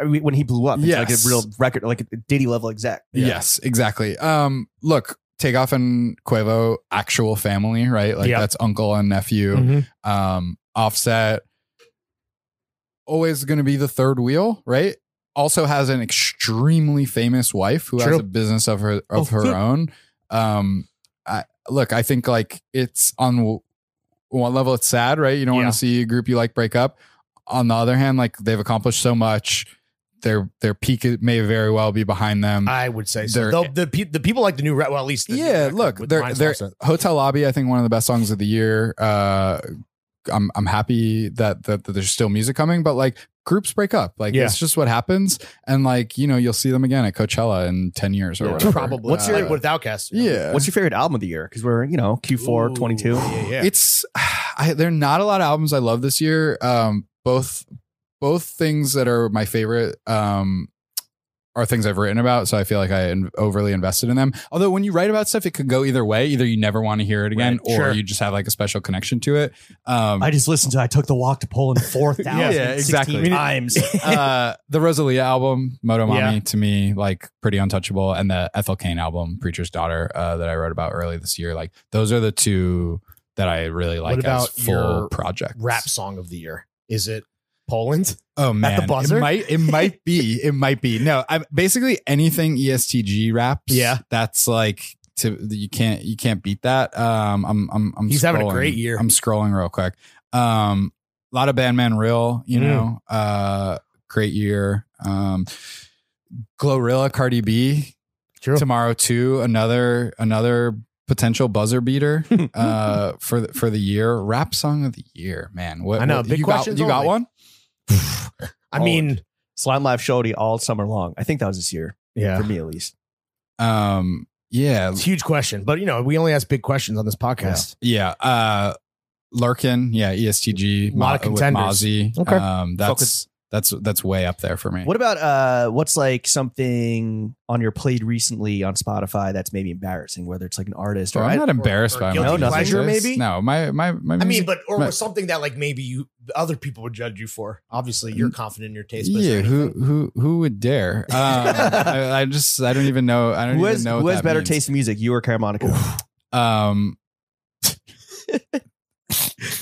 S1: I mean, when he blew up, it's like
S2: Yes.
S1: a real record, like a Diddy level exec.
S2: Yes, exactly. Um, look, Takeoff and Quavo, actual family, right? Like
S3: Yeah.
S2: that's uncle and nephew.
S3: Mhm.
S2: um offset always going to be the third wheel right also has an extremely famous wife who
S3: True. Oh,
S2: has a business of her of her own um I, look i think like it's on w- one level it's sad right you don't
S3: Yeah.
S2: want to see a group you like break up on the other hand like they've accomplished so much their their peak may very well be behind them
S3: I would say so.
S2: They're-
S3: Though The, pe- the people like the new re- well, at least the new
S2: yeah
S3: record
S2: look
S3: with
S2: they're,
S3: Mine's
S2: they're
S3: Offset.
S2: hotel lobby i think one of the best songs of the year uh i'm i'm happy that that, that there's still music coming but like groups break up like
S3: Yeah.
S2: it's just what happens and like you know you'll see them again at coachella in 10 years or
S1: Yeah.
S2: whatever
S3: probably what's your
S2: Uh,
S3: with Outcast?
S2: yeah
S1: What's your favorite album of the year? Because we're you know Q4
S3: Ooh,
S1: 22.
S3: Yeah,
S2: <laughs>
S3: yeah.
S2: it's <sighs> I, there are not a lot of albums i love this year um both both things that are my favorite um are things I've written about, so I feel like I in- overly invested in them. Although when you write about stuff, it could go either way. Either you never want to hear it again,
S3: Right,
S2: or
S3: sure.
S2: you just have like a special connection to it. Um,
S1: just listened to. I took the walk to
S3: <laughs>
S1: Poland four
S2: Yeah, exactly. I mean,
S1: <laughs>
S2: it-
S1: times.
S2: uh, the Rosalia album, Moto Mommy,
S3: Yeah.
S2: to me, like pretty untouchable, and the Ethel Kane album, Preacher's Daughter, uh, that I wrote about early this year. Like those are the two that I really like
S3: about
S2: as full
S3: your
S2: projects.
S3: <laughs> Rap song of the year. Is it Poland?
S2: Oh man,
S3: buzzer?
S2: it might it might
S3: <laughs>
S2: be it might be no. I'm basically anything E ESTG raps.
S3: Yeah.
S2: that's like to you can't you can't beat that. Um, I'm I'm I'm
S3: He's having a
S2: scrolling.
S3: great year.
S2: I'm scrolling real quick. Um, a lot of Bandman Real, you
S3: Mm.
S2: know, uh, great year. Um, Glorilla Cardi B
S3: True.
S2: tomorrow too. Another another potential buzzer
S3: <laughs>
S2: beater uh for the, for the year rap song of the year man what
S3: I know,
S2: what-
S3: big
S2: you got
S3: questions
S2: you got
S3: only.
S2: one
S3: I mean,
S1: Slime Live Shody all summer long. I think that was this year for me at least.
S2: um yeah
S3: it's a huge question, but you know, we only ask big questions on this podcast.
S2: yeah uh larkin yeah E estg
S3: A lot of
S2: Ma- uh, with
S3: contenders.
S2: Mozzie.
S3: Okay.
S2: um that's that's that's way up there for me
S1: What about uh, what's like something on your played recently on Spotify that's maybe embarrassing? Whether it's like an artist
S2: Well,
S1: or I-
S2: i'm not embarrassed
S3: or
S2: by my
S3: guilty
S2: music
S3: pleasure,
S2: taste.
S3: maybe?
S2: no my my my
S3: I mean,
S2: music-
S3: but or
S2: Right.
S3: something that like maybe you other people would judge you for. Obviously, you're confident in your taste. But
S2: Mm. yeah, who who who would
S3: <laughs>
S2: dare? Um, I, I just I don't even know. I don't
S1: who
S2: even
S1: has,
S2: know. what
S1: who has
S2: that
S1: better
S2: means.
S1: taste in music, you or Caramonica?
S3: <laughs>
S2: Um,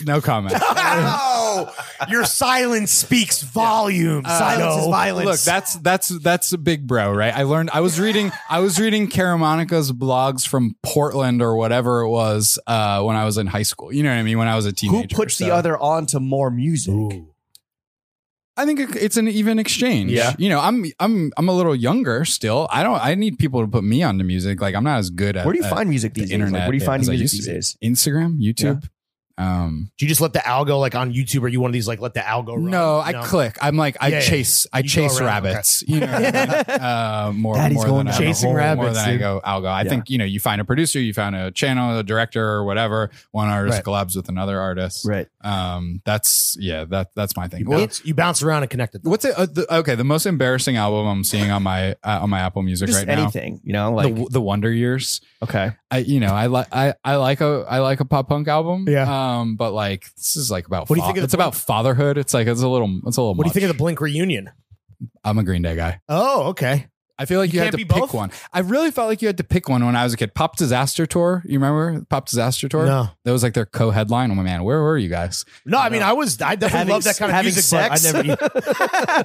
S2: no comment.
S3: no, <laughs> your silence speaks volumes.
S2: Silence
S3: I
S2: is
S3: know.
S1: violence.
S2: Uh, Look, that's that's that's a big bro, right? I learned I was reading I was reading Karamonica's blogs from Portland or whatever it was uh, when I was in high school. You know what I mean? When I was a
S1: Who
S2: teenager.
S1: puts the
S2: so-
S1: other on to more music?
S2: I think it- it's an even exchange.
S3: Yeah.
S2: You know, I'm I'm I'm a little younger still. I don't I need people to put me onto music. Like I'm not as good at
S1: Where do you
S2: at
S1: find music
S2: the
S1: these days?
S2: internet.
S1: Like, where do you find
S2: as I
S1: music
S2: used to
S1: these
S2: be.
S1: days?
S2: Instagram, YouTube. Um
S3: Do you just let the algo like on YouTube? Are you one of these like let the algo? Run?
S2: No, I click. I'm like I
S3: Yeah, yeah.
S2: chase. I
S3: You go
S2: chase
S3: around,
S2: rabbits. You know,
S3: <laughs>
S2: uh, more
S1: Daddy's
S2: more
S1: going
S2: than I-
S3: chasing
S2: more
S3: rabbits,
S2: than
S3: dude.
S2: I go algo. I
S1: Yeah.
S2: think you know you find a producer, you find a channel, a director, or whatever. One artist
S3: Right.
S2: collabs with another artist.
S1: Right.
S2: Um, that's yeah, that that's my thing.
S3: You
S2: Well,
S3: bounce, you bounce around and connect it.
S2: what's it? Uh, the, okay, the most embarrassing album I'm seeing on my uh, on my Apple Music
S1: Just
S2: right
S1: anything, you know,
S2: now.
S1: like
S2: the, the Wonder Years.
S1: okay.
S2: I you know I like I, I like a I like a pop punk album.
S3: Yeah.
S2: Um, but like this is like about
S3: What do you think of the
S2: It's about fatherhood. It's like it's a little it's a little.
S3: What do you think of
S2: much.
S3: the Blink reunion?
S2: I'm a Green Day guy.
S3: Oh, okay.
S2: I feel like you,
S5: You
S2: had
S5: can't
S2: to
S5: be
S2: pick
S5: both?
S2: one. I really felt like you had to pick one when I was a kid. Pop Disaster Tour. You remember Pop Disaster Tour?
S3: No.
S2: That was like their co-headline. Oh my man, where were you guys?
S3: No, I mean, I was, I definitely
S1: Having
S3: love that kind of
S1: having
S3: music.
S1: sex.
S3: But I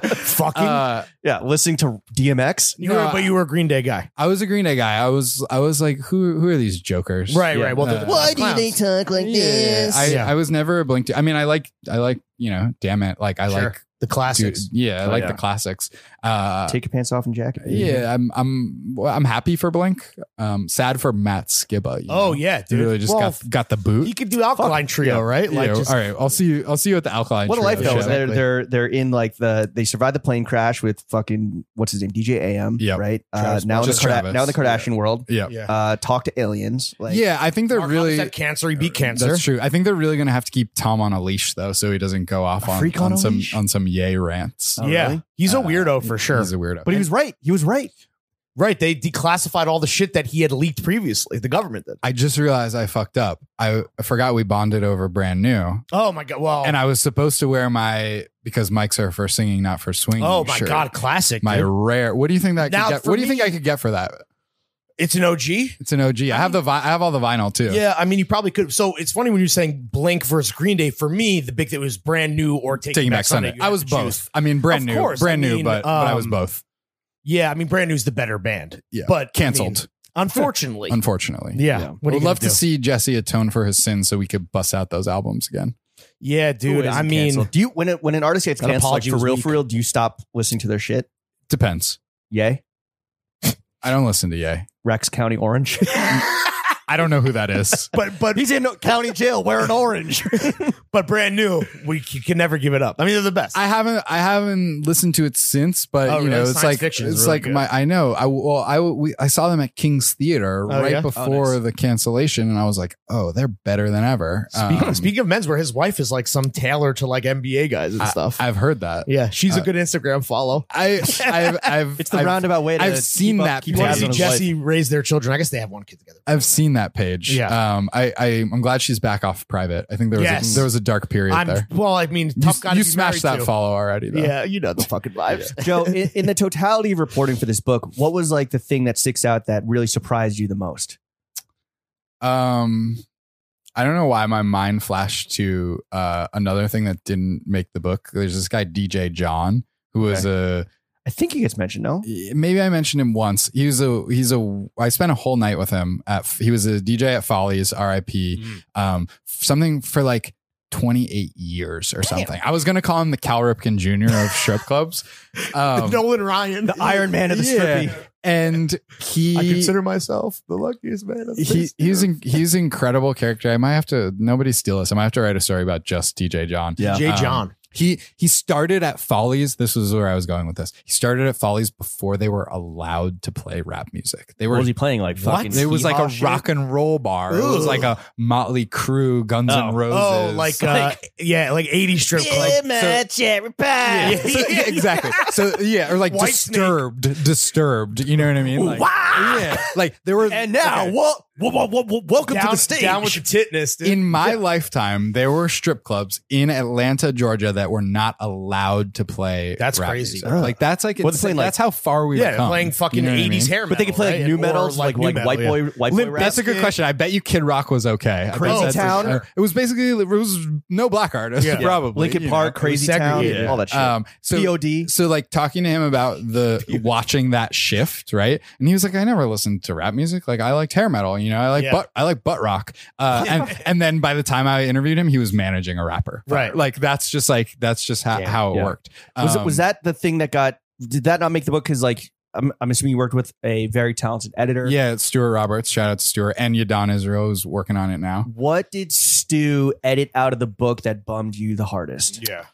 S2: <laughs>
S1: <laughs>
S3: never fucking.
S2: Uh,
S1: yeah, listening to DMX.
S3: you were,
S2: no,
S3: but you were a Green Day guy,
S2: I was a Green Day guy. I was I was like, who who are these jokers?
S1: Yeah.
S3: Well,
S2: Uh, Why do
S3: they talk like
S2: Yeah. I,
S3: Yeah.
S2: I was never a Blink. I mean, I like I like you know, damn it, like I
S3: Sure.
S2: like
S3: the
S2: dude,
S3: classics?
S2: yeah, I
S1: Oh,
S2: like
S1: yeah.
S2: the classics. Uh,
S1: Take your pants off and jacket.
S2: yeah, I'm I'm well, I'm happy for Blink. Um, sad for Matt Skiba. you
S3: Oh
S2: know?
S3: yeah,
S2: he
S3: dude.
S2: really just
S3: well,
S2: got got the boot.
S3: you could do Alkaline Trio,
S1: Yeah.
S3: right? Like,
S2: yeah,
S3: just,
S2: all right, I'll see you. I'll see you at the Alkaline.
S1: What a
S2: Trio
S1: life though.
S2: show.
S1: They're
S3: Exactly.
S1: they're they're in like the they survived the plane crash with fucking what's his name DJ AM.
S2: Yep.
S1: right. Uh,
S3: Travis
S1: now in the
S2: Just
S1: Karda-
S2: Travis.
S1: now in the Kardashian world,
S2: Yeah,
S3: yeah.
S1: uh, talk to aliens. Like,
S2: yeah. I think they're
S3: Mark Hoppus
S2: really.
S3: had cancer. He beat cancer.
S2: That's true. I think they're really going to have to keep Tom on a leash though, so he doesn't go off
S1: A
S2: on,
S1: freak on
S2: on
S1: a
S2: some
S1: leash?
S2: on some yay rants.
S1: Oh,
S3: yeah,
S1: really?
S3: he's a
S2: Uh,
S3: weirdo for sure.
S2: He's a weirdo.
S1: but he was right. He was right.
S3: right? They declassified all the shit that he had leaked previously. The government did.
S2: I just realized I fucked up. I I forgot we bonded over brand new,
S3: Oh my god! Well,
S2: and I was supposed to wear my because mics are for singing, not for swinging.
S3: oh my
S2: shirt.
S3: god, classic.
S2: My
S3: dude.
S2: rare. What do you think that?
S3: Now,
S2: could get,
S3: for
S2: what do you think
S3: me-
S2: I could get for that?
S3: It's an OG.
S2: It's an OG. I have the vi- I have all the vinyl too.
S3: Yeah, I mean, you probably could. So it's funny when you're saying Blink versus Green Day. For me, the big thing was brand new or taking,
S2: Taking Back Sunday.
S3: You
S2: I
S3: have
S2: was
S3: to
S2: both.
S3: choose.
S2: I mean, brand new,
S3: Of course,
S2: brand
S3: I
S2: new,
S3: mean,
S2: but, but I was
S3: um,
S2: both
S3: Yeah, I mean, brand new's the better band.
S2: Yeah.
S3: but I mean,
S2: canceled,
S3: <laughs> unfortunately.
S2: unfortunately.
S3: yeah,
S1: Yeah.
S3: What are you
S2: Would
S3: gonna
S2: love to
S3: do?
S2: see Jesse atone for his sins so we could bust out those albums again.
S3: Yeah, dude. I mean,
S1: Canceled. do you when it, when an artist gets
S3: That
S1: canceled like,
S3: apology
S1: for
S3: was
S1: real
S3: weak.
S1: for real? Do you stop listening to their shit?
S2: Depends.
S1: Yay,
S2: I don't listen to Ye.
S1: Rex County Orange.
S2: I don't know who that <laughs> is.
S3: <laughs> but but
S1: He's in county jail wearing
S3: <laughs>
S1: orange.
S3: but brand new, we c- can never give it up. I mean, they're the best.
S2: I haven't I haven't listened to it since, but you
S3: Oh, really?
S2: know, it's
S3: Science
S2: like it's
S3: fiction is really
S2: like
S3: good.
S2: my I know. I well I we, I saw them at King's Theater
S3: Oh,
S2: right
S3: yeah? Oh,
S2: before
S3: nice.
S2: the cancellation and I was like, "Oh, they're better than ever."
S3: speaking,
S2: Um,
S3: speaking of men's, where his wife is like some tailor to like NBA guys and
S2: I-
S3: stuff.
S2: I've heard that.
S3: yeah, she's
S2: uh,
S3: a good Instagram follow.
S2: I
S3: <laughs>
S2: I've,
S1: <laughs>
S2: I've
S1: it's the
S2: I've,
S1: roundabout way. To
S2: I've
S1: keep
S2: seen
S1: up-
S2: that
S1: keep
S3: You want
S1: tabs
S3: to see
S1: on his life.
S3: Jesse raise their children? I guess they have one kid together.
S2: I've seen that page.
S3: Yeah.
S2: Um, I, I I'm glad she's back off private. I think there was
S3: Yes.
S2: a, there was a dark period
S3: I'm,
S2: there.
S3: well, I mean,
S2: You,
S3: tough guy. to
S2: you
S3: be
S2: smashed
S3: married
S2: that
S3: to.
S2: follow already though.
S3: Yeah, you know the fucking vibes.
S1: <laughs> <laughs> Joe, in, in the totality of reporting for this book, what was like the thing that sticks out that really surprised you the most?
S2: Um, I don't know why my mind flashed to uh, another thing that didn't make the book. There's this guy DJ John who was a
S1: I think he gets mentioned. No,
S2: maybe I mentioned him once. He was a he's a I spent a whole night with him at he was a DJ at Follies RIP
S3: Mm.
S2: um something for like 28 years or something. I was gonna call him the Cal Ripken Jr. of strip clubs.
S3: <laughs>
S2: Um,
S3: Nolan Ryan,
S1: the Iron Man of the
S2: yeah.
S1: strippy.
S2: and he
S3: I consider myself the luckiest man. Of
S2: he,
S3: this
S2: he's
S3: era.
S2: in, he's an incredible character. I might have to nobody steal this. I might have to write a story about just DJ John.
S1: Yeah.
S3: Jay
S2: Um,
S3: John.
S2: He he started at Follies. This was where I was going with this. He started at Follies before they were allowed to play rap music. They
S1: What
S2: were
S1: was he playing? Like fucking.
S2: it was like
S1: hee-haw
S2: a
S1: shit?
S2: rock and roll bar. It was
S3: Ooh.
S2: like a Motley Crue, Guns
S1: Oh.
S2: N' Roses.
S3: Oh, like, uh, yeah, like eighty strip club.
S2: <laughs> yeah. So-
S3: <laughs>
S2: yeah, exactly. So yeah, or like
S3: White Snake.
S2: disturbed, disturbed. You know what I mean? Like,
S3: wow.
S2: yeah, like there were.
S1: And now, what?
S3: Welcome
S1: to the stage.
S3: Down with the titness, dude.
S2: in my lifetime, there were strip clubs in Atlanta, Georgia, that were not allowed to play.
S3: That's
S2: rap
S3: crazy.
S2: music. Like that's like,
S1: Well,
S2: it's,
S1: they're playing, like-
S2: that's how far we
S3: yeah,
S2: come.
S3: playing fucking
S2: You know what I mean?
S3: eighties hair metal.
S1: But they could play like
S3: right?
S1: new
S3: Or
S1: metal, like like,
S3: nu metal,
S1: white
S3: yeah.
S1: boy, white boy
S3: Limp
S1: rap.
S2: That's a good question. I bet you Kid Rock was okay. I
S3: Crazy
S2: bet that's
S1: Town.
S2: uh, it was basically it was no black artist,
S3: Yeah.
S2: probably
S1: Lincoln
S2: you
S1: Park,
S2: know.
S1: Crazy Town,
S3: segregated.
S1: all that shit.
S2: Um, so
S1: POD.
S2: so like talking to him about
S1: <laughs>
S2: the watching that shift, right? And he was like, I never listened to rap music. Like I liked hair metal, you know, I like
S3: Yeah.
S2: butt I like butt rock. Uh
S1: <laughs>
S2: and, and then by the time I interviewed him, he was managing a rapper.
S3: Right.
S2: Like that's just like that's just how,
S1: Yeah.
S2: how it
S1: Yeah.
S2: worked.
S1: Was it
S2: Um,
S1: was that the thing that got? Did that not make the book? Because like I'm, I'm assuming you worked with a very talented editor.
S2: Yeah, it's Stuart Roberts. Shout out to Stuart and Yadon Israel is working on it now.
S1: What did Stu edit out of the book that bummed you the hardest?
S3: Yeah,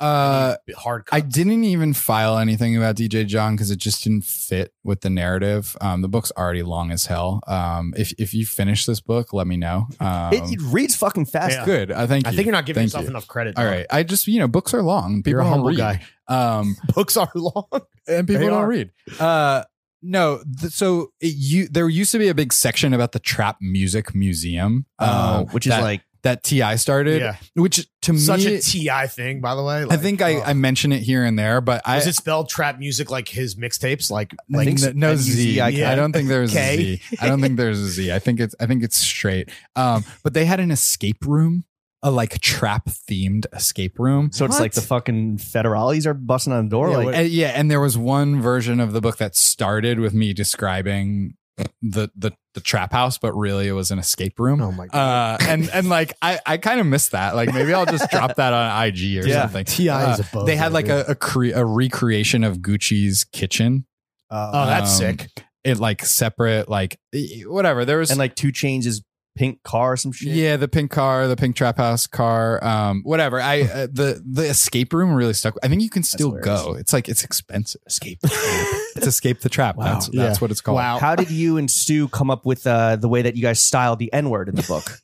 S2: Uh
S3: hard.
S2: I didn't even file anything about DJ John because it just didn't fit with the narrative. Um, the book's already long as hell. Um, if if you finish this book, let me know. Um,
S1: It, it reads fucking fast.
S3: Yeah.
S2: good. I think
S3: I think you're not giving
S2: Thank
S3: yourself
S2: you.
S3: enough credit.
S2: All
S3: dog.
S2: right. I just you know books are long. People
S3: you're a
S2: don't
S3: humble
S2: read.
S3: guy. <laughs>
S2: Um,
S3: Books are long.
S2: and people
S3: They
S2: don't
S3: are.
S2: read. Uh, no. Th- so it, you there used to be a big section about the trap music museum,
S1: Uh,
S2: um,
S3: Oh,
S1: which is
S2: that-
S1: like
S2: that Ti started,
S3: Yeah.
S2: which to
S3: Such
S2: me,
S3: a TI thing, by the way.
S2: I
S3: like,
S2: think I,
S3: oh.
S2: I mention it here and there, but I
S3: was it spelled trap music like his mixtapes? Like,
S2: I
S3: like
S2: think that- no Z. I,
S3: Yeah.
S2: I don't think <laughs> there's a
S3: K.
S2: Z. I don't think there's a Z. I think it's I think it's straight. Um, but they had an escape room, a like trap themed escape room.
S1: So it's like the fucking federales are busting on the door.
S3: Yeah,
S1: like,
S3: what-
S2: And- yeah, and there was one version of the book that started with me describing the the the trap house, but really it was an escape room.
S3: oh my god,
S2: Uh, and and like I I kind of missed that. Like maybe I'll just drop that on IG or
S1: Yeah.
S2: something.
S3: Ti
S2: Uh,
S3: is above.
S2: they had
S3: that,
S2: like
S3: dude.
S2: a a, cre- a recreation of Gucci's kitchen.
S3: oh, that's
S2: um,
S3: sick. <laughs>
S2: It like separate like e- whatever. There was
S1: and like two chains is pink car or some shit.
S2: Yeah, the pink car, the pink trap house car, um, whatever.
S1: <laughs>
S2: I uh, the the escape room really stuck. I think you can still
S1: hilarious.
S2: go. It's like it's expensive. Escape. <laughs> it's escape the trap.
S1: Wow.
S2: That's
S3: Yeah.
S2: that's what it's called.
S3: Wow.
S1: How did you and Stu come up with uh, the way that you guys styled the N word in the book?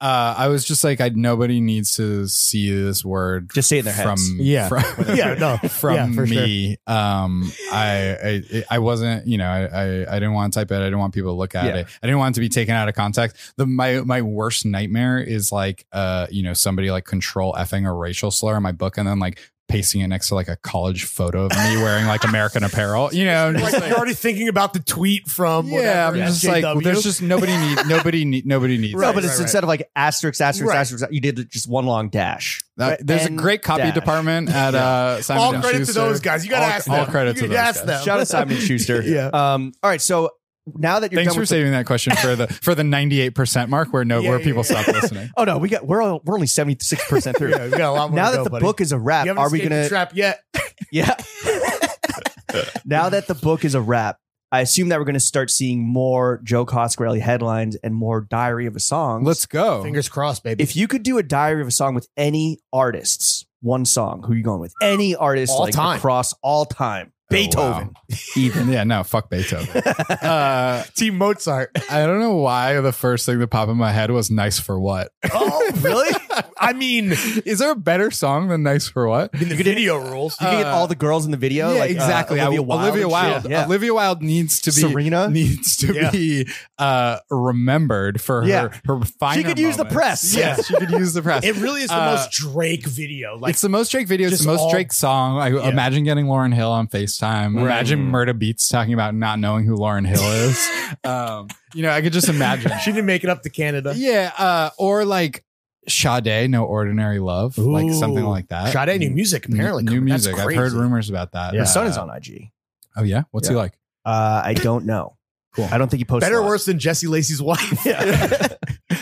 S2: Uh, I was just like, I nobody needs to see this word
S1: Just say it in their heads.
S2: <laughs> from
S1: <laughs>
S3: Yeah.
S2: from,
S3: yeah, no,
S2: from
S3: Yeah, for sure.
S2: me. Um, I, I I wasn't, you know, I, I I didn't want to type it. I didn't want people to look at
S1: Yeah.
S2: it. I didn't want it to be taken out of context. The my my worst nightmare is like, uh, you know, somebody like control effing a racial slur in my book, and then like pasting it next to like a college photo of me wearing like American Apparel. You know, I'm just
S3: Like,
S2: like.
S3: you're already thinking about the tweet from
S2: Yeah, I'm
S3: whatever,
S2: just like
S3: SJW.
S2: there's just nobody need nobody need nobody needs.
S1: no,
S2: that.
S1: but it's
S3: right, right.
S1: instead of like asterisk, asterisk,
S3: Right.
S1: asterisk, you did just one long dash.
S2: That- there's a
S1: N
S2: great copy
S1: dash.
S2: department at uh, Simon
S3: all
S2: and
S3: credit to
S2: Schuster.
S3: those guys. You gotta
S2: All-
S3: ask them.
S2: all credit
S3: you
S2: to
S3: gotta
S2: those guys.
S3: ask them.
S1: Shout out
S3: <laughs>
S1: Simon Schuster.
S3: Yeah.
S1: Um, all right. So now that you're
S2: Thanks
S1: done
S2: for
S1: with
S2: saving that question for the for the ninety eight percent mark where
S1: <laughs>
S2: no
S3: Yeah,
S2: where
S3: yeah,
S2: people
S3: yeah.
S2: stop listening.
S1: The, oh no, we got we're all, we're only seventy six percent through.
S3: <laughs> Yeah, we got a lot more
S1: now
S3: to
S1: that
S3: go,
S1: the
S3: buddy.
S1: book is a wrap,
S3: you haven't
S1: are we
S3: escaped the
S1: gonna?
S3: trap yet?
S1: Yeah. now that the book is a wrap, I assume that we're gonna start seeing more Joe Coscarelli headlines and more Diary of a Song.
S2: Let's go.
S3: Fingers crossed, baby.
S1: if you could do a diary of a song with any artists, one song, who are you going with? Any artist
S3: All
S1: like
S3: time.
S1: across all time.
S2: Oh,
S1: Beethoven.
S2: Even yeah, no,
S1: <laughs>
S2: fuck Beethoven. uh,
S3: Team Mozart.
S2: I don't know why the first thing that popped in my head was "Nice for What."
S3: Oh, really? <laughs> I mean,
S2: Is there a better song than "Nice for What"?
S3: in the video rules. Uh,
S1: You can get all the girls in the video.
S2: yeah,
S1: like, uh,
S2: exactly. I-
S1: Olivia
S2: Olivia
S1: Wilde.
S2: Wilde.
S1: and shit. Yeah.
S2: Olivia Wilde needs to be
S1: Serena.
S2: needs to
S3: Yeah.
S2: be uh, remembered for
S1: Yeah.
S2: her her finer
S1: could use the
S2: moments.
S1: press.
S2: Yes, she could use
S1: <laughs>
S2: the press.
S3: It really is the
S2: Uh,
S3: most Drake video. Like,
S2: it's the most Drake video. It's
S3: just
S2: the most
S3: all-
S2: Drake song. I
S3: Yeah.
S2: imagine getting Lauren Hill on FaceTime. Imagine Murda Beats talking about not knowing who Lauren Hill
S3: <laughs>
S2: is. um, you know, I could just imagine.
S3: she didn't make it up to Canada.
S2: yeah, uh, or like Sade, No Ordinary Love, <laughs> like something
S3: Ooh.
S2: like that.
S3: Sade, new music, apparently.
S2: New
S3: coming. That's
S2: music. I've heard
S3: crazy.
S2: rumors about that.
S3: Yeah.
S1: Her son is on IG.
S2: Oh yeah, what's he like?
S1: Uh, I don't know.
S2: Cool.
S1: I don't think he posted.
S3: Better
S1: a
S3: or
S1: lot.
S3: worse than Jesse Lacey's wife?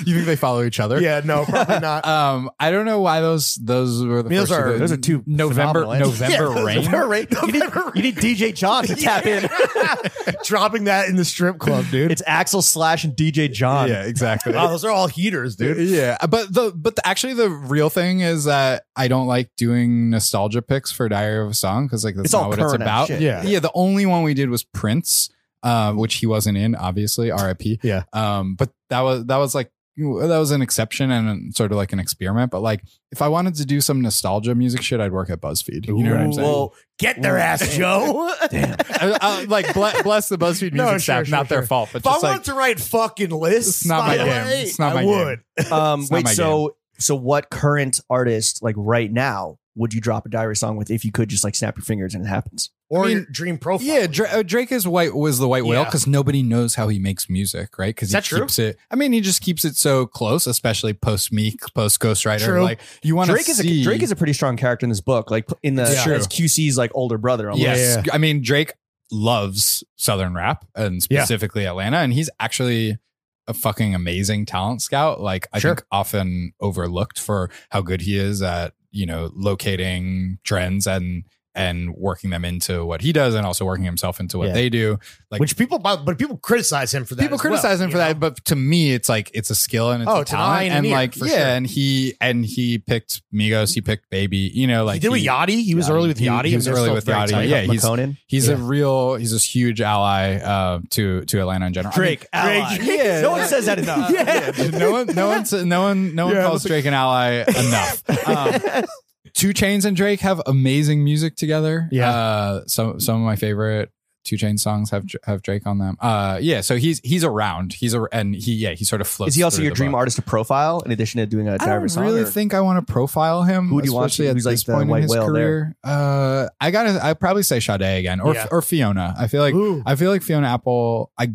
S2: You think they follow each other?
S3: <laughs> yeah, no, probably not.
S2: <laughs> Um, I don't know why those those were the
S3: I mean, those
S2: first
S3: are-
S2: two.
S1: those are two
S2: November
S1: phenomenal entries.
S2: November
S3: <laughs> Yeah,
S2: rain.
S3: November Rain.
S1: You need,
S3: November
S1: you need DJ John
S2: <laughs>
S1: to tap in.
S3: Rain. <laughs> Dropping that in the strip club, <laughs> dude.
S1: It's Axel Slash and DJ John.
S2: Yeah, exactly.
S3: Oh, those are all heaters, dude.
S2: Yeah, but the but the, actually the real thing is that I don't like doing nostalgia picks for Diary of a Song because like that's
S1: It's all
S2: not what it's
S1: current
S2: about.
S1: shit.
S3: Yeah.
S2: yeah. The only one we did was Prince, uh, which he wasn't in, obviously. R.I.P.
S3: Yeah.
S2: Um, but that was that was like that was an exception and sort of like an experiment. But like if I wanted to do some nostalgia music shit, I'd work at BuzzFeed. You know what I'm saying?
S3: Well, get their <laughs> ass,
S2: <laughs>
S3: Joe.
S1: <laughs>
S2: I- I- like ble- bless the BuzzFeed music
S3: <laughs> No, sure,
S2: staff,
S3: sure,
S2: not their
S3: sure.
S2: fault, but
S3: If I
S2: just
S3: wanted
S2: like
S3: to write fucking lists,
S2: It's not
S3: by
S2: my
S3: the
S2: game.
S3: way,
S2: It's not my
S3: I
S2: game.
S3: would.
S1: Um,
S2: It's not
S1: wait,
S2: my
S1: so so what current artist like right now would you drop a diary song with if you could just like snap your fingers and it happens?
S3: Or
S2: I mean,
S3: your dream profile.
S2: Yeah, Dra- uh, Drake is white was the white whale
S3: Yeah.
S2: because nobody knows how he makes music, right? Because
S3: Is
S2: he
S3: that true?
S2: keeps it. I mean, he just keeps it so close, especially post Meek, post Ghostwriter.
S3: True.
S2: Like you want to
S1: Drake
S2: see.
S1: is a Drake is a pretty strong character in this book, like in the
S2: It's true.
S1: as QC's like older brother. Almost.
S2: yes. I mean, Drake loves Southern rap and
S3: Yeah.
S2: specifically Atlanta, and he's actually a fucking amazing talent scout. Like I
S3: Sure.
S2: think often overlooked for how good he is at you know locating trends and and working them into what he does, and also working himself into what
S3: Yeah.
S2: they do. like-
S3: Which people, but people criticize him for that.
S2: people
S3: as well,
S2: criticize him
S3: you
S2: for
S3: know?
S2: that, but to me, it's like it's a skill and it's
S3: Oh,
S2: a
S3: it's an eye
S2: talent,
S3: and an
S2: and
S3: ear,
S2: like
S3: for
S2: yeah,
S3: sure.
S2: and he and he picked Migos, he picked Baby, you know, like
S3: he did with Yachty. He was early with
S2: He-
S3: Yachty.
S2: he
S3: and
S2: was
S3: they're
S2: early
S3: still
S2: with
S3: very
S2: Yachty,
S3: tight.
S2: yeah. he's-
S1: McConan.
S2: He's a
S3: Yeah.
S2: real, he's this huge ally uh, to to Atlanta in general. I mean,
S1: ally.
S3: <laughs>
S2: Yeah.
S1: no one says that
S3: Uh,
S1: enough.
S2: yeah. no one, no one, sa- no one, no one
S3: Yeah,
S2: calls Drake an ally enough. Um, Two Chains and Drake have amazing music together.
S3: Yeah.
S2: uh, some some of my favorite Two Chain songs have have Drake on them. Uh, yeah, so he's he's around. He's a and he yeah he sort of floats.
S1: Is he also
S2: through
S1: your
S2: the
S1: dream
S2: book.
S1: artist to profile in addition to doing a
S2: I
S1: diary of a
S2: don't
S1: song?
S2: really
S1: or-
S2: think I want to profile him.
S1: Who do you want
S2: especially
S1: to-
S2: at
S1: who's like
S2: this
S1: the
S2: point
S1: white
S2: in his
S1: whale
S2: career? Uh, I gotta. I probably say Sade again, or
S4: Yeah.
S2: or Fiona. I feel like
S3: Ooh.
S2: I feel like Fiona Apple. I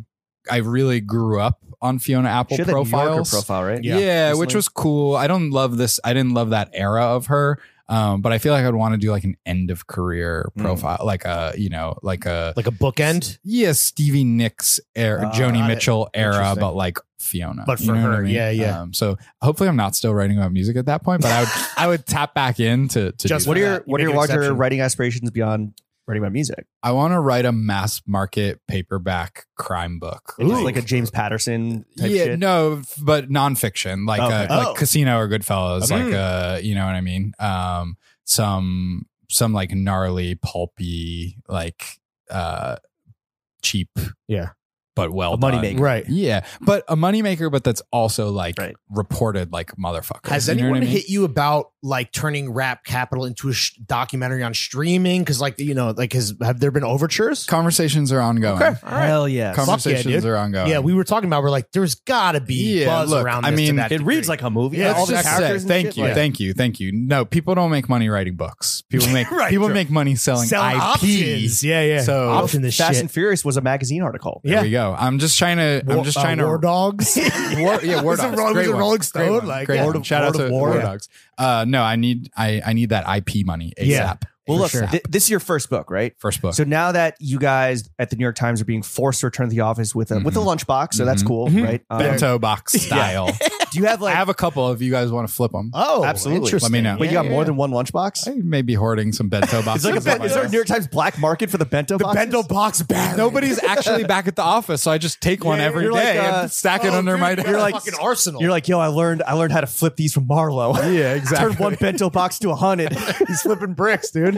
S2: I really grew up on Fiona Apple
S1: She had that New Yorker
S2: profiles.
S1: profile, right?
S2: Yeah, which was cool. I don't love this. I didn't love that era of her. Um, but I feel like I'd want to do like an end of career
S1: Mm.
S2: profile, like a you know, like a
S3: like a bookend.
S2: yeah Stevie Nicks era,
S1: Ah,
S2: Joni
S3: got it.
S2: Mitchell era,
S3: Interesting.
S2: but like Fiona.
S3: But
S2: You
S3: for
S2: know what
S3: her, yeah, yeah.
S2: Um, so hopefully, I'm not still writing about music at that point, but I
S3: <laughs>
S2: would I would tap back in to to
S3: Just
S2: do
S1: What are
S2: that.
S1: your
S3: You
S1: What are
S3: make
S1: your
S3: an
S1: larger
S3: exception.
S1: writing aspirations beyond writing about music?
S2: I want to write a mass market paperback crime book.
S1: It's like a James Patterson type
S2: yeah,
S1: shit.
S2: no, f- but nonfiction, like
S1: Okay.
S2: uh,
S3: Oh.
S2: like Casino or Goodfellas,
S3: Okay.
S2: like uh, you know what I mean. Um, some some like gnarly, pulpy, like uh, cheap,
S3: Yeah.
S2: but well
S1: A moneymaker.
S2: done.
S3: Right.
S2: Yeah, but a moneymaker, but that's also like
S1: Right.
S2: reported like motherfucker.
S3: Has
S2: You know what
S3: anyone
S2: I mean?
S3: hit you about like turning rap capital into a sh- documentary on streaming? Because like you know, like has have there been overtures?
S2: Conversations are ongoing.
S1: Hell yeah.
S3: Fuck yeah,
S2: Conversations
S3: dude.
S2: are ongoing.
S3: Yeah, we were talking about. We're like, there's got to be
S2: Yeah,
S3: buzz
S2: look,
S3: around.
S2: I
S3: This
S2: mean,
S3: to that
S1: it reads
S3: degree.
S1: like a movie.
S3: Yeah,
S1: Yeah,
S3: it's
S1: all the
S3: just-
S1: characters. and
S2: thank
S1: shit,
S2: you,
S1: like-
S2: thank you, thank you. No, people don't make money writing books.
S3: <laughs>
S2: People make
S3: Right,
S2: people
S3: true.
S2: make money selling,
S3: Selling
S2: IP.
S3: options. Yeah, yeah.
S2: So-
S3: option this
S1: Fast
S3: shit.
S1: and Furious was a magazine article.
S2: There we go. I'm just trying to. I'm just trying to.
S3: war dogs.
S2: <laughs> War, yeah, War
S3: <laughs> Is it
S2: Dogs.
S3: Rolling-
S2: Great
S3: is it
S2: one.
S3: Rolling
S2: Great
S3: Stone?
S2: one.
S3: Like,
S2: Great
S3: Lord
S2: one.
S3: of-
S2: Shout out
S3: Lord
S2: to
S3: of War.
S2: War
S3: Yeah.
S2: Dogs. Uh, no, I need I I need that IP money ASAP.
S3: Yeah.
S1: Well,
S3: For
S1: look,
S3: sure.
S1: th- this is your first book, right?
S2: First book.
S1: So now that you guys at the New York Times are being forced to return to the office with a with a
S2: Mhm.
S1: lunchbox, so that's
S2: Mhm.
S1: cool,
S3: Mhm.
S1: right? Um,
S2: Bento
S3: <laughs>
S2: box style.
S1: do you have
S2: I
S1: like?
S2: have a couple. If you guys want to flip them,
S3: oh,
S1: Absolutely. Let me
S3: interesting.
S2: know.
S1: but you got
S2: yeah,
S1: more
S2: yeah.
S1: than one lunchbox.
S2: I may be hoarding some
S3: <laughs>
S2: bento
S1: It's
S2: boxes.
S1: like a,
S2: on
S1: ben- <laughs>
S2: my
S1: is there a
S2: desk.
S1: New York Times black market for the bento
S3: The
S1: boxes?
S3: Bendel box barrier.
S2: Nobody's actually
S3: <laughs>
S2: back at the office, so I just take one
S1: yeah,
S2: every day
S1: you're like,
S2: and
S1: uh,
S2: stack it
S3: Oh,
S2: under
S3: dude,
S2: my
S3: that's
S2: desk.
S3: a fucking arsenal.
S1: You're like, yo, I learned I learned how to flip these from Marlowe. <laughs>
S2: <laughs>
S3: <laughs>
S2: yeah, exactly.
S1: Turn one bento box to a hundred. <laughs>
S2: <laughs>
S1: He's flipping bricks, dude.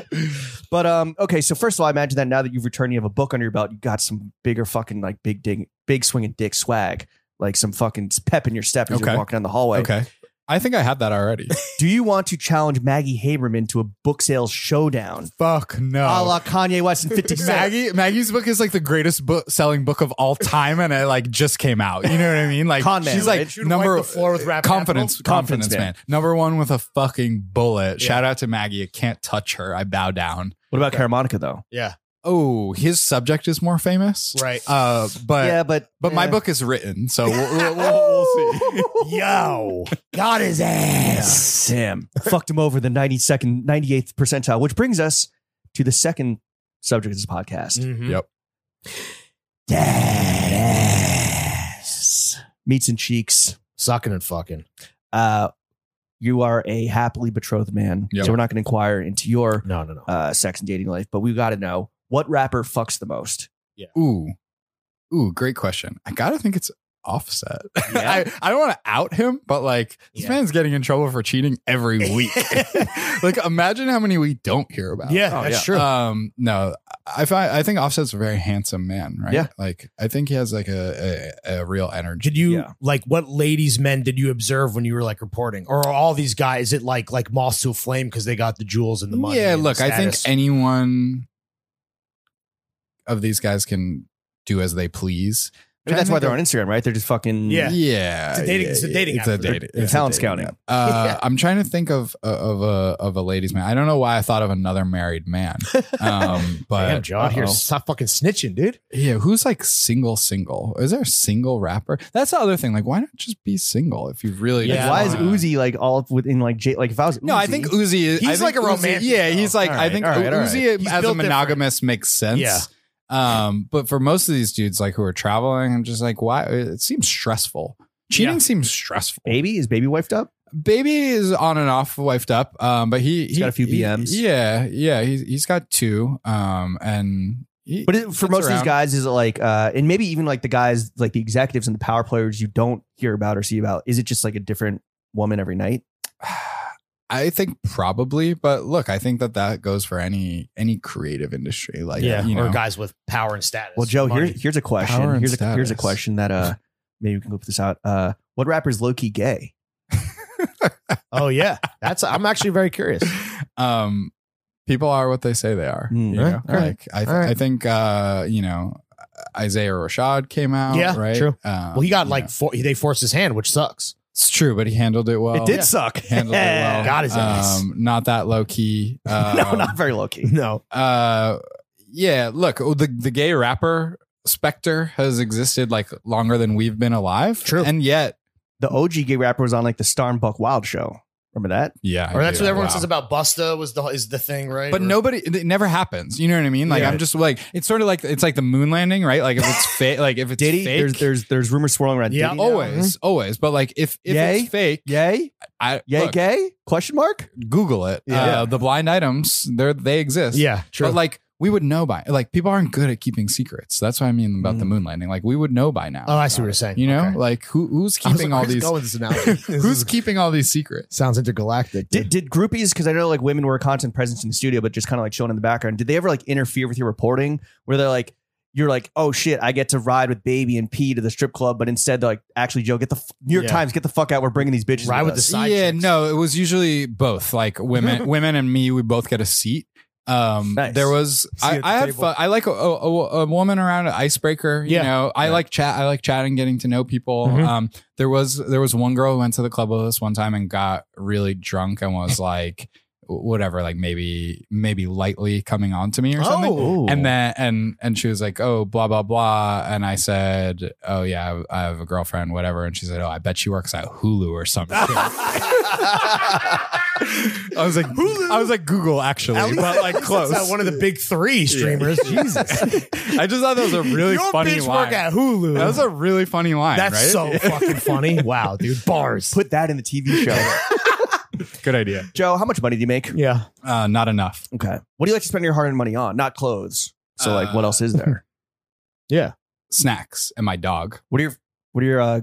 S1: But um, okay. So first of all, I imagine that now that you've returned, you have a book under your belt. You got some bigger fucking like big dig, big swinging dick swag, like some fucking pep in your step as
S2: Okay.
S1: you're walking down the hallway.
S2: Okay. I think I had that
S3: <laughs>
S2: already.
S1: Do you want to challenge Maggie Haberman to a book sales showdown,
S2: Fuck no.
S1: a la Kanye West
S2: <laughs>
S1: and Fifty Cent?
S2: Oh. Maggie Maggie's book is like the greatest book selling book of all time, and it like just came out. You know what I mean? Like
S1: Con Man,
S2: she's like
S1: right?
S3: She would
S2: number
S3: wipe the floor with rap
S2: confidence, confidence,
S1: capital? Confidence
S2: man. Number one with a fucking bullet. Shout out to Maggie. I can't touch her. I bow down.
S1: What about Caramonica though?
S3: yeah,
S2: Oh, his subject is more famous,
S3: Right.
S2: Uh, but
S1: yeah, but
S2: but my
S1: yeah.
S2: book is written, so we'll, we'll, <laughs> we'll, we'll see.
S3: yo, got his ass.
S1: Sam fucked him over the 92nd, 98th percentile, which brings us to the second subject of this podcast.
S3: Mhm.
S2: Yep.
S1: Deadass. Meats and cheeks.
S3: Sucking and fucking.
S1: Uh, you are a happily betrothed man.
S2: Yep.
S1: So we're not going to inquire into your
S3: No, no, no.
S1: uh, sex and dating life, but we got to know what rapper fucks the most.
S2: Ooh, ooh, great question. I gotta think it's Offset.
S1: <laughs> Yeah?
S2: I, I don't want to out him, but like this
S3: Yeah.
S2: man's getting in trouble for cheating
S3: <laughs>
S2: every week. like imagine how many we don't hear about.
S3: yeah,
S1: Oh,
S3: that's
S1: yeah.
S3: true.
S2: Um. No, I find, I think Offset's a very handsome man, right?
S1: Yeah.
S2: Like I think he has like a a, a real energy.
S3: did you
S1: Yeah.
S3: like what ladies men did you observe when you were like reporting or are all these guys is it like like moss to a flame because they got the jewels and the money
S2: yeah.
S3: and
S2: Look,
S3: the
S2: I think
S3: status?
S2: anyone of these guys can do as they please.
S1: I mean, that's why they're on Instagram, right? They're just fucking.
S3: Yeah.
S2: Yeah,
S3: It's a dating-
S2: yeah,
S3: it's a
S2: yeah,
S3: dating
S2: It's a
S3: app.
S2: dating.
S1: They're
S2: it's a
S1: talent
S2: dating
S1: scouting.
S2: app.
S3: <laughs>
S2: Uh, I'm trying to think of uh, of a of a ladies man. I don't know why I thought of another married man, um,
S3: <laughs> Damn,
S2: but
S3: John, here,
S1: uh-oh.
S3: stop fucking snitching, dude.
S2: yeah, who's like single single? Is there a single rapper? That's the other thing. Like, why not just be single if you really?
S1: Like,
S3: Yeah.
S1: why is
S2: wanna-
S1: Uzi like all up within like J- like if I was
S2: No, I
S1: Uzi-
S2: think Uzi is.
S3: He's
S2: I think
S3: like a
S2: Uzi-
S3: romantic,
S2: yeah,
S3: though.
S2: he's like.
S1: All
S2: I
S1: right,
S2: think
S1: all right, all right.
S2: Uzi
S3: He's
S2: as a
S3: built
S2: monogamous makes sense.
S3: Yeah.
S2: Um, but for most of these dudes, like who are traveling, I'm just like, why? It seems stressful. Cheating
S3: Yeah.
S2: seems stressful.
S1: baby is baby wifed up.
S2: Baby is on and off, wifed up. Um, but he
S1: He's got a few
S2: he-
S1: BMs.
S2: yeah, yeah, he's he's got two. Um, and he,
S1: But it, for
S2: It's
S1: most of
S2: around.
S1: these guys, is it like, uh, and maybe even like the guys, like the executives and the power players you don't hear about or see about, is it just like a different woman every night?
S2: <sighs> I think probably, but look, I think that that goes for any any creative industry. Like, you know,
S3: or guys with power and status.
S1: Well, Joe,
S3: money.
S1: here's here's a question.
S2: Power and
S1: Here's a here's a
S2: status.
S1: question that
S2: <laughs>
S1: uh maybe we can look this out. Uh, what rapper's low key gay?
S2: <laughs>
S3: oh yeah, that's. I'm actually very curious.
S2: um, people are what they say they are.
S1: Mm.
S2: you
S3: Right.
S2: know?
S3: All right.
S2: Like I, th-
S3: All right.
S2: I think uh, you know Isaiah Rashad came out.
S3: Yeah,
S2: right.
S3: true.
S2: Um,
S3: Well, he got
S2: you
S3: like
S2: know.
S3: four, they forced his hand, which sucks.
S2: it's true, but he handled it well.
S1: it did
S2: Oh, Yeah.
S1: suck. <laughs>
S2: handled it well.
S3: <laughs> God, his ass.
S2: Um, not that low
S3: <laughs>
S2: key. Um,
S1: no, not very low key.
S3: No,
S2: uh yeah look oh, the the gay rapper specter has existed like longer than we've been alive
S3: True.
S2: and yet
S1: The OG gay rapper was on like the Starbuck Wild show. Remember that?
S2: yeah
S3: or
S2: I
S3: that's
S2: do.
S3: what everyone
S2: Wow.
S3: says about Busta was the is the thing, right?
S2: but
S3: Or-
S2: nobody it never happens you know what i mean like
S1: Yeah.
S2: i'm just like it's sort of like it's like the moon landing right like if
S3: <laughs>
S2: it's fake like if it's
S1: Diddy.
S2: fake
S1: There's there's there's rumors swirling around.
S3: Yeah.
S1: Diddy.
S2: always always but like if if
S1: Yay?
S2: it's fake
S1: Yay?
S2: i
S1: Yay?
S2: look,
S1: Gay? Question mark?
S2: google it
S3: Yeah.
S2: uh, the blind items they're they exist
S3: yeah, true.
S2: But like we would know by like people aren't good at keeping secrets. That's what I mean about the moon landing. Like we would know by now.
S3: Oh, I see
S2: about
S3: what you're
S2: it.
S3: saying.
S2: You know,
S3: Okay.
S2: like who who's keeping all these <laughs>
S3: Going this analogy. This
S2: who's
S3: is-
S2: keeping all these secrets?
S3: sounds intergalactic?
S1: Did,
S2: <laughs>
S3: dude.
S1: did groupies, because I know like women were a constant presence in the studio, but just kind of like shown in the background, did they ever like interfere with your reporting where they're like, you're like, oh shit, I get to ride with Baby and P to the strip club, but instead they're like, actually, Joe, get the f- New York
S3: Yeah.
S1: Times, get the fuck out. We're bringing these bitches.
S3: Ride with
S1: us."
S3: the side
S2: yeah,
S3: chicks.
S2: no, it was usually both. Like
S3: <laughs>
S2: women, women and me, we both get a seat. Um,
S1: Nice.
S2: there was
S1: See you
S2: I,
S1: at the
S2: I had
S1: table.
S2: fun. I like a, a, a- a woman around an icebreaker. You
S3: Yeah.
S2: know, I like chat. I like chatting, getting to know people.
S1: Mm-hmm.
S3: Mhm.
S2: Um, there was there was one girl who went to the club with us one time and got really drunk
S1: <laughs>
S2: and was like whatever, like maybe maybe lightly coming on to me or something.
S3: Oh,
S2: and then and and she was like oh blah blah blah and i said oh yeah I have, I have a girlfriend whatever and she said oh i bet she works at hulu or something
S1: <laughs>
S2: i was like i was like google actually but
S3: <laughs>
S2: like close
S3: That's not one of the big
S2: <laughs>
S3: three streamers. Jesus,
S2: i just thought that was a really
S3: your
S2: funny
S3: bitch
S2: line
S3: work at Hulu.
S2: that was a really funny line
S3: That's
S2: right
S3: so fucking funny. Wow, dude, bars.
S1: Put that in the TV show.
S2: <laughs> good idea
S1: <laughs> Joe, how much money do you make?
S3: <laughs> yeah,
S2: uh not enough
S1: Okay. What do you like to spend your hard earned money on? Not clothes. So like, what
S2: Uh,
S1: else is
S3: <laughs>
S1: there?
S2: snacks and my dog
S1: What are your What are your uh,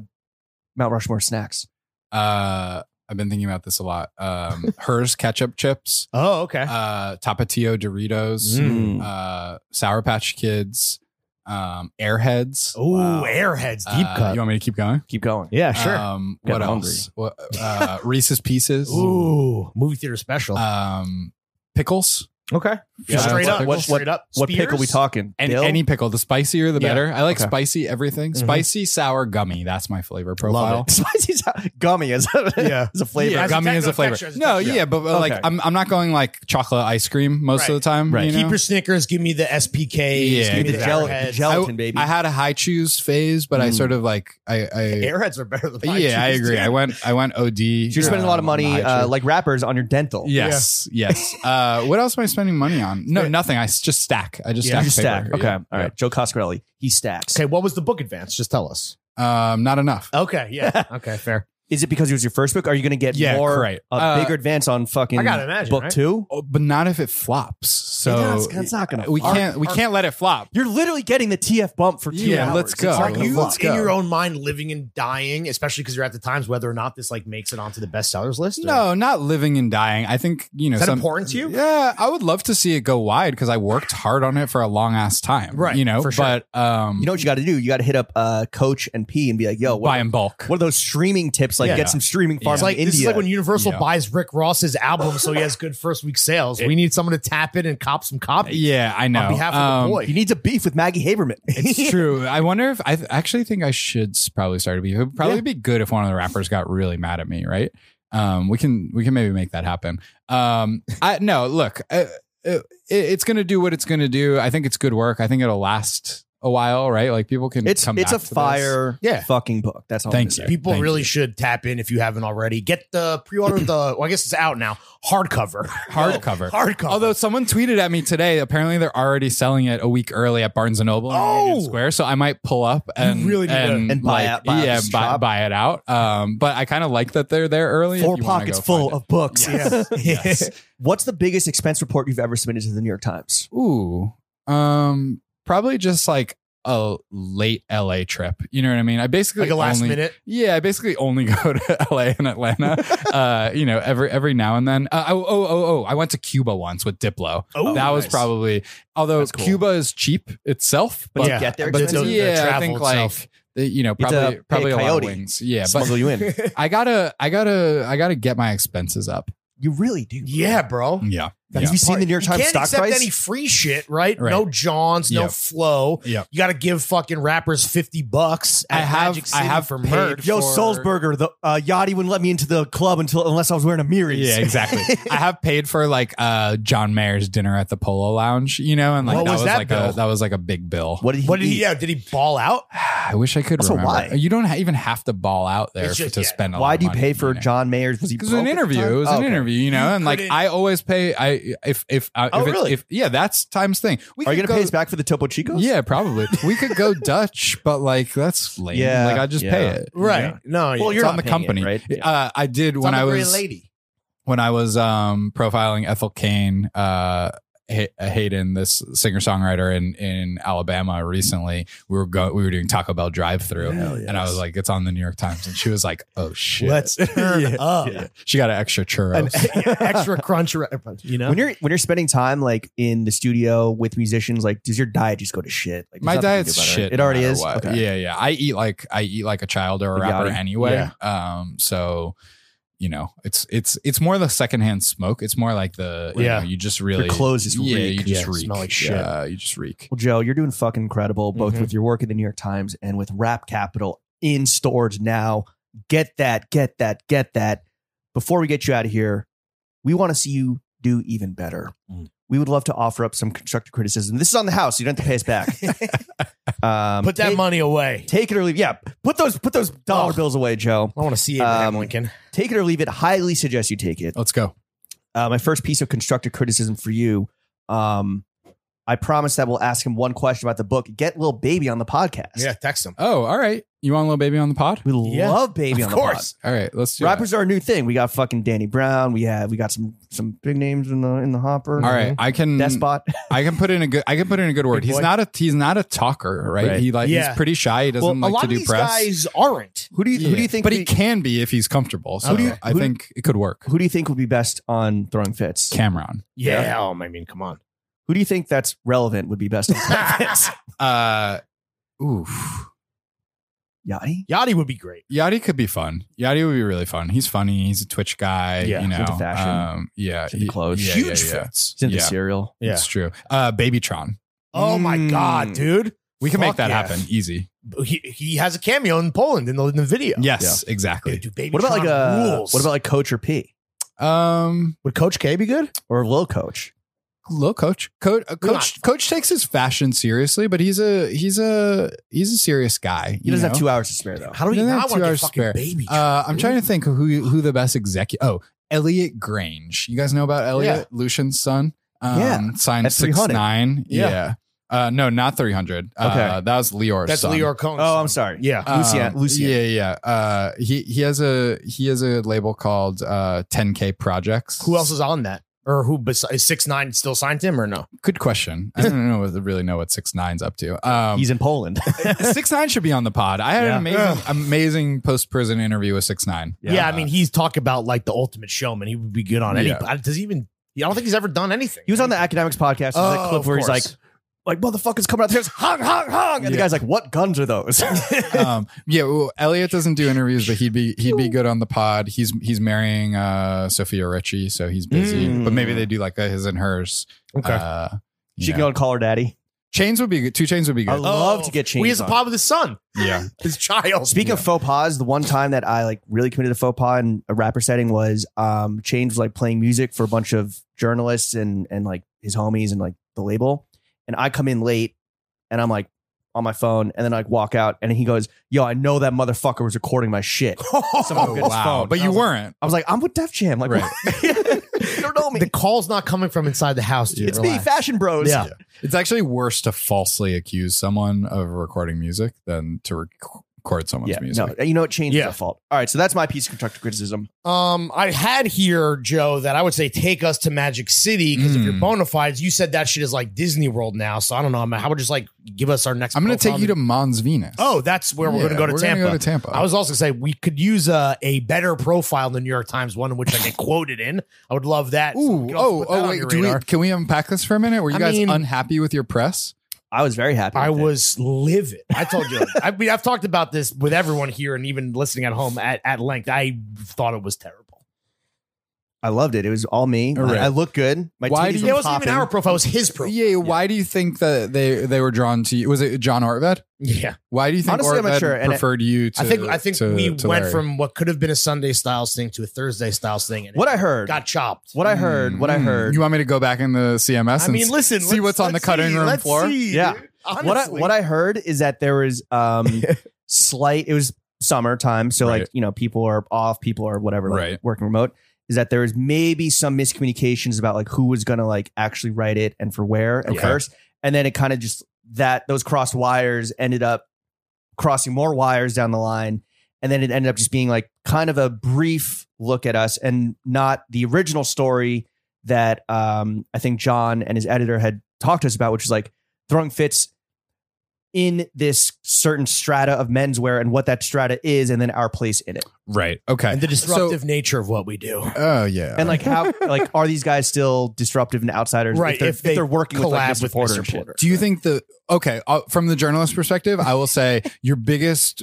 S1: Mount Rushmore snacks?
S2: uh i've been thinking about this a lot um
S3: <laughs>
S2: hers ketchup chips
S3: Oh, okay. Mm.
S2: uh tapatio doritos
S1: Mm,
S2: uh, Sour Patch Kids, um, Airheads.
S3: Ooh,
S2: Wow.
S3: Airheads
S2: Uh,
S3: deep cut.
S2: You want me to keep going?
S1: Keep going.
S3: yeah, sure.
S2: Um,
S1: Getting
S2: what else? What, uh, Reese's Pieces.
S3: Ooh, movie theater special.
S2: Um, pickles.
S3: okay,
S2: Yeah,
S3: straight,
S2: what
S3: up,
S2: pickle?
S3: straight up.
S1: What pick are we
S3: Spears? <laughs>
S1: talking?
S2: Any,
S1: Dill?
S2: any pickle. The spicier, the
S3: Yeah.
S2: better. I like
S1: Okay.
S2: spicy everything.
S3: Mhm.
S2: Spicy, sour, gummy. That's my flavor profile.
S1: spicy sou- gummy is a,
S3: Yeah.
S1: is a flavor.
S2: Yeah,
S3: As a
S2: gummy
S3: tech-
S2: is
S3: no,
S2: a flavor.
S3: texture, as a
S2: No,
S3: texture.
S2: yeah, but uh, like
S1: Okay.
S2: I'm, I'm not going like chocolate ice cream most
S3: Right.
S2: of the time.
S1: Right.
S2: you
S3: Keep
S2: know?
S3: your Snickers. Give me the SPKs.
S2: Yeah,
S3: give me
S1: the,
S3: the,
S1: gel- the
S3: Airheads.
S1: gelatin,
S2: I-
S1: baby.
S2: I had a high cheese phase, but I
S1: Mm.
S2: sort of like I, I
S3: Airheads are better than
S2: yeah,
S3: my
S2: I
S3: cheese,
S2: agree.
S3: dude.
S2: I went I went OD.
S1: You're spending a lot of
S2: um, on
S1: money,
S2: the high
S1: uh,
S2: cheese.
S1: like rappers, on your dental.
S2: Yes,
S3: <laughs>
S2: yes. Uh, what else am I spending money on? No, nothing. I s- just stack. I just
S3: Yeah.
S2: stack.
S1: You just stack.
S2: paper.
S1: Okay.
S2: Yeah.
S1: All right. Joe Coscarelli. He stacks.
S3: Okay, what was the book advance? Just tell us.
S2: Yeah. Um, not enough.
S3: Okay,
S2: <laughs>
S3: yeah. okay, fair.
S1: Is it because it was your first book? Are you going to get
S2: Yeah,
S1: more,
S2: right.
S1: a
S2: Uh,
S1: bigger advance on fucking
S3: I gotta imagine,
S1: book
S3: right?
S1: two?
S2: Oh, but not if it flops. So
S1: Yeah, it's- it's not gonna
S2: We
S1: flop.
S2: can't. We can't let it flop.
S1: You're literally getting the TF bump for two
S2: Yeah,
S1: hours.
S2: let's
S1: It's
S2: go.
S1: not
S3: Are
S1: gonna
S3: you
S1: flop.
S2: let's
S3: in
S2: go.
S3: your own mind living and dying, especially because you're at the times whether or not this like makes it onto the bestsellers list? or-
S2: No, not living and dying. I think you know.
S3: Is that
S2: some,
S3: important to you?
S2: Yeah, I would love to see it go wide because I worked hard on it for a long ass time.
S3: Right,
S2: You know.
S3: for sure.
S2: But um,
S1: You know what you got to do? You got to hit up uh, Coach and P and be like, "Yo, what,
S2: buy in bulk.
S1: what are those streaming tips? Like,
S3: Yeah.
S1: get some streaming farm
S3: It's like
S1: in India."
S3: this is like when Universal
S2: Yeah.
S3: buys Rick Ross's album, so he has good first week sales. we need someone to tap in and cop some copies.
S2: Yeah, I know.
S3: behalf of the
S2: Um,
S3: boy.
S1: you need to beef with Maggie Haberman. <laughs>
S2: It's true. I wonder if I th- actually think I should s- probably start to be. It would probably
S3: Yeah.
S2: be good if one of the rappers got really mad at me, right? Um, we can we can maybe make that happen. Um, I no look, uh, uh, it, it's gonna do what it's gonna do. I think it's good work. I think it'll last a while, right? Like people can.
S1: it's
S2: come
S1: it's a
S2: back to this.
S1: fire
S3: Yeah.
S1: fucking book. That's all. I'm
S2: Thank
S1: gonna
S2: you.
S3: People
S2: Thank
S3: really
S2: you.
S3: should tap in if you haven't already. Get the pre-order
S2: <clears throat>
S3: the well, I guess it's out now. Hardcover.
S2: Hardcover.
S3: Hardcover.
S2: Although someone tweeted at me today, apparently they're already selling it a week early at Barnes and Noble in
S3: Oh!
S2: Union Square. So I might pull up and
S3: really need to-
S2: and,
S1: And buy
S2: like,
S1: out- buy out
S2: yeah,
S1: this
S2: buy,
S1: shop.
S2: buy it out. Um, but I kind of like that they're there early.
S1: say.
S2: if
S1: Four
S2: you wanna
S1: pockets
S2: go find
S1: full
S2: it.
S1: of books. <laughs>
S2: Yes. Yes.
S1: What's the biggest expense report you've ever submitted to the New York Times?
S2: Ooh, um, probably just like a late LA trip. You know what I mean? I basically
S3: like a last
S2: only-
S3: minute.
S2: Yeah, I basically only <laughs> go to LA and Atlanta. uh, you know, every every now and then. Uh, oh, oh, oh, oh! I went to Cuba once with Diplo.
S3: Oh,
S2: that was
S3: nice.
S2: probably. Although
S1: That's cool.
S2: Cuba is cheap itself,
S1: But
S2: but
S1: to get there
S2: but
S3: the- the- the
S2: yeah, I
S3: travel
S2: think
S3: itself.
S2: like the- you know
S1: You have to pay
S2: probably probably a lot of
S1: Coyote.
S2: wings. Yeah, but
S1: Smuggle you in.
S2: <laughs> I gotta I gotta I gotta get my expenses up.
S1: You really do.
S3: <laughs> yeah, bro.
S2: Yeah,
S1: Have you seen the New York
S3: You
S1: Times
S3: can't
S1: stock
S3: accept
S1: price?
S3: any free shit, right?
S2: Right.
S3: No Johns, no
S2: Yep.
S3: flow.
S2: Yep.
S3: You got to give fucking rappers fifty bucks. At
S2: I have-
S3: Magic
S2: I
S3: City
S2: have
S3: for
S2: paid
S3: merch.
S1: Yo,
S2: for-
S1: Sulzberger, the uh, Yachty wouldn't let me into the club until unless I was wearing a Miri.
S2: Yeah, exactly.
S1: <laughs>
S2: I have paid for like uh John Mayer's dinner at the Polo Lounge, you know, and like
S3: What
S2: that
S3: was
S2: was,
S3: that
S2: like
S3: bill?
S2: a that was like a big bill.
S1: What did he?
S3: What did
S1: eat?
S3: he? Yeah, did he ball out?
S2: I wish I could
S1: Also,
S2: remember.
S1: why?
S2: You don't ha- even have to ball out there
S3: It's
S2: for-
S3: just-
S2: to
S3: yeah.
S2: spend. A lot
S1: Why
S2: of
S1: do you
S2: Oh, money
S1: pay
S2: for
S1: for
S2: dinner.
S1: John Mayer's? Was he?
S2: Because it was an
S1: broke at the
S2: interview.
S1: time?
S2: It was
S1: Oh,
S2: an
S1: okay.
S2: interview, you know, and like
S3: couldn't-
S2: I always pay. I if if uh,
S3: Oh,
S2: if, it's
S3: really?
S2: if yeah, that's times thing. We
S1: Are you
S2: could
S1: gonna
S2: go-
S1: pay us back for the Topo Chicos?
S2: Yeah, probably. we
S1: <laughs>
S2: could go Dutch, but like that's lame.
S1: Yeah.
S2: like I just pay
S1: Yeah.
S2: it. you know?
S3: No.
S1: Well,
S3: yeah.
S1: you're
S2: it's
S1: not
S2: on the
S1: paying it,
S2: company.
S1: right? Yeah.
S2: Uh, I did when
S3: on
S2: I
S3: the Green
S2: was
S3: Lady.
S2: when I was um, profiling Ethel Kane, uh, Hay- Hayden, this singer songwriter in in Alabama recently. We were go- we were doing Taco Bell drive through, and I was like, "It's on the New York Times," and she was like, "Oh
S1: <laughs>
S2: shit!"
S3: Let's turn up.
S2: Yeah. She got an extra churros.
S3: <laughs> Extra crunch, ra- you know.
S1: When you're when you're spending time like in the studio with musicians, like does your diet just go to shit? Like there's
S2: My
S1: nothing you can
S2: diet's
S1: do about
S2: shit.
S1: It,
S2: no
S1: already
S2: matter
S1: is.
S2: what.
S1: Okay.
S2: Yeah, yeah. I eat like I eat like a child or a
S1: Like
S2: rapper
S1: Yachty.
S2: anyway. Um, so you know, it's it's it's more the secondhand smoke. It's more like the you
S3: Yeah.
S2: know, you just really
S1: Your clothes is
S2: yeah,
S1: reek.
S2: you just
S3: Yeah,
S2: reek.
S3: smell like shit.
S2: Yeah, you just reek.
S1: Well, Joe, you're doing fucking incredible, both
S3: Mhm.
S1: with your work at the New York Times and with Rap Capital in stores now. Get that, get that, get that. Before we get you out of here, we want to see you do even better.
S3: Mm.
S1: We would love to offer up some constructive criticism. This is on the house. You don't have to pay us
S3: <laughs>
S1: back. um,
S3: Put that
S1: take,
S3: money away.
S1: Take it or leave. Yeah, put those put those dollar
S3: Oh.
S1: bills away, Joe.
S3: I want to see Abraham
S1: Um,
S3: Lincoln.
S1: Take it or leave it. Highly suggest you take it.
S2: Let's go.
S1: Uh, my first piece of constructive criticism for you. Um, I promise that we'll ask him one question about the book. Get little baby on the podcast.
S3: Yeah, text him.
S2: Oh, all right. You want a little baby on the pod?
S1: We
S3: Yeah.
S1: love baby
S3: Of
S1: on
S3: course.
S2: All right, let's
S1: the
S2: do
S1: pod.
S2: that.
S1: Rappers are a new thing. We got fucking Danny Brown. We have we got some some big names in the in the hopper. Mm-hmm.
S2: All right, Mm. I can
S1: Despot.
S2: I can put in a good I can put in a good word.
S3: Good
S2: he's
S3: boy.
S2: not a he's not a talker, right?
S1: Right.
S2: He like
S3: Yeah.
S2: he's pretty shy. He doesn't
S3: Well, a
S2: like
S3: lot
S2: to
S3: of
S2: do
S3: these
S2: press.
S3: guys aren't.
S1: Who do you who do
S2: Yeah.
S1: you think?
S2: But
S1: would
S2: he
S1: be-
S2: can be if he's comfortable. So
S3: do you-
S2: I
S1: who do-
S2: think it could work.
S1: Who do you think would be best on throwing fits?
S2: Cameron.
S3: Yeah. um, I mean, come on. <laughs>
S1: Who do you think that's relevant would be best on
S2: <laughs>
S1: throwing fits?
S2: Uh, oof.
S1: Yachty.
S3: Yachty would be great.
S2: Yachty could be fun. Yachty would be really fun. He's funny. He's a Twitch guy.
S3: Yeah.
S2: you know,
S1: Into fashion.
S2: Um, yeah,
S1: Into clothes.
S2: Yeah,
S3: Huge
S2: yeah, yeah.
S3: fits.
S1: He's in the
S2: Yeah.
S1: cereal.
S3: Yeah.
S2: It's true. Uh, Babytron.
S3: Oh my
S1: Mm.
S3: god, dude.
S2: We can
S3: Fuck
S2: make that
S3: yeah.
S2: happen easy.
S3: He, he has a cameo in Poland in the, in the video.
S2: Yes,
S3: Dude,
S2: exactly.
S3: dude, Baby
S1: What about like
S3: Tron
S1: a
S3: rules.
S1: what about like Coach or P
S2: Um,
S3: would Coach K be good?
S1: or Lil Coach?
S2: low coach, coach, uh,
S3: We're
S2: coach, coach takes his fashion seriously, but he's a he's a he's a serious guy.
S1: He doesn't have two hours to spare though.
S3: How do we
S2: Then
S3: not
S2: that's
S3: want
S2: two
S3: to get
S2: hours
S3: fucking
S2: spare.
S3: baby?
S2: Uh, I'm
S3: dude?
S2: trying to think who who the best executive. Oh, Elliot Grange. You guys know about Elliot Lucian's son. Um,
S1: Yeah.
S2: signed
S1: At
S2: six
S1: 300.
S2: nine.
S3: Yeah.
S2: Yeah. Uh, no, not three hundred. Uh,
S1: Okay.
S2: that was Leor's.
S3: That's
S2: son.
S3: Leor Cohen.
S1: Oh, I'm sorry.
S3: Yeah.
S2: Um,
S1: Lucien- Lucien.
S2: Yeah, yeah. Uh, he he has a he has a label called uh 10K Projects.
S3: Who else is on that? Or who besides six nine still signed him or no?
S2: Good question. I don't know what- really know what six nine's up to. Um,
S1: He's in Poland. <laughs>
S2: <laughs> six nine should be on the pod. I had an
S3: Yeah.
S2: amazing amazing post prison interview with six nine.
S3: Yeah, I mean he's talked about like the ultimate showman. He would be good on any.
S2: Yeah.
S3: I- Does he even? I don't think he's ever done anything.
S1: He was on the academics podcast. There's
S3: Oh,
S1: that clip
S3: of
S1: where he's like,
S3: course.
S1: like motherfuckers coming out there, hong hong hong, and the
S2: Yeah.
S1: guy's like, what guns are those?
S2: <laughs>
S1: <laughs>
S2: um, yeah, well, Elliot doesn't do interviews, but he'd be he'd be good on the pod. He's he's marrying uh, Sophia Richie, so he's busy.
S1: Mm.
S2: But maybe they do like a his and hers. Uh, you
S1: She can
S2: know.
S1: go and call her daddy.
S2: chains would be good. Two chains would be
S1: I
S2: good.
S1: love to get changed.
S3: We as a
S1: on.
S3: pop with his son,
S2: yeah,
S3: his child.
S1: Speaking
S3: <laughs>
S2: Yeah.
S1: of faux pas, the one time that I like really committed a faux pas in a rapper setting was um Chains was like playing music for a bunch of journalists and and like his homies and like the label. And I come in late and I'm like on my phone and then I like, walk out and he goes, Yo, I know that motherfucker was recording my shit.
S2: oh,
S1: Someone
S3: <laughs>
S1: gets
S2: wow.
S1: phone.
S2: But
S1: And I
S2: you
S1: was like-
S2: weren't.
S1: I was like, I'm with Def Jam. Like,
S2: Right.
S1: what? <laughs> you don't know me.
S3: the call's not coming from inside the house. Dude.
S1: it's me,
S3: Relax.
S1: Fashion Bros.
S3: Yeah.
S2: It's actually worse to falsely accuse someone of recording music than to rec- record someone's
S1: yeah,
S2: music.
S1: no, you know it changes
S3: Yeah.
S1: the fault. All right, so that's my piece of constructive criticism.
S3: Um, I had here, Joe, that I would say take us to Magic City because if
S2: Mm.
S3: you're bona fides, you said that shit is like Disney World now. So I don't know. I'm, I would just like give us our next.
S2: I'm going to
S3: profile
S2: take you to Mons Venus.
S3: Oh, that's where we're going to go to
S2: we're
S3: Tampa.
S2: Gonna go to Tampa.
S3: I was also gonna say we could use a, a better profile than the New York Times one, in which I
S2: <laughs>
S3: get quoted in. I would love that. So we
S2: Ooh,
S3: could also
S2: oh,
S3: put that
S2: oh,
S3: on
S2: wait.
S3: your
S2: Do we, <laughs>
S3: radar.
S2: can we unpack this for a minute? Were you
S3: I
S2: guys
S3: mean-
S2: unhappy with your press?
S1: I was very happy.
S3: I
S1: with it.
S3: was livid. I told you. I mean, I've talked about this with everyone here and even listening at home at, at length. I thought it was terrible.
S1: I loved it. It was all me.
S2: All right.
S1: I, I looked good. My
S2: Why
S1: titties
S2: do
S1: were
S2: you-
S3: It wasn't even
S1: popping.
S3: our profile. It was his profile.
S2: Yeah, why do you think that they they were drawn to you? Was it John Ortved?
S3: Yeah.
S2: Why do you think
S1: Honestly, I'm not
S2: Ortved
S1: sure, and I-
S2: preferred you to
S3: I think I think
S2: to-
S3: we
S2: to
S3: went
S2: Larry?
S3: from what could have been a Sunday styles thing to a Thursday styles thing. And
S1: What
S3: it
S1: I heard.
S3: got chopped.
S1: What I heard. What I
S2: Mm.
S1: heard.
S2: You want me to go back in the CMS
S3: I
S2: and
S3: mean,
S2: s-
S3: listen.
S2: see
S3: let's-
S2: what's on the
S3: let's
S2: cutting
S3: see,
S2: room
S3: let's
S2: floor?
S3: see,
S1: Yeah.
S3: dude.
S1: what I,
S3: Honestly.
S1: what I heard is that there was
S2: <laughs>
S1: um slight it was summertime so like
S2: Right.
S1: you know people are off people are whatever like,
S2: Right.
S1: working remote is that there was maybe some miscommunications about like who was gonna like actually write it and for where at
S2: Okay.
S1: first and then it kind of just that those crossed wires ended up crossing more wires down the line and then it ended up just being like kind of a brief look at us and not the original story that um, I think John and his editor had talked to us about, which is like throwing fits in this certain strata of menswear and what that strata is, and then our place in it,
S2: right. Okay.
S3: and the disruptive nature of what we do.
S2: oh yeah.
S1: and like how
S3: <laughs>
S1: like are these guys still disruptive and outsiders?
S3: Right,
S1: if they're,
S3: if they
S1: are working with like
S3: Collab
S1: this
S3: with
S1: reporter,
S3: Mr.
S1: and shit.
S3: Porter.
S2: Do you think the okay uh, from the journalist perspective? I will say your biggest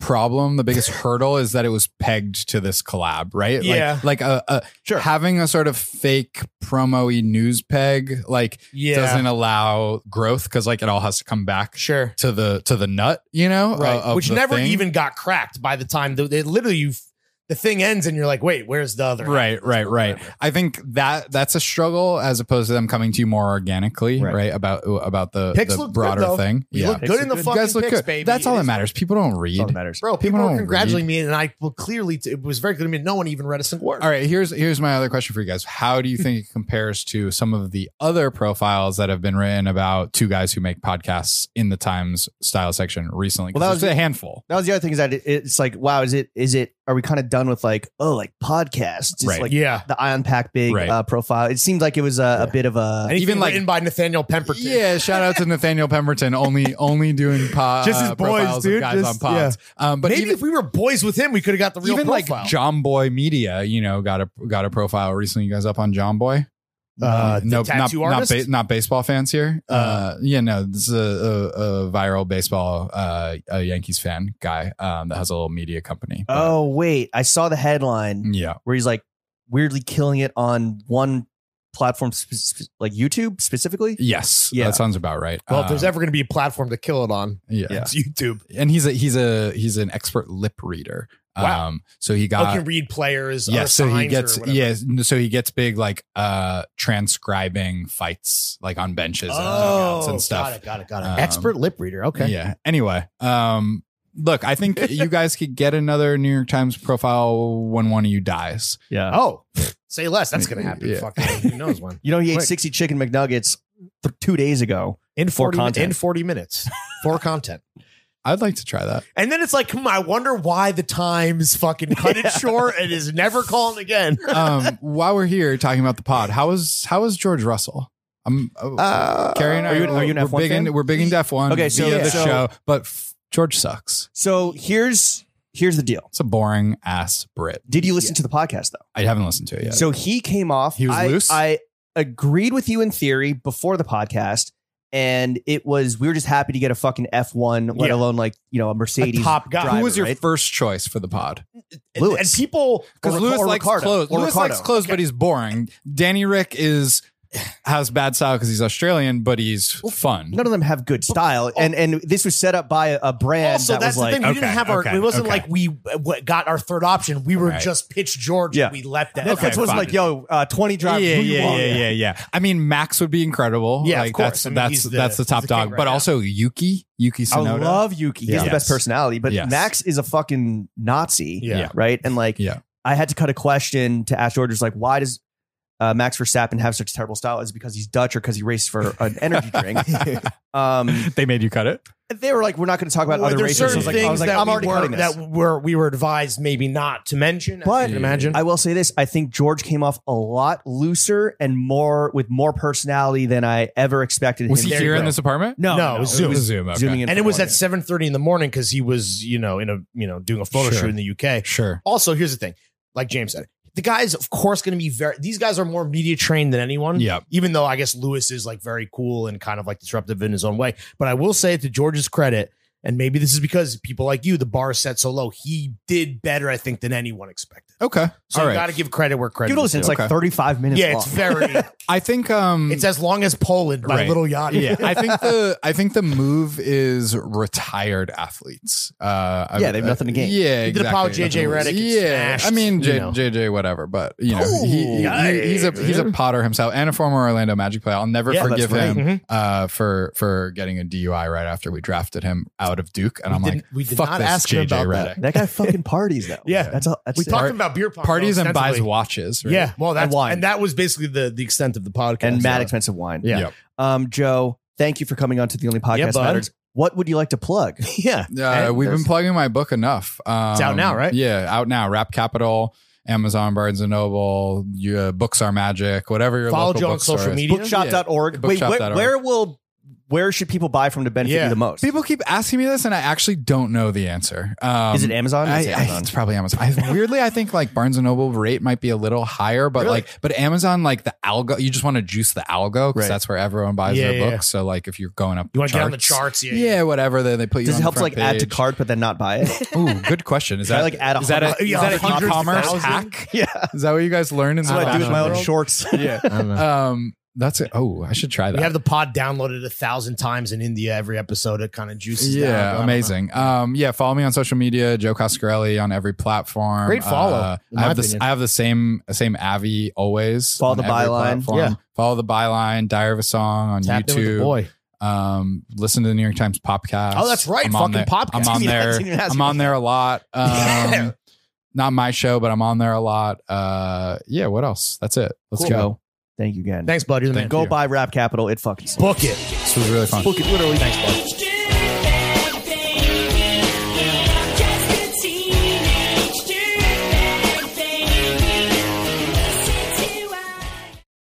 S2: problem, the biggest hurdle, is that it was pegged to this collab, right?
S3: Yeah.
S2: Like, like a, a
S1: Sure.
S2: having a sort of fake promo-y news peg, like
S3: Yeah.
S2: doesn't allow growth because like it all has to come back
S3: Sure.
S2: to the to the nut, you know,
S3: Right.
S2: uh, of
S3: Which
S2: the
S3: never
S2: thing.
S3: even got cracked by the time the, they literally you the thing ends and you're like, wait, where's the other? half?
S2: Right, right, right. I think that that's a struggle as opposed to them coming to you more organically,
S1: Right.
S2: right? about about the,
S3: Pics
S2: the
S3: look good,
S2: broader
S3: though.
S2: thing.
S3: You look good in the
S1: You
S3: fucking pics, baby.
S2: That's all
S3: It
S2: that
S3: is-
S2: matters. People don't read.
S1: That's all that matters.
S3: Bro, people,
S2: People
S3: were
S2: don't
S3: congratulating
S2: read.
S3: me, and I well, clearly t- it was very clear to me. No one even read a single word.
S2: All right, here's here's my other question for you guys. How do you think it compares to some of the other profiles that have been written about two guys who make podcasts in the Times style section recently?
S1: Well, that
S2: 'Cause
S1: was
S2: it's
S1: the-
S2: a handful.
S1: <laughs> That was the other thing is that it, it's like, wow, is it is it are we kind of done with like oh like podcasts, just
S2: Right.
S1: like
S3: yeah,
S1: the Ion Pack big
S2: Right.
S1: uh, profile? It seemed like it was a, a bit of a
S3: and even
S2: even, like-
S3: written by Nathaniel Pemberton.
S2: Yeah, shout
S3: <laughs>
S2: out to Nathaniel Pemberton. Only only doing po-
S3: Just his
S2: uh,
S3: boys,
S2: profiles
S3: dude.
S2: of guys
S3: Just-
S2: on pods. Um, but
S3: maybe
S2: even,
S3: if we were boys with him, we could have got the real
S2: even like
S3: profile.
S2: John Boy Media, you know, got a got a profile recently. You guys up on John Boy?
S3: Uh, the
S2: not,
S3: tattoo
S2: not,
S3: artist?
S2: ba- not baseball fans here. Uh,
S3: Uh,
S2: yeah, no, this is a, a, a viral baseball uh, a Yankees fan guy um, that has a little media company.
S3: uh,
S2: But,
S1: oh wait, I saw the headline.
S3: Mm.
S2: yeah,
S1: where he's like weirdly killing it on one platform, sp- sp- like YouTube specifically.
S2: yes,
S1: Yeah.
S2: that sounds about right.
S3: well, if there's
S2: Um,
S3: ever going to be a platform to kill it on,
S2: yeah.
S3: it's YouTube.
S2: and he's a he's a he's an expert lip reader.
S3: Wow.
S2: Um, so he
S3: I
S2: got
S3: can read players.
S2: yeah,
S3: or
S2: so he
S3: signs
S2: gets
S3: or whatever.
S2: yeah, so he gets big like uh transcribing fights like on benches and dugouts
S3: Oh,
S2: and stuff.
S3: got it, got it, got it.
S2: Um,
S3: Expert lip reader. Okay.
S2: Yeah. Anyway, um, look, I think you guys could get another New York Times profile when one of you dies.
S1: Yeah.
S3: Oh, say less. That's going to happen.
S2: Yeah.
S3: Fucking who knows when.
S1: You know, he ate
S2: Quick.
S1: 60 chicken McNuggets th- two days ago.
S3: In
S1: For
S3: 40, min-
S1: content.
S3: in 40 minutes for content.
S2: I'd like to try that.
S3: And then it's like, hmm, I wonder why the Times fucking
S2: <laughs>
S3: cut it short and is never calling again.
S2: Um, while we're here talking about the pod, how is how is George Russell? I'm oh,
S1: Uh,
S2: Carrie and I
S1: are you, an- are you an
S2: we're
S1: F1
S2: big
S1: fan?
S2: in we're big in F one.
S1: Okay, so-
S2: via the
S1: so-
S2: show, but f- George sucks.
S1: so here's here's the deal.
S2: It's a boring ass Brit.
S1: Did you listen to the podcast though?
S2: I haven't listened to it yet.
S1: So he came off.
S2: He was
S1: I,
S2: loose?
S1: I agreed with you in theory before the podcast, and it was we were just happy to get a fucking F1, let
S3: Yeah.
S1: alone like you know a Mercedes.
S3: top guy.
S1: driver,
S2: who was your
S1: right?
S2: first choice for the pod?
S3: And,
S1: Lewis.
S3: and people,
S1: Or
S2: Because
S1: Ric-
S2: Lewis
S1: or
S2: likes
S1: Ricardo.
S2: clothes.
S1: Or
S2: Lewis
S1: Ricardo.
S2: likes clothes, but he's boring. Danny Rick is has bad style because he's Australian, but he's fun.
S1: None of them have good style, and and this was set up by a, a brand
S3: also,
S1: that was
S3: that's the
S1: like
S3: thing. We didn't
S2: okay,
S3: have our,
S2: okay,
S3: it wasn't
S2: okay.
S3: like we uh, w- got our third option. We were
S2: Right.
S3: just pitch George.
S1: Yeah.
S3: And we left that.
S1: Netflix
S2: Okay,
S1: wasn't
S2: fine.
S1: like yo uh, 20 drivers.
S2: yeah,
S1: who you
S2: yeah,
S1: want?
S2: yeah, yeah, yeah. I mean, Max would be incredible.
S3: Yeah, of
S2: Like,
S3: course.
S2: That's
S3: I mean,
S2: that's
S3: he's the-
S2: that's the
S3: he's
S2: top
S3: the king
S2: dog.
S3: right
S2: but
S3: now.
S2: also Yuki, Yuki
S1: I
S2: Sonoda.
S1: love Yuki. He has the
S2: Yes.
S1: best personality, but
S2: Yes.
S1: Max is a fucking Nazi,
S3: Yeah.
S1: right? And like,
S2: Yeah.
S1: I had to cut a question to ask George, just like, why does uh, Max Verstappen have such terrible style? Is it because he's Dutch or because he raced for
S3: <laughs>
S1: an energy drink? um,
S2: <laughs> they made you cut it.
S1: they were like, we're not going to talk about
S3: Well,
S1: other
S3: there's
S1: races. I
S3: certain
S1: was like,
S3: things
S1: I was like
S3: that,
S1: I'm
S3: we
S1: already
S3: were,
S1: cutting this.
S3: that were, we were advised maybe not to mention.
S1: But-
S3: I can imagine.
S1: I will say this: I think George came off a lot looser and more with more personality than I ever expected.
S2: Was
S1: him
S2: he
S1: to
S2: here in
S1: be.
S2: this apartment?
S1: No,
S3: No, it was Zoom.
S2: It was Zoom. Okay.
S1: Zooming in,
S3: and
S1: for
S3: it was
S1: one.
S3: at 7.30 in the morning because he was, you know, in a, you know, doing a photo
S2: Sure.
S3: shoot in the UK.
S2: Sure.
S3: Also, here's the thing. Like James said, the guys, of course, going to be very. These guys are more media trained than anyone.
S2: Yep.
S3: Even though I guess Lewis is like very cool and kind of like disruptive in his own way, but I will say to George's credit, And maybe this is because people like you, the bar is set so low. He did better, I think, than anyone expected.
S2: Okay.
S3: So
S2: All
S3: you
S2: right.
S3: got to give credit where credit.
S1: Doodles,
S3: is
S1: it's
S3: due.
S2: <laughs>
S1: like 35 minutes
S3: yeah,
S1: long.
S3: it's very.
S2: I think um
S3: it's as long as Poland by
S2: Right.
S3: Little Yachty.
S2: yeah, I think the I think the move is retired athletes. Uh, I-
S1: Yeah, they have nothing to gain.
S2: Yeah,
S3: He did a pile of
S2: exactly.
S3: JJ Redick, it's
S2: Yeah,
S3: smashed,
S2: I mean J-
S3: you know.
S2: JJ whatever, but you know he, he,
S3: Ooh,
S2: he's a he's a Potter himself and a former Orlando Magic player. I'll never
S1: Yeah,
S2: forgive
S1: that's right.
S2: him
S3: Mm-hmm.
S2: uh, for for getting a DUI right after we drafted him out of Duke, and I'm like,
S3: didn't- we did
S2: fuck
S3: not
S2: this
S3: ask him
S2: JJ
S3: about that.
S2: Redick.
S1: that guy fucking parties though.
S3: Yeah.
S1: that's all. That's
S3: <laughs> we
S1: it.
S3: talked about beer pong,
S2: Parties and buys
S3: extensively.
S2: watches. Right?
S3: Yeah, well, that's
S1: And
S3: and,
S1: wine.
S3: that was basically the the extent of the podcast.
S1: and mad
S3: Uh,
S1: expensive wine.
S3: Yeah.
S2: Yep.
S1: Um, Joe, thank you for coming on to the only podcast that
S3: bud.
S1: matters. What would you like to plug?
S3: yeah,
S2: Uh,
S3: And
S2: we've been
S3: there's-
S2: plugging my book enough. Um,
S3: out now, right?
S2: Yeah, out now. Rap Capital, Amazon, Barnes and Noble, you, uh, Books Are Magic, whatever your
S3: follow
S2: local
S3: Joe on
S2: bookstore
S3: social
S2: is.
S3: media.
S1: Bookshop.org. Wait, where,
S2: Bookshop.org.
S1: where will where should people buy from to benefit
S3: Yeah.
S1: you the most?
S2: People keep asking me this, and I actually don't know the answer. Um,
S1: Is it Amazon?
S2: I,
S1: It's
S2: I,
S1: Amazon.
S2: it's probably Amazon. I, weirdly, I think like Barnes and Noble rate might be a little higher, but like, but Amazon like the algo, you just want to juice the algo because
S3: Right.
S2: that's where everyone buys
S3: Yeah,
S2: their
S3: yeah,
S2: books. So like, if you're going up,
S3: You want to get on the
S2: charts,
S3: charts? Yeah,
S2: Yeah, whatever. Then they put you.
S1: Does
S2: on
S1: it
S2: the
S1: help to like
S2: front
S1: add to
S2: page.
S1: cart but then not buy it?
S2: Ooh, good question. Is
S1: Try,
S2: that
S1: like, add a
S2: is that a,
S1: hundred-
S2: is that
S3: yeah,
S2: an
S3: a hundred
S2: e-commerce
S3: thousand? <laughs>
S2: hack?
S1: yeah,
S2: Is that what you guys learned in
S1: that's what I do with my own
S2: world?
S1: shorts. <laughs>
S2: Yeah. Um, that's it. Oh, I should try that.
S3: We have the pod downloaded a thousand times in India every episode. It kind of juices. the algo. I don't
S2: yeah,
S3: know.
S2: amazing. Um, yeah, follow me on social media, Joe Coscarelli on every platform. Uh,
S3: Great follow, in
S2: I
S3: my
S2: have the
S3: opinion.
S2: I have the same same Avi always.
S1: Follow
S2: on
S1: the
S2: every
S1: byline.
S2: platform.
S3: Yeah.
S2: follow the byline. Diary of a Song on
S3: Tapped in with the
S2: YouTube.
S3: boy.
S2: Um, listen to the New York Times podcast.
S3: Oh, that's right,
S2: I'm on
S3: fucking
S2: there-
S3: podcast. <laughs>
S2: I'm on
S1: Yeah, I
S2: there.
S1: didn't even ask
S2: I'm
S1: you.
S2: on there a lot. Um,
S3: Yeah.
S2: Not my show, but I'm on there a lot. Uh, yeah. What else? That's it. Let's
S1: Cool.
S2: go.
S1: Joe, thank you again.
S3: Thanks, bud. You're the man.
S1: Go buy Rap Capital. It fucking.
S3: Book it.
S2: This was really fun.
S1: Book it literally.
S5: Thanks,